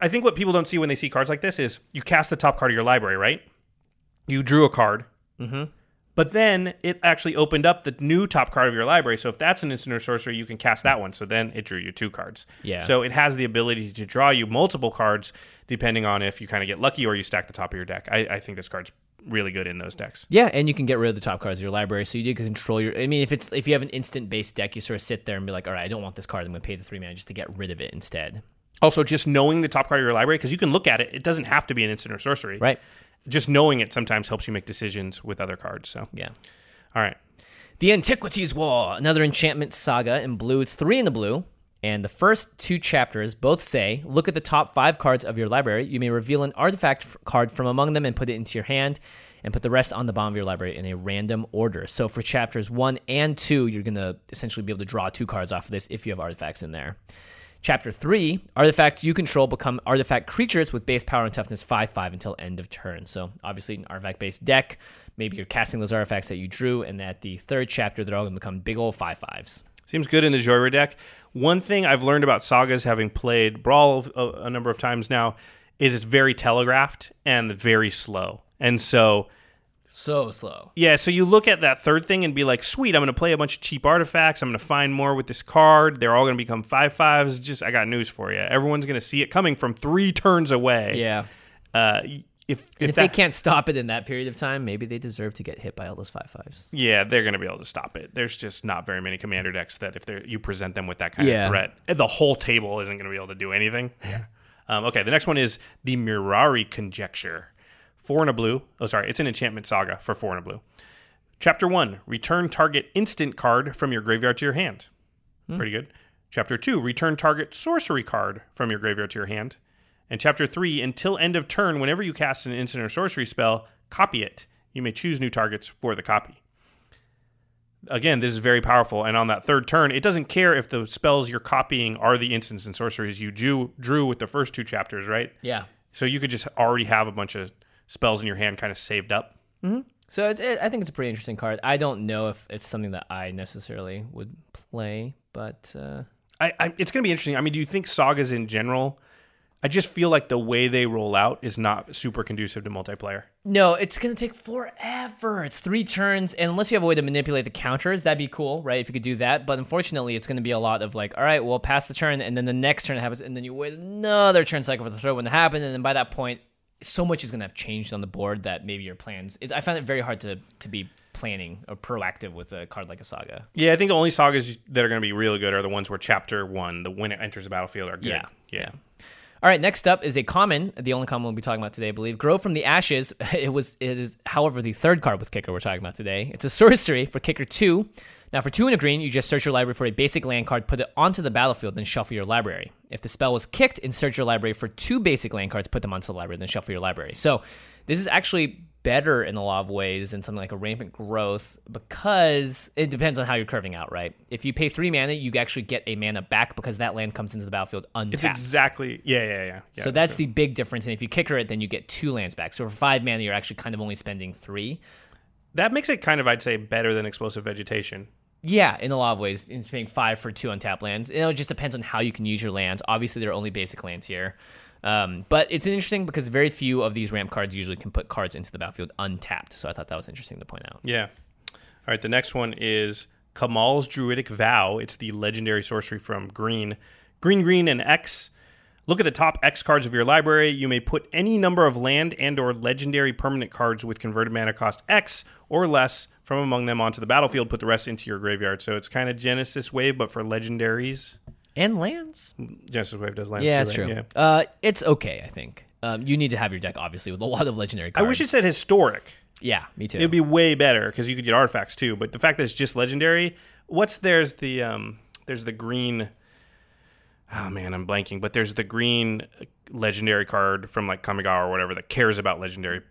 [SPEAKER 2] I think what people don't see when they see cards like this is you cast the top card of your library, right? You drew a card.
[SPEAKER 1] Mm-hmm.
[SPEAKER 2] But then it actually opened up the new top card of your library. So if that's an instant or sorcery, you can cast that one. So then it drew you two cards.
[SPEAKER 1] Yeah.
[SPEAKER 2] So it has the ability to draw you multiple cards depending on if you kind of get lucky or you stack the top of your deck. I, I think this card's really good in those decks.
[SPEAKER 1] Yeah, and you can get rid of the top cards of your library, so you do control your. I mean, if it's if you have an instant based deck, you sort of sit there and be like, all right, I don't want this card. I'm going to pay the three mana just to get rid of it instead.
[SPEAKER 2] Also, just knowing the top card of your library, because you can look at it, it doesn't have to be an instant or sorcery.
[SPEAKER 1] Right.
[SPEAKER 2] Just knowing it sometimes helps you make decisions with other cards. So,
[SPEAKER 1] Yeah.
[SPEAKER 2] all right.
[SPEAKER 1] The Antiquities War, another enchantment saga in blue. It's three in the blue. And the first two chapters both say look at the top five cards of your library. You may reveal an artifact f- card from among them and put it into your hand, and put the rest on the bottom of your library in a random order. So for chapters one and two, you're going to essentially be able to draw two cards off of this if you have artifacts in there. Chapter 3 Artifacts you control become artifact creatures with base power and toughness 5 5 until end of turn. So, obviously, an artifact based deck. Maybe you're casting those artifacts that you drew, and at the third chapter, they're all going to become big old 5 5s.
[SPEAKER 2] Seems good in the Joyra deck. One thing I've learned about sagas, having played Brawl a, a number of times now, is it's very telegraphed and very slow. And so,
[SPEAKER 1] So slow.
[SPEAKER 2] yeah, so you look at that third thing and be like, sweet, I'm going to play a bunch of cheap artifacts. I'm going to find more with this card. They're all going to become five fives. Just, I got news for you. Everyone's going to see it coming from three turns away.
[SPEAKER 1] Yeah.
[SPEAKER 2] uh, if if,
[SPEAKER 1] And if
[SPEAKER 2] that,
[SPEAKER 1] they can't stop it in that period of time, maybe they deserve to get hit by all those five fives.
[SPEAKER 2] yeah, they're going to be able to stop it. There's just not very many commander decks that if they you present them with that kind
[SPEAKER 1] Yeah.
[SPEAKER 2] of threat, the whole table isn't going to be able to do anything. [laughs] um, okay, the next one is the Mirari Conjecture. Four and a blue. Oh, sorry, it's an enchantment saga for four and a blue. Chapter one: Return target instant card from your graveyard to your hand. Pretty good. Chapter two: Return target sorcery card from your graveyard to your hand. And chapter three: Until end of turn, whenever you cast an instant or sorcery spell, copy it. You may choose new targets for the copy again, this is very powerful. And on that third turn, it doesn't care if the spells you're copying are the instants and sorceries you drew, drew with the first two chapters, right?
[SPEAKER 1] Yeah.
[SPEAKER 2] So you could just already have a bunch of spells in your hand kind of saved up.
[SPEAKER 1] So it's, it, I think it's a pretty interesting card. I don't know if it's something that I necessarily would play, but uh,
[SPEAKER 2] I, I, it's going to be interesting. I mean, do you think sagas in general? I just feel like the way they roll out is not super conducive to multiplayer.
[SPEAKER 1] no, it's gonna take forever. It's three turns, and unless you have a way to manipulate the counters, that'd be cool, right? If you could do that, but unfortunately, it's gonna be a lot of like, all right, well, pass the turn, and then the next turn happens, and then you wait another turn cycle for the throw when it happened, and then by that point, so much is gonna have changed on the board that maybe your plans. It's, I find it very hard to to be planning or proactive with a card like a saga.
[SPEAKER 2] Yeah, I think the only sagas that are going to be really good are the ones where chapter one, the when it enters the battlefield, are good.
[SPEAKER 1] Yeah.
[SPEAKER 2] yeah.
[SPEAKER 1] All right, next up is a common, the only common we'll be talking about today, I believe. Grow from the Ashes. [laughs] It was it is however the third card with kicker we're talking about today. It's a sorcery for kicker 2. Now for 2 and a green, you just search your library for a basic land card, put it onto the battlefield then shuffle your library. If the spell was kicked, insert your library for two basic land cards, put them onto the library then shuffle your library. So, this is actually better in a lot of ways than something like a rampant growth because it depends on how you're curving out, right? If you pay 3 mana, you actually get a mana back because that land comes into the battlefield
[SPEAKER 2] It's
[SPEAKER 1] untapped.
[SPEAKER 2] exactly yeah, yeah, yeah. yeah
[SPEAKER 1] So that's the big difference. And if you kicker it, then you get two lands back. So for five mana, you're actually kind of only spending three.
[SPEAKER 2] that makes it kind of I'd say better than explosive vegetation.
[SPEAKER 1] Yeah, in a lot of ways, it's paying five for two untapped lands. You know, it just depends on how you can use your lands. Obviously, there are only basic lands here. Um, but it's interesting because very few of these ramp cards usually can put cards into the battlefield untapped. So I thought that was interesting to point out.
[SPEAKER 2] Yeah. All right. The next one is Kamal's Druidic Vow. It's the legendary sorcery from Green. Green, green, and X. Look at the top X cards of your library. You may put any number of land and or legendary permanent cards with converted mana cost X or less from among them onto the battlefield. Put the rest into your graveyard. So it's kind of Genesis Wave, but for legendaries.
[SPEAKER 1] And lands?
[SPEAKER 2] Genesis Wave does lands
[SPEAKER 1] Yeah,
[SPEAKER 2] too,
[SPEAKER 1] that's
[SPEAKER 2] right?
[SPEAKER 1] true. Uh, it's okay, I think. Um, you need to have your deck, obviously, with a lot of legendary
[SPEAKER 2] I
[SPEAKER 1] cards.
[SPEAKER 2] wish it said historic.
[SPEAKER 1] Yeah, me too.
[SPEAKER 2] It'd be way better because you could get artifacts too. But the fact that it's just legendary, what's there's the um there's the green. Oh man, I'm blanking. But there's the green uh, legendary card from like Kamigawa or whatever that cares about legendary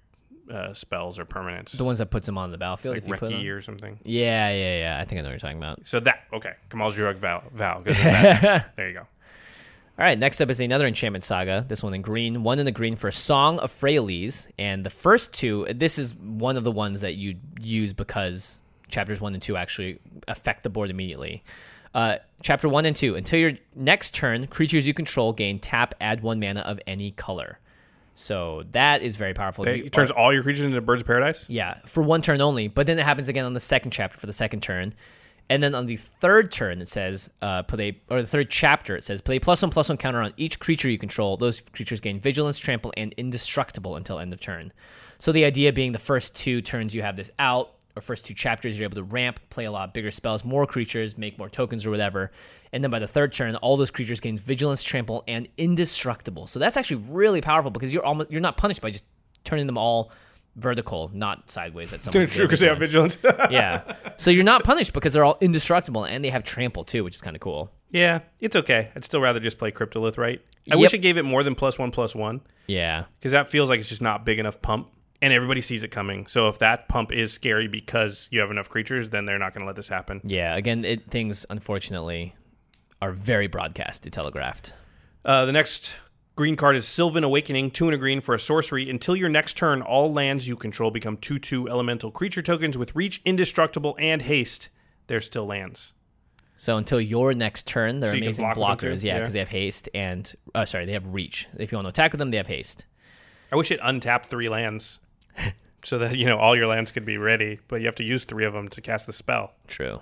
[SPEAKER 2] uh, spells or permanents,
[SPEAKER 1] the ones that puts them on the battlefield.
[SPEAKER 2] like
[SPEAKER 1] if you put them.
[SPEAKER 2] Reki or something.
[SPEAKER 1] Yeah, yeah, yeah. I think I know what you're talking about.
[SPEAKER 2] So that okay, Kamal's Druid Val, Val
[SPEAKER 1] [laughs]
[SPEAKER 2] goes in that. there you go.
[SPEAKER 1] All right, next up is another enchantment saga. This one in green, one in the green for Song of Freyles, and the first two. This is one of the ones that you use because chapters one and two actually affect the board immediately. Uh, chapter one and two. Until your next turn, creatures you control gain tap, add one mana of any color. So that is very powerful. You
[SPEAKER 2] It turns all your creatures into birds of
[SPEAKER 1] [laughs]
[SPEAKER 2] paradise.
[SPEAKER 1] yeah, for one turn only. But then it happens again on the second chapter for the second turn. And then on the third turn, it says uh, put a or the third chapter, it says put a plus one plus one counter on each creature you control. Those creatures gain vigilance, trample, and indestructible until end of turn. So the idea being the first two turns you have this out, or first two chapters you're able to ramp, play a lot bigger spells, more creatures, make more tokens or whatever. And then by the third turn, all those creatures gain vigilance, trample, and indestructible. So that's actually really powerful because you're almost you're not punished by just turning them all vertical, not sideways at some point.
[SPEAKER 2] True, because they have vigilance. [laughs]
[SPEAKER 1] yeah. So you're not punished because they're all indestructible and they have trample too, which is kind of cool.
[SPEAKER 2] yeah, it's okay. I'd still rather just play Cryptolith, right? I
[SPEAKER 1] Yep.
[SPEAKER 2] wish it gave it more than plus one plus one.
[SPEAKER 1] Yeah.
[SPEAKER 2] because that feels like it's just not big enough pump and everybody sees it coming so if that pump is scary because you have enough creatures then they're not going to let this happen
[SPEAKER 1] Yeah. Again, it, things unfortunately are very broadcasted, telegraphed.
[SPEAKER 2] uh, the next green card is sylvan awakening two and a green for a sorcery until your next turn all lands you control become 2-2 elemental creature tokens with reach indestructible and haste they're still lands
[SPEAKER 1] So until your next turn, they're
[SPEAKER 2] So you can
[SPEAKER 1] amazing
[SPEAKER 2] block with them,
[SPEAKER 1] blockers.
[SPEAKER 2] too?
[SPEAKER 1] Yeah,
[SPEAKER 2] Yeah.
[SPEAKER 1] because they have haste and uh, sorry, they have reach. If you want to attack with them, they have haste.
[SPEAKER 2] i wish it untapped three lands [laughs] so that you know all your lands could be ready but you have to use three of them to cast the spell
[SPEAKER 1] True.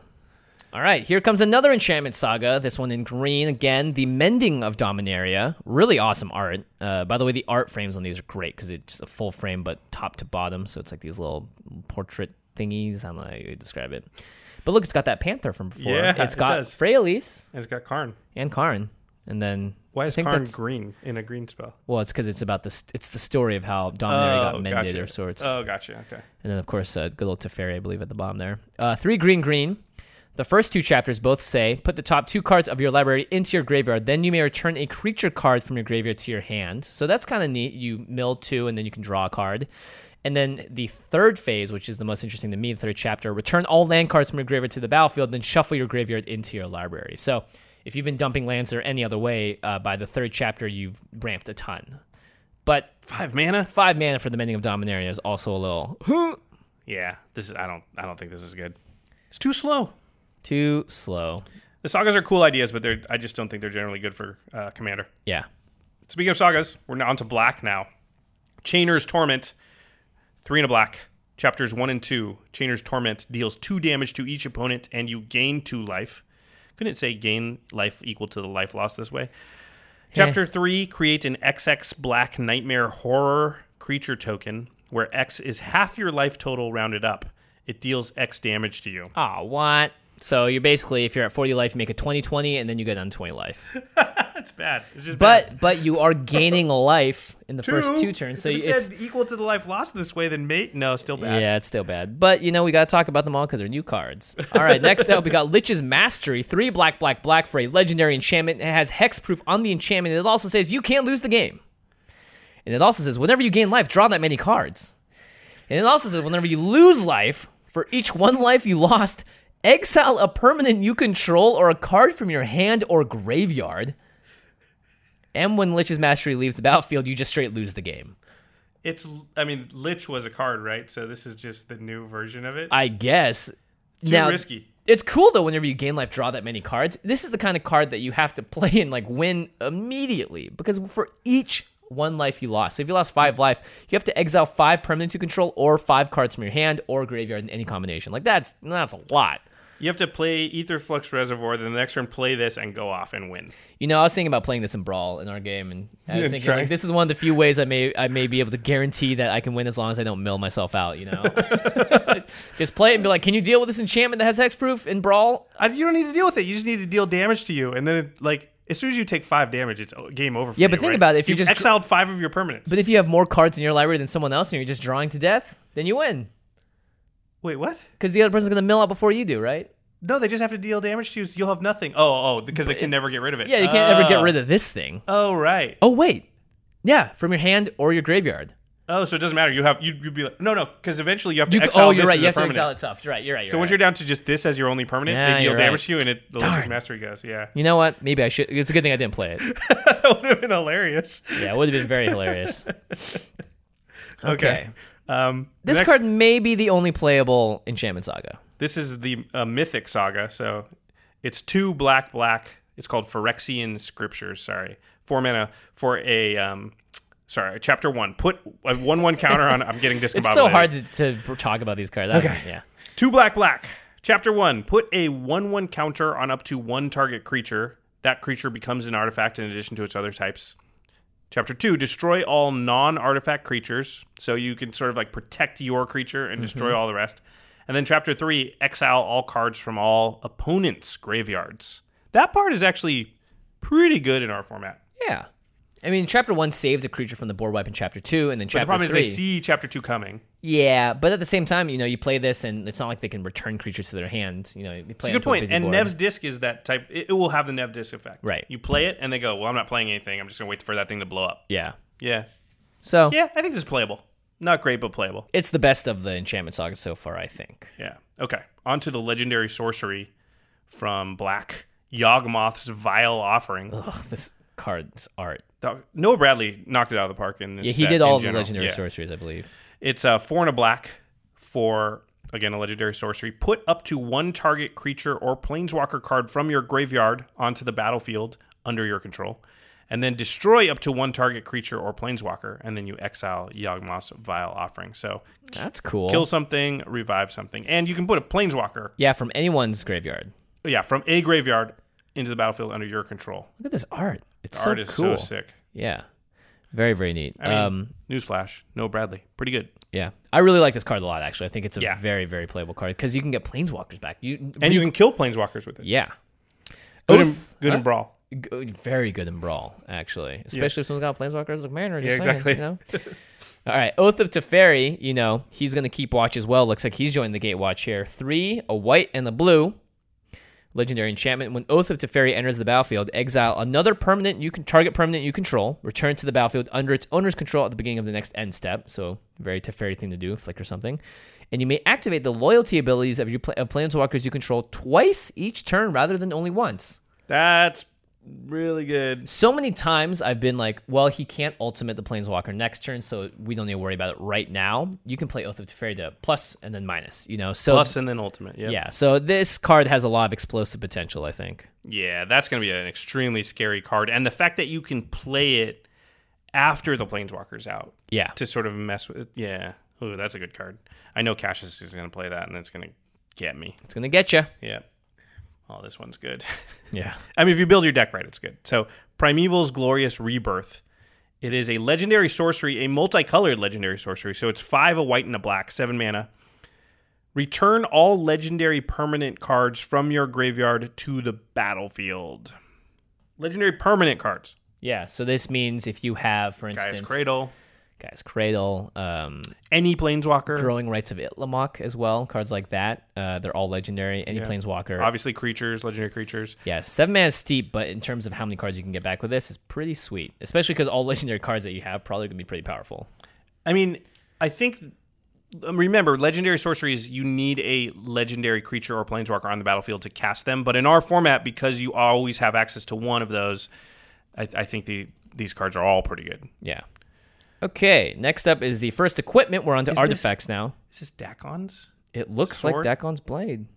[SPEAKER 1] All right, here comes another enchantment saga. This one in green again. The Mending of Dominaria. Really awesome art. Uh, by the way, the art frames on these are great because it's just a full frame, but top to bottom. So it's like these little portrait thingies. I don't know how you describe it. But look, it's got that panther from before.
[SPEAKER 2] Yeah,
[SPEAKER 1] it's
[SPEAKER 2] it
[SPEAKER 1] got
[SPEAKER 2] does.
[SPEAKER 1] Freyalise
[SPEAKER 2] And it's got Karn.
[SPEAKER 1] and Karn, and then
[SPEAKER 2] Why is
[SPEAKER 1] I think
[SPEAKER 2] Karn
[SPEAKER 1] that's-
[SPEAKER 2] green in a green spell?
[SPEAKER 1] Well, it's because it's about this. It's the story of how Dominaria got mended
[SPEAKER 2] Oh, gotcha.
[SPEAKER 1] or sorts.
[SPEAKER 2] Oh, gotcha. Okay.
[SPEAKER 1] And then, of course, uh, good old Teferi, I believe, at the bottom there. Uh, three green green. The first two chapters both say put the top two cards of your library into your graveyard. Then you may return a creature card from your graveyard to your hand. So that's kind of neat. You mill two, and then you can draw a card. And then the third phase, which is the most interesting to me, the third chapter, return all land cards from your graveyard to the battlefield, then shuffle your graveyard into your library. So if you've been dumping lands or any other way, uh, by the third chapter, you've ramped a ton. But
[SPEAKER 2] Five mana.
[SPEAKER 1] five mana for the Mending of Dominaria is also a little.
[SPEAKER 2] Yeah. This is. I don't. I don't think this is good. It's too slow.
[SPEAKER 1] Too slow.
[SPEAKER 2] The sagas are cool ideas, but they're. I just don't think they're generally good for uh, commander.
[SPEAKER 1] Yeah.
[SPEAKER 2] Speaking of sagas, we're on to black now. Chainer's Torment, three and a black. Chapters one and two. Chainer's Torment deals two damage to each opponent, and you gain two life. Couldn't it say gain life equal to the life lost this way? Chapter three create an XX black nightmare horror creature token, where X is half your life total rounded up. It deals X damage to you.
[SPEAKER 1] Ah, what? So you're basically if you're at 40 life, you make a 20 20 and then you get on 20 life.
[SPEAKER 2] That's bad. It's just bad.
[SPEAKER 1] But but you are gaining [laughs] life in the first two turns. So
[SPEAKER 2] if it
[SPEAKER 1] it's
[SPEAKER 2] said equal to the life lost this way, then mate. No, still bad.
[SPEAKER 1] yeah, it's still bad. But you know, we gotta talk about them all because they're new cards. All right, next up we got Lich's Mastery, three black, black, black for a legendary enchantment. It has hexproof on the enchantment. It also says you can't lose the game. And it also says whenever you gain life, draw that many cards. And it also says whenever you lose life, for each one life you lost, exile a permanent you control or a card from your hand or graveyard. And when Lich's Mastery leaves the battlefield, you just straight lose the game.
[SPEAKER 2] It's, I mean, Lich was a card, right? So this is just the new version of it.
[SPEAKER 1] I guess.
[SPEAKER 2] Too risky.
[SPEAKER 1] It's cool though whenever you gain life draw that many cards. This is the kind of card that you have to [laughs] play and like win immediately because for each one life you lost. So if you lost 5 life, you have to exile 5 permanents you control or 5 cards from your hand or graveyard in any combination. Like that's that's a lot.
[SPEAKER 2] You have to play Etherflux Reservoir, then the next turn play this and go off and win.
[SPEAKER 1] You know, I was thinking about playing this in Brawl in our game and I
[SPEAKER 2] [laughs]
[SPEAKER 1] was
[SPEAKER 2] Yeah,
[SPEAKER 1] thinking
[SPEAKER 2] try.
[SPEAKER 1] like this is one of the few ways I may I may be able to guarantee that I can win as long as I don't mill myself out,
[SPEAKER 2] [laughs]
[SPEAKER 1] you know. [laughs] Just play it and be like, "Can you deal with this enchantment that has hexproof in Brawl?"
[SPEAKER 2] I, you don't need to deal with it. You just need to deal damage to you, and then it, like as soon as you take five damage, it's o- game over. For
[SPEAKER 1] Yeah, but
[SPEAKER 2] you,
[SPEAKER 1] think
[SPEAKER 2] right?
[SPEAKER 1] about it. If you
[SPEAKER 2] You've
[SPEAKER 1] just-
[SPEAKER 2] exiled five of your permanents,
[SPEAKER 1] But if you have more cards in your library than someone else and you're just drawing to death, then you win.
[SPEAKER 2] wait, what?
[SPEAKER 1] Because the other person's going to mill out before you do, right?
[SPEAKER 2] No, they just have to deal damage to you. So you'll have nothing. Oh, oh, because they can never get rid of it.
[SPEAKER 1] Yeah, you can't ever get rid of this thing.
[SPEAKER 2] Oh, right.
[SPEAKER 1] Oh, wait. Yeah, from your hand or your graveyard.
[SPEAKER 2] Oh, so it doesn't matter. You have you would be like no, no, because eventually you have to
[SPEAKER 1] You c-
[SPEAKER 2] exile.
[SPEAKER 1] oh, you're
[SPEAKER 2] this
[SPEAKER 1] right.
[SPEAKER 2] as
[SPEAKER 1] You
[SPEAKER 2] a
[SPEAKER 1] have
[SPEAKER 2] permanent.
[SPEAKER 1] to exile itself. You're right. You're right. You're
[SPEAKER 2] So once
[SPEAKER 1] right.
[SPEAKER 2] you're down to just this as your only permanent,
[SPEAKER 1] Yeah,
[SPEAKER 2] they deal
[SPEAKER 1] you're
[SPEAKER 2] damage
[SPEAKER 1] right.
[SPEAKER 2] to you, and it the Lich's
[SPEAKER 1] Darn.
[SPEAKER 2] Mastery goes. Yeah,
[SPEAKER 1] You know what? Maybe I should. It's a good thing I didn't [laughs] play it.
[SPEAKER 2] that [laughs] would have been hilarious.
[SPEAKER 1] Yeah, it would have been very hilarious. Okay.
[SPEAKER 2] Um, the
[SPEAKER 1] This
[SPEAKER 2] next-
[SPEAKER 1] card may be the only playable enchantment saga.
[SPEAKER 2] This is the uh, Mythic Saga. So it's two black, black. It's called Phyrexian Scriptures. Sorry. Four mana for a. Um, sorry, chapter one. Put a 1 1 counter on. I'm getting discombobulated.
[SPEAKER 1] [laughs] It's so hard to, to talk about these cards. Okay. Yeah.
[SPEAKER 2] Two black, black. Chapter one. Put a 1 1 counter on up to one target creature. That creature becomes an artifact in addition to its other types. Chapter two. Destroy all non artifact creatures. So you can sort of like protect your creature and destroy
[SPEAKER 1] Mm-hmm.
[SPEAKER 2] all the rest. And then chapter three. Exile all cards from all opponents' graveyards. That part is actually pretty good in our format.
[SPEAKER 1] Yeah. I mean, chapter one saves a creature from the board wipe in chapter two, and then
[SPEAKER 2] But
[SPEAKER 1] chapter
[SPEAKER 2] the problem
[SPEAKER 1] three.
[SPEAKER 2] is they see chapter two coming.
[SPEAKER 1] Yeah, but at the same time, you know, you play this, and it's not like they can return creatures to their hand. You know, you play
[SPEAKER 2] It's a
[SPEAKER 1] onto
[SPEAKER 2] good
[SPEAKER 1] A
[SPEAKER 2] point.
[SPEAKER 1] busy
[SPEAKER 2] And
[SPEAKER 1] board.
[SPEAKER 2] Nev's disc is that type. It, it will have the Nev disc effect.
[SPEAKER 1] Right.
[SPEAKER 2] You play it and they go, "Well, I'm not playing anything. I'm just gonna wait for that thing to blow up."
[SPEAKER 1] yeah.
[SPEAKER 2] Yeah.
[SPEAKER 1] So
[SPEAKER 2] Yeah. I think this is playable. Not great, but playable.
[SPEAKER 1] it's the best of the enchantment saga so far, I think.
[SPEAKER 2] Yeah. Okay. On to the legendary sorcery from Black Yawgmoth's Vile Offering.
[SPEAKER 1] Ugh, this card's art.
[SPEAKER 2] Doc- Noah Bradley knocked it out of the park in this.
[SPEAKER 1] Yeah, he
[SPEAKER 2] set
[SPEAKER 1] did
[SPEAKER 2] in
[SPEAKER 1] all the
[SPEAKER 2] general.
[SPEAKER 1] legendary
[SPEAKER 2] Yeah.
[SPEAKER 1] sorceries, I believe.
[SPEAKER 2] It's a four and a black for again a legendary sorcery. Put up to one target creature or planeswalker card from your graveyard onto the battlefield under your control, and then destroy up to one target creature or planeswalker, and then you exile Yawgmoth's Vile Offering. So
[SPEAKER 1] That's cool.
[SPEAKER 2] kill something, revive something, and you can put a planeswalker
[SPEAKER 1] yeah, from anyone's graveyard.
[SPEAKER 2] yeah, from a graveyard into the battlefield under your control.
[SPEAKER 1] Look at this art. It's
[SPEAKER 2] The
[SPEAKER 1] so
[SPEAKER 2] art is
[SPEAKER 1] cool.
[SPEAKER 2] so sick.
[SPEAKER 1] Yeah. Very, very neat.
[SPEAKER 2] I mean,
[SPEAKER 1] um,
[SPEAKER 2] newsflash, no Bradley, pretty good.
[SPEAKER 1] yeah. I really like this card a lot, actually. I think it's a
[SPEAKER 2] Yeah.
[SPEAKER 1] very, very playable card because you can get planeswalkers back. You
[SPEAKER 2] And you can kill planeswalkers with it.
[SPEAKER 1] Yeah. Uh,
[SPEAKER 2] Good, in,
[SPEAKER 1] Oath-
[SPEAKER 2] good in brawl.
[SPEAKER 1] G- very good in brawl, actually. Especially if someone's got planeswalkers like Mariner. Just
[SPEAKER 2] Yeah,
[SPEAKER 1] saying,
[SPEAKER 2] exactly.
[SPEAKER 1] you know?
[SPEAKER 2] [laughs]
[SPEAKER 1] All right, Oath of Teferi. You know he's gonna keep watch as well. Looks like he's joined the Gate Watch here. Three, a white and a blue. Legendary enchantment. When Oath of Teferi enters the battlefield, exile another permanent you can target permanent you control. Return to the battlefield under its owner's control at the beginning of the next end step. So very Teferi thing to do, flick or something. And you may activate the loyalty abilities of your pla- of planeswalkers you control twice each turn rather than only once
[SPEAKER 2] That's really good.
[SPEAKER 1] so many times I've been like, well, he can't ultimate the planeswalker next turn, so we don't need to worry about it right now. You can play Oath of Teferi to plus and then minus, you know. So
[SPEAKER 2] Plus and then ultimate. Yeah.
[SPEAKER 1] yeah, so this card has a lot of explosive potential, I think.
[SPEAKER 2] Yeah, that's going to be an extremely scary card. And the fact that you can play it after the planeswalker's out
[SPEAKER 1] Yeah.
[SPEAKER 2] to sort of mess with it. Yeah. Ooh, that's a good card. I know Cassius is going to play that and it's going to get me.
[SPEAKER 1] It's going to get you.
[SPEAKER 2] Yeah. Oh, this one's good. [laughs]
[SPEAKER 1] Yeah.
[SPEAKER 2] I mean, if you build your deck right, it's good. So, Primeval's Glorious Rebirth. It is a legendary sorcery, a multicolored legendary sorcery. So, it's five, a white, and a black, seven mana. Return all legendary permanent cards from your graveyard to the battlefield. Legendary permanent cards.
[SPEAKER 1] Yeah, so this means if you have for instance
[SPEAKER 2] Guy's Cradle,
[SPEAKER 1] Guy's Cradle, um
[SPEAKER 2] any Planeswalker,
[SPEAKER 1] Growing Rights of Itlamok as well, cards like that, uh, they're all legendary. Any planeswalker.
[SPEAKER 2] obviously creatures, legendary creatures.
[SPEAKER 1] Yeah, seven mana is steep, but in terms of how many cards you can get back with this, is pretty sweet. Especially because all [laughs] legendary cards that you have probably gonna be pretty powerful.
[SPEAKER 2] I mean, I think um, remember legendary sorceries. You need a legendary creature or planeswalker on the battlefield to cast them. But in our format, because you always have access to one of those, I, I think the these cards are all pretty good.
[SPEAKER 1] Yeah. Okay, next up is the first equipment. We're onto
[SPEAKER 2] Is this-
[SPEAKER 1] artifacts now.
[SPEAKER 2] Is this Dacon's?
[SPEAKER 1] It looks
[SPEAKER 2] sword?
[SPEAKER 1] like Dakon's blade.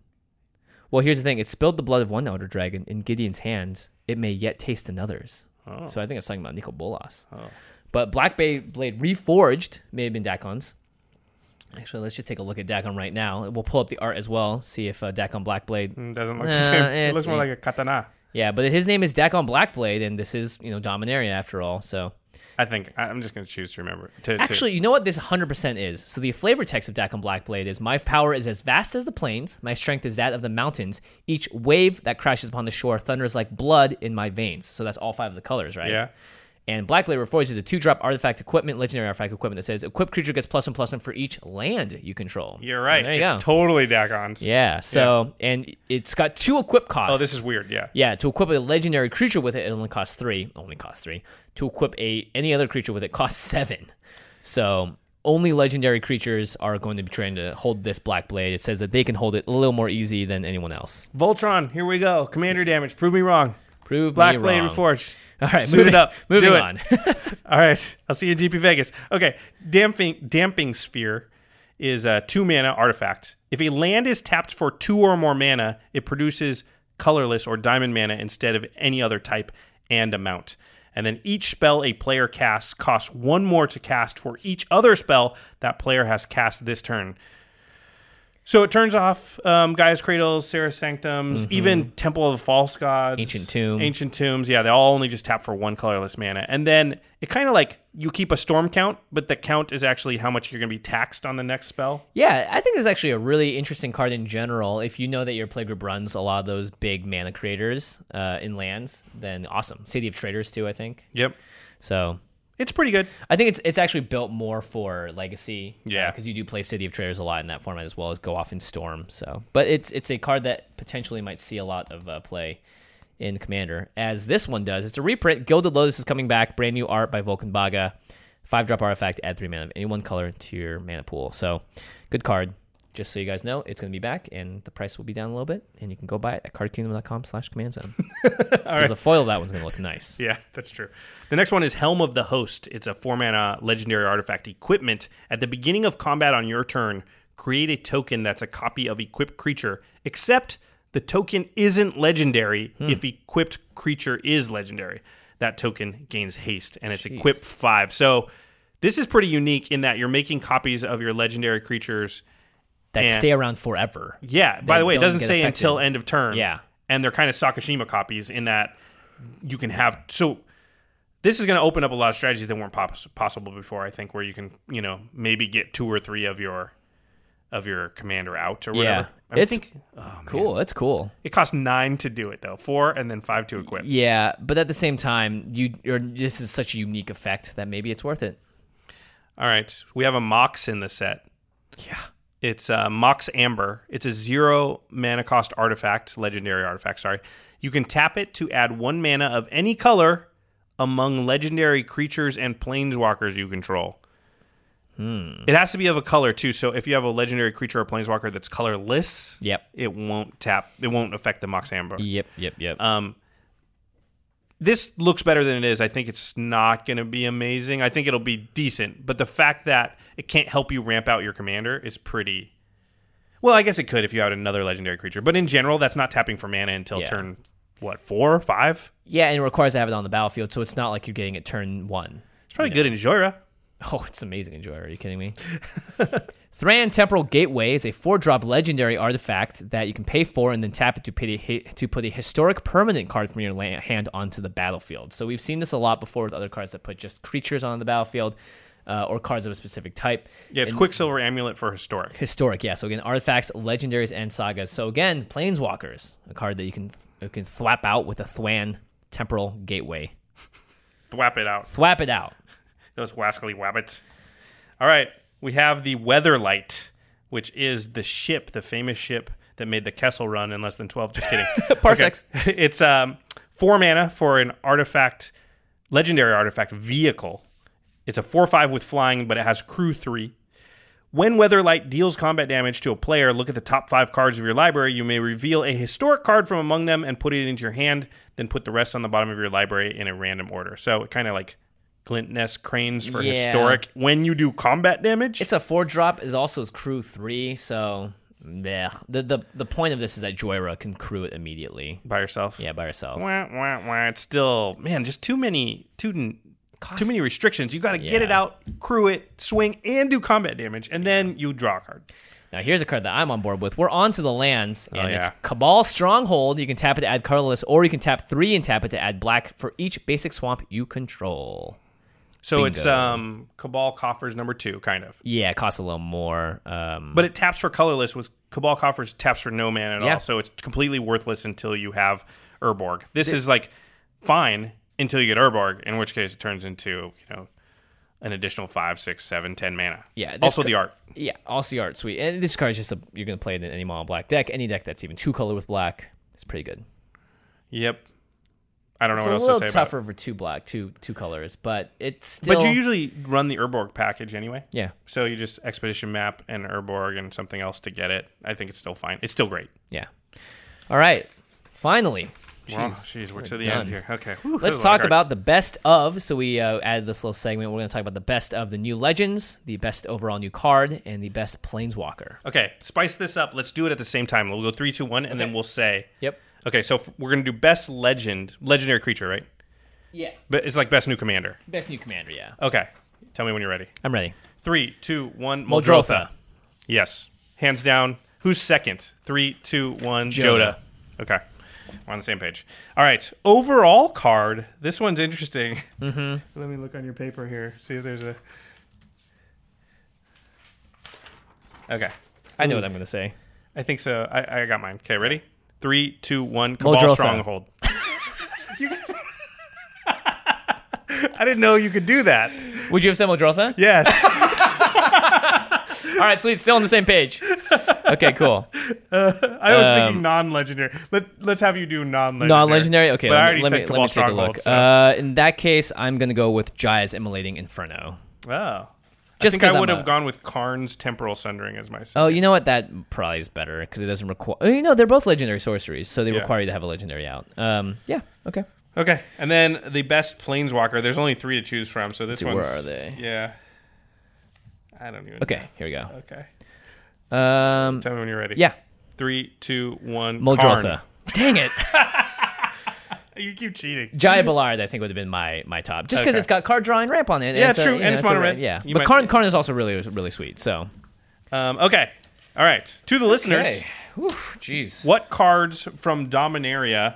[SPEAKER 1] Well, here's the thing. It spilled the blood of one elder dragon in Gideon's hands. It may yet taste another's.
[SPEAKER 2] Oh.
[SPEAKER 1] So I think it's talking about Nico Bolas. But Black Bay Blade Reforged may have been Dakon's. Actually, let's just take a look at Dakon right now. We'll pull up the art as well, see if uh, Dakon Blackblade
[SPEAKER 2] Mm, Doesn't look
[SPEAKER 1] Nah,
[SPEAKER 2] the same.
[SPEAKER 1] it's
[SPEAKER 2] It looks more
[SPEAKER 1] me.
[SPEAKER 2] like a katana.
[SPEAKER 1] Yeah, but his name is Dakon Blackblade, and this is you know Dominaria after all. So
[SPEAKER 2] I think I- I'm just going to choose to remember. To, to-
[SPEAKER 1] actually, you know what this 100% is. So the flavor text of Dakon Blackblade is: My power is as vast as the plains. My strength is that of the mountains. Each wave that crashes upon the shore thunders like blood in my veins. So that's all five of the colors, right?
[SPEAKER 2] Yeah.
[SPEAKER 1] And Blackblade Reforged is a two-drop artifact equipment, legendary artifact equipment that says equipped creature gets plus one plus one for each land you control.
[SPEAKER 2] you're
[SPEAKER 1] So
[SPEAKER 2] right.
[SPEAKER 1] there you
[SPEAKER 2] it's
[SPEAKER 1] go.
[SPEAKER 2] totally Dacon's.
[SPEAKER 1] yeah. So and it's got two equip costs.
[SPEAKER 2] Oh, this is weird. Yeah.
[SPEAKER 1] Yeah, to equip a legendary creature with it, it only costs three. Only costs three. To equip a any other creature with it costs [laughs] seven. So only legendary creatures are going to be trying to hold this black blade. It says that they can hold it a little more easy than anyone else.
[SPEAKER 2] Voltron, here we go. Commander damage. Prove me wrong.
[SPEAKER 1] Prove
[SPEAKER 2] Black
[SPEAKER 1] me
[SPEAKER 2] Blade
[SPEAKER 1] wrong.
[SPEAKER 2] Reforged.
[SPEAKER 1] [laughs] All right,
[SPEAKER 2] Suit
[SPEAKER 1] moving
[SPEAKER 2] it up.
[SPEAKER 1] [laughs] Moving
[SPEAKER 2] Do it.
[SPEAKER 1] on.
[SPEAKER 2] [laughs] All right, I'll see you at GP Vegas. Okay, damping damping sphere is a two mana artifact. If a land is tapped for two or more mana, it produces colorless or diamond mana instead of any other type and amount. And then each spell a player casts costs one more to cast for each other spell that player has cast this turn. So it turns off um, Gaia's Cradles, Sarah's Sanctums, even Temple of the False Gods,
[SPEAKER 1] Ancient Tomb.
[SPEAKER 2] Mm-hmm. Ancient Tombs. Yeah, they all only just tap for one colorless mana. And then it kind of like you keep a storm count, but the count is actually how much you're going to be taxed on the next spell.
[SPEAKER 1] yeah, I think this is actually a really interesting card in general. If you know that your playgroup runs a lot of those big mana creators uh, in lands, then awesome. City of Traders too, I think.
[SPEAKER 2] Yep.
[SPEAKER 1] So
[SPEAKER 2] It's pretty good.
[SPEAKER 1] I think it's it's actually built more for legacy.
[SPEAKER 2] Yeah.
[SPEAKER 1] because you do play City of Traders a lot in that format as well as Go Off in Storm. So, but it's it's a card that potentially might see a lot of uh, play in Commander, as this one does. It's a reprint. Gilded Lotus is coming back. Brand new art by Vulcan Baga. Five drop artifact. Add three mana of any one color to your mana pool. So, good card. Just so you guys know, it's going to be back, and the price will be down a little bit, and you can go buy it at cardkingdom.com slash command
[SPEAKER 2] [laughs]
[SPEAKER 1] zone. Because the foil of that one's going to look nice.
[SPEAKER 2] Yeah, [laughs] that's true. The next one is Helm of the Host. It's a four mana legendary artifact equipment. At the beginning of combat on your turn, create a token that's a copy of equipped creature, except the token isn't legendary if equipped creature is legendary. That token gains haste and it's equipped five. So this is pretty unique in that you're making copies of your legendary creatures.
[SPEAKER 1] That
[SPEAKER 2] And-
[SPEAKER 1] stay around forever.
[SPEAKER 2] Yeah. By the way, it
[SPEAKER 1] don't
[SPEAKER 2] doesn't
[SPEAKER 1] get
[SPEAKER 2] say
[SPEAKER 1] affected.
[SPEAKER 2] until end of turn.
[SPEAKER 1] Yeah.
[SPEAKER 2] and they're kind of Sakashima copies in that you can have so this is going to open up a lot of strategies that weren't pos- possible before. I think where you can you know maybe get two or three of your of your commander out or whatever.
[SPEAKER 1] Yeah.
[SPEAKER 2] I'm
[SPEAKER 1] It's
[SPEAKER 2] thinking- oh,
[SPEAKER 1] Cool.
[SPEAKER 2] man.
[SPEAKER 1] That's cool.
[SPEAKER 2] It costs nine to do it though, four and then five to equip.
[SPEAKER 1] Yeah, but at the same time, you or this is such a unique effect that maybe it's worth it.
[SPEAKER 2] All right, we have a Mox in the set. Yeah, it's uh, Mox Amber. It's a zero mana cost artifact, legendary artifact. Sorry, you can tap it to add one mana of any color among legendary creatures and planeswalkers you control. It has to be of a color too. So if you have a legendary creature or planeswalker that's colorless,
[SPEAKER 1] Yep.
[SPEAKER 2] it won't tap. It won't affect the Mox Amber.
[SPEAKER 1] Yep. Yep. Yep.
[SPEAKER 2] Um, this looks better than it is. I think it's not going to be amazing. I think it'll be decent, but the fact that it can't help you ramp out your commander is pretty. Well, I guess it could if you had another legendary creature, but in general, that's not tapping for mana until
[SPEAKER 1] Yeah.
[SPEAKER 2] turn what four, five.
[SPEAKER 1] yeah, and it requires to have it on the battlefield, so it's not like you're getting it turn one. [laughs]
[SPEAKER 2] It's probably good in Joyra.
[SPEAKER 1] Oh, it's amazing, Enjoy. Are you kidding [laughs] me? Thran Temporal Gateway is a four-drop legendary artifact that you can pay for and then tap it to, put a to put a historic permanent card from your la- hand onto the battlefield. So we've seen this a lot before with other cards that put just creatures on the battlefield uh, or cards of a specific type.
[SPEAKER 2] Yeah, it's
[SPEAKER 1] And-
[SPEAKER 2] Quicksilver Amulet for historic.
[SPEAKER 1] Historic, yeah. So again, artifacts, legendaries, and sagas. So again, Planeswalkers, a card that you can you can thwap out with a Thwan Temporal Gateway.
[SPEAKER 2] Thwap it out,
[SPEAKER 1] Thwap it out.
[SPEAKER 2] those wascally wabbits. All right, we have the Weatherlight, which is the ship, the famous ship that made the Kessel Run in less than twelve. Just kidding.
[SPEAKER 1] Parsecs.
[SPEAKER 2] Okay. It's um, four mana for an artifact, legendary artifact vehicle. It's a four five with flying, but it has crew three. When Weatherlight deals combat damage to a player, look at the top five cards of your library. You may reveal a historic card from among them and put it into your hand. Then put the rest on the bottom of your library in a random order. So it kind of like glint nest cranes for
[SPEAKER 1] Yeah.
[SPEAKER 2] historic. When you do combat damage,
[SPEAKER 1] It's a four drop. It also is crew three, so yeah. The the the point of this is that Joyra can crew it immediately.
[SPEAKER 2] by yourself.
[SPEAKER 1] Yeah, by herself.
[SPEAKER 2] wah, wah, wah. It's still man, just too many too too many restrictions. You got to get it
[SPEAKER 1] Yeah.
[SPEAKER 2] out, crew it, swing, and do combat damage, and then you draw a card.
[SPEAKER 1] Now here's a card that I'm on board with. We're on to the lands, and it's
[SPEAKER 2] yeah.
[SPEAKER 1] Cabal Stronghold. You can tap it to add colorless, or you can tap three and tap it to add black for each basic swamp you control.
[SPEAKER 2] So it's
[SPEAKER 1] Bingo.
[SPEAKER 2] um Cabal Coffers number two, kind of.
[SPEAKER 1] Yeah, it costs a little more. Um,
[SPEAKER 2] But it taps for colorless with Cabal Coffers taps for no man at
[SPEAKER 1] Yeah.
[SPEAKER 2] all. So it's completely worthless until you have Urborg. This is like fine until you get Urborg, in which case it turns into you know an additional five, six, seven, ten mana.
[SPEAKER 1] Yeah, this
[SPEAKER 2] Also
[SPEAKER 1] co-
[SPEAKER 2] the art.
[SPEAKER 1] Yeah, all see art sweet. And this card is just a you're gonna play it in any mono black deck, any deck that's even two color with black. It's pretty good.
[SPEAKER 2] Yep. I don't know
[SPEAKER 1] It's
[SPEAKER 2] what
[SPEAKER 1] a
[SPEAKER 2] else
[SPEAKER 1] little
[SPEAKER 2] to say about it.
[SPEAKER 1] tougher for two black, two two colors, but it's still.
[SPEAKER 2] But you usually run the Urborg package anyway.
[SPEAKER 1] yeah
[SPEAKER 2] So you just expedition map and Urborg and something else to get it. I think it's still fine. It's still great.
[SPEAKER 1] yeah. All right, finally,
[SPEAKER 2] Jeez, wow, jeez we're to the
[SPEAKER 1] done.
[SPEAKER 2] end here. Okay, Whew,
[SPEAKER 1] let's
[SPEAKER 2] that's a lot
[SPEAKER 1] talk
[SPEAKER 2] of
[SPEAKER 1] about
[SPEAKER 2] cards.
[SPEAKER 1] the best of. So we uh, added this little segment. We're gonna talk about the best of the new legends, the best overall new card, and the best planeswalker.
[SPEAKER 2] Okay, spice this up. Let's do it at the same time. We'll go three, two, one, and then we'll say.
[SPEAKER 1] Yep.
[SPEAKER 2] Okay, so f- we're gonna do best legend, legendary creature, right?
[SPEAKER 1] Yeah.
[SPEAKER 2] But it's like best new commander.
[SPEAKER 1] Best new commander. Yeah.
[SPEAKER 2] Okay, tell me when you're ready.
[SPEAKER 1] I'm ready.
[SPEAKER 2] Three, two, one.
[SPEAKER 1] Moldrotha.
[SPEAKER 2] Moldrotha. Yes, hands down. Who's second? Three, two, one.
[SPEAKER 1] Joda.
[SPEAKER 2] Joda. Okay, we're on the same page. All right. Overall card. This one's interesting. [laughs] Let me look on your paper here. See if there's a. Okay,
[SPEAKER 1] I know what I'm gonna say.
[SPEAKER 2] I think so. I, I got mine. Okay, ready? Three, two, one. Cabal
[SPEAKER 1] Moldrotha.
[SPEAKER 2] stronghold. [laughs] You guys- I didn't know you could do that.
[SPEAKER 1] Would you have said Moldrotha?
[SPEAKER 2] Yes.
[SPEAKER 1] All right, so it's still on the
[SPEAKER 2] [laughs]
[SPEAKER 1] same page. Okay, cool.
[SPEAKER 2] I was
[SPEAKER 1] Um,
[SPEAKER 2] thinking non-legendary. Let Let's have you do non-legendary.
[SPEAKER 1] Non-legendary. Okay,
[SPEAKER 2] but I
[SPEAKER 1] let,
[SPEAKER 2] already
[SPEAKER 1] me, let,
[SPEAKER 2] said
[SPEAKER 1] me, let
[SPEAKER 2] Cabal
[SPEAKER 1] me take a
[SPEAKER 2] Stronghold.
[SPEAKER 1] look.
[SPEAKER 2] so-
[SPEAKER 1] Uh, in that case, I'm gonna go with Jaya's immolating Inferno.
[SPEAKER 2] oh,
[SPEAKER 1] Uh, Just
[SPEAKER 2] I think
[SPEAKER 1] 'cause
[SPEAKER 2] I
[SPEAKER 1] I'm
[SPEAKER 2] would
[SPEAKER 1] a-
[SPEAKER 2] have gone with Karn's Temporal Sundering as my.
[SPEAKER 1] Oh, you know what? That probably is better because it doesn't require. Oh, you know, they're both legendary sorceries, so they
[SPEAKER 2] Yeah.
[SPEAKER 1] require you to have a legendary out. Um, yeah. Okay.
[SPEAKER 2] Okay, and then the best Planeswalker. There's only three to choose from, so this
[SPEAKER 1] see, where
[SPEAKER 2] one.
[SPEAKER 1] are they?
[SPEAKER 2] Yeah. I don't even.
[SPEAKER 1] Okay. Here we go.
[SPEAKER 2] Know. Okay.
[SPEAKER 1] Um,
[SPEAKER 2] Tell me when you're ready.
[SPEAKER 1] yeah,
[SPEAKER 2] Three, two, one.
[SPEAKER 1] Moldrotha.
[SPEAKER 2] Moldrotha.
[SPEAKER 1] [laughs] Dang it,
[SPEAKER 2] You keep cheating.
[SPEAKER 1] Jaya Ballard. I think would have been my my top, just because
[SPEAKER 2] Okay.
[SPEAKER 1] it's got card draw and ramp on it.
[SPEAKER 2] Yeah,
[SPEAKER 1] a-
[SPEAKER 2] true,
[SPEAKER 1] you
[SPEAKER 2] and
[SPEAKER 1] know,
[SPEAKER 2] it's
[SPEAKER 1] a
[SPEAKER 2] mono
[SPEAKER 1] red-
[SPEAKER 2] red.
[SPEAKER 1] Yeah,
[SPEAKER 2] You
[SPEAKER 1] but
[SPEAKER 2] might-
[SPEAKER 1] Karn Karn is also really really sweet. So
[SPEAKER 2] Um, okay. All right. To the listeners,
[SPEAKER 1] Oof, jeez.
[SPEAKER 2] What cards from Dominaria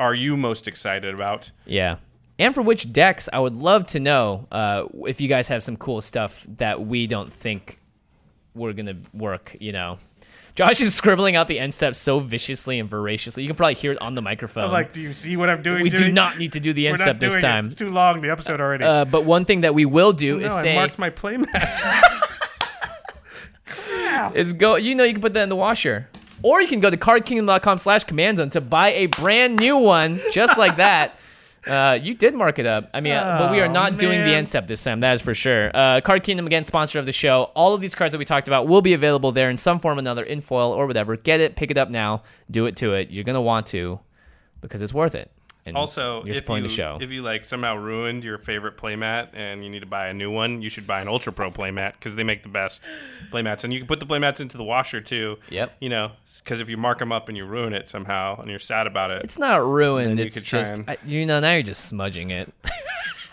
[SPEAKER 2] are you most excited about?
[SPEAKER 1] Yeah. And for which decks, I would love to know uh, if you guys have some cool stuff that we don't think we're going to work, you know. Josh is [laughs] scribbling out the end steps so viciously and voraciously. You can probably hear it on the microphone.
[SPEAKER 3] I'm like, do you see what I'm doing?
[SPEAKER 1] we do
[SPEAKER 3] Jimmy?
[SPEAKER 1] not need to do the
[SPEAKER 3] We're
[SPEAKER 1] end
[SPEAKER 3] not
[SPEAKER 1] step this
[SPEAKER 3] doing it.
[SPEAKER 1] time.
[SPEAKER 3] It's too long. The episode already.
[SPEAKER 1] Uh, but one thing that we will do
[SPEAKER 3] no,
[SPEAKER 1] is
[SPEAKER 3] I
[SPEAKER 1] say
[SPEAKER 3] marked my playmat.
[SPEAKER 1] is go. You know, you can put that in the washer, or you can go to cardkingdom.com/command zone to buy a brand new one,
[SPEAKER 2] [laughs]
[SPEAKER 1] just like that. Uh, you did mark it up. I mean, uh, but we are
[SPEAKER 3] Oh,
[SPEAKER 1] not doing the
[SPEAKER 3] man.
[SPEAKER 1] end step this time. That is for sure. Uh, Card Kingdom again, sponsor of the show. All of these cards that we talked about will be available there in some form or another, in foil or whatever. Get it, pick it up now, do it to it. You're gonna want to, because it's worth it.
[SPEAKER 2] [laughs]
[SPEAKER 1] And
[SPEAKER 2] Also,
[SPEAKER 1] you're
[SPEAKER 2] if
[SPEAKER 1] supporting
[SPEAKER 2] you,
[SPEAKER 1] the show.
[SPEAKER 2] if you like somehow ruined your favorite playmat and you need to buy a new one, you should buy an Ultra Pro playmat because they make the best playmats, and you can put the playmats into the washer too.
[SPEAKER 1] Yep.
[SPEAKER 2] You know, because if you mark them up and you ruin it somehow and you're sad about it,
[SPEAKER 1] It's not ruined.
[SPEAKER 2] you
[SPEAKER 1] It's
[SPEAKER 2] could try
[SPEAKER 1] just
[SPEAKER 2] and-
[SPEAKER 1] I, you know now you're just smudging it.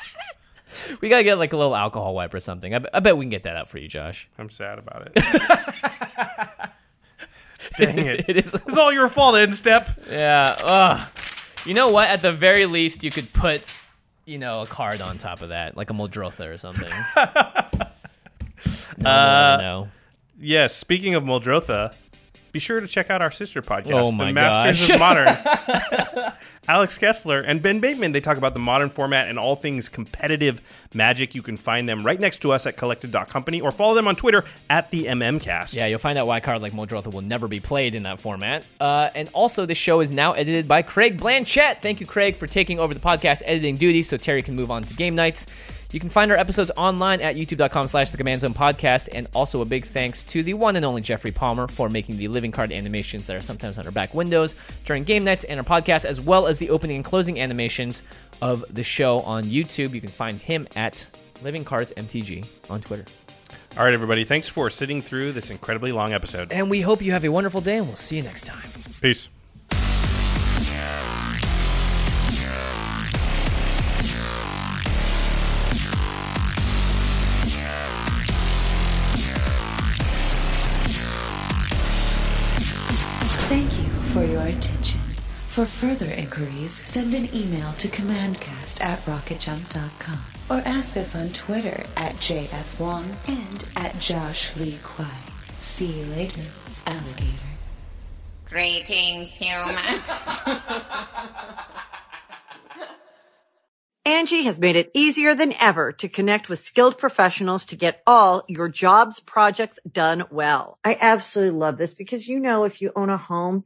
[SPEAKER 1] [laughs] we gotta get like a little alcohol wipe or something. I, be- I bet we can get that out for you, Josh. [laughs]
[SPEAKER 2] I'm sad about it.
[SPEAKER 3] [laughs] Dang it.
[SPEAKER 2] [laughs]
[SPEAKER 1] It is.
[SPEAKER 3] [laughs] It's all your fault, Instep.
[SPEAKER 1] Yeah. Ugh. You know what? At the very least, you could put you know a card on top of that, like a Moldrotha
[SPEAKER 2] [laughs]
[SPEAKER 1] or something. no, uh, no.
[SPEAKER 2] yes. Speaking of Moldrotha, be sure to check out our sister podcast,
[SPEAKER 1] Oh my
[SPEAKER 2] The Masters
[SPEAKER 1] gosh.
[SPEAKER 2] of Modern. [laughs]
[SPEAKER 1] [laughs]
[SPEAKER 2] Alex Kessler and Ben Bateman. They talk about the modern format and all things competitive magic. You can find them right next to us at collected.company or follow them on Twitter at the MMCast.
[SPEAKER 1] Yeah, you'll find out why a card like Moldrotha will never be played in that format. Uh, and also, this show is now edited by Craig Blanchett. Thank you, Craig, for taking over the podcast editing duties so Terry can move on to game nights. You can find our episodes online at youtube.com slash the command zone podcast. And also a big thanks to the one and only Jeffrey Palmer for making the living card animations that are sometimes on our back windows during game nights and our podcast, as well as the opening and closing animations of the show on YouTube. You can find him at Living Cards MTG on Twitter.
[SPEAKER 2] All right, everybody. Thanks for sitting through this incredibly long episode.
[SPEAKER 1] And we hope you have a wonderful day, and we'll see you next time.
[SPEAKER 2] Peace.
[SPEAKER 4] Thank you for your attention. For further inquiries, send an email to commandcast at rocketjump.com or ask us on Twitter at JF Wong and at Josh Lee Kwai. See you later, alligator.
[SPEAKER 5] Greetings, humans.
[SPEAKER 6] Angie has made it easier than ever to connect with skilled professionals to get all your jobs projects done well. I absolutely love this because, you know, if you own a home,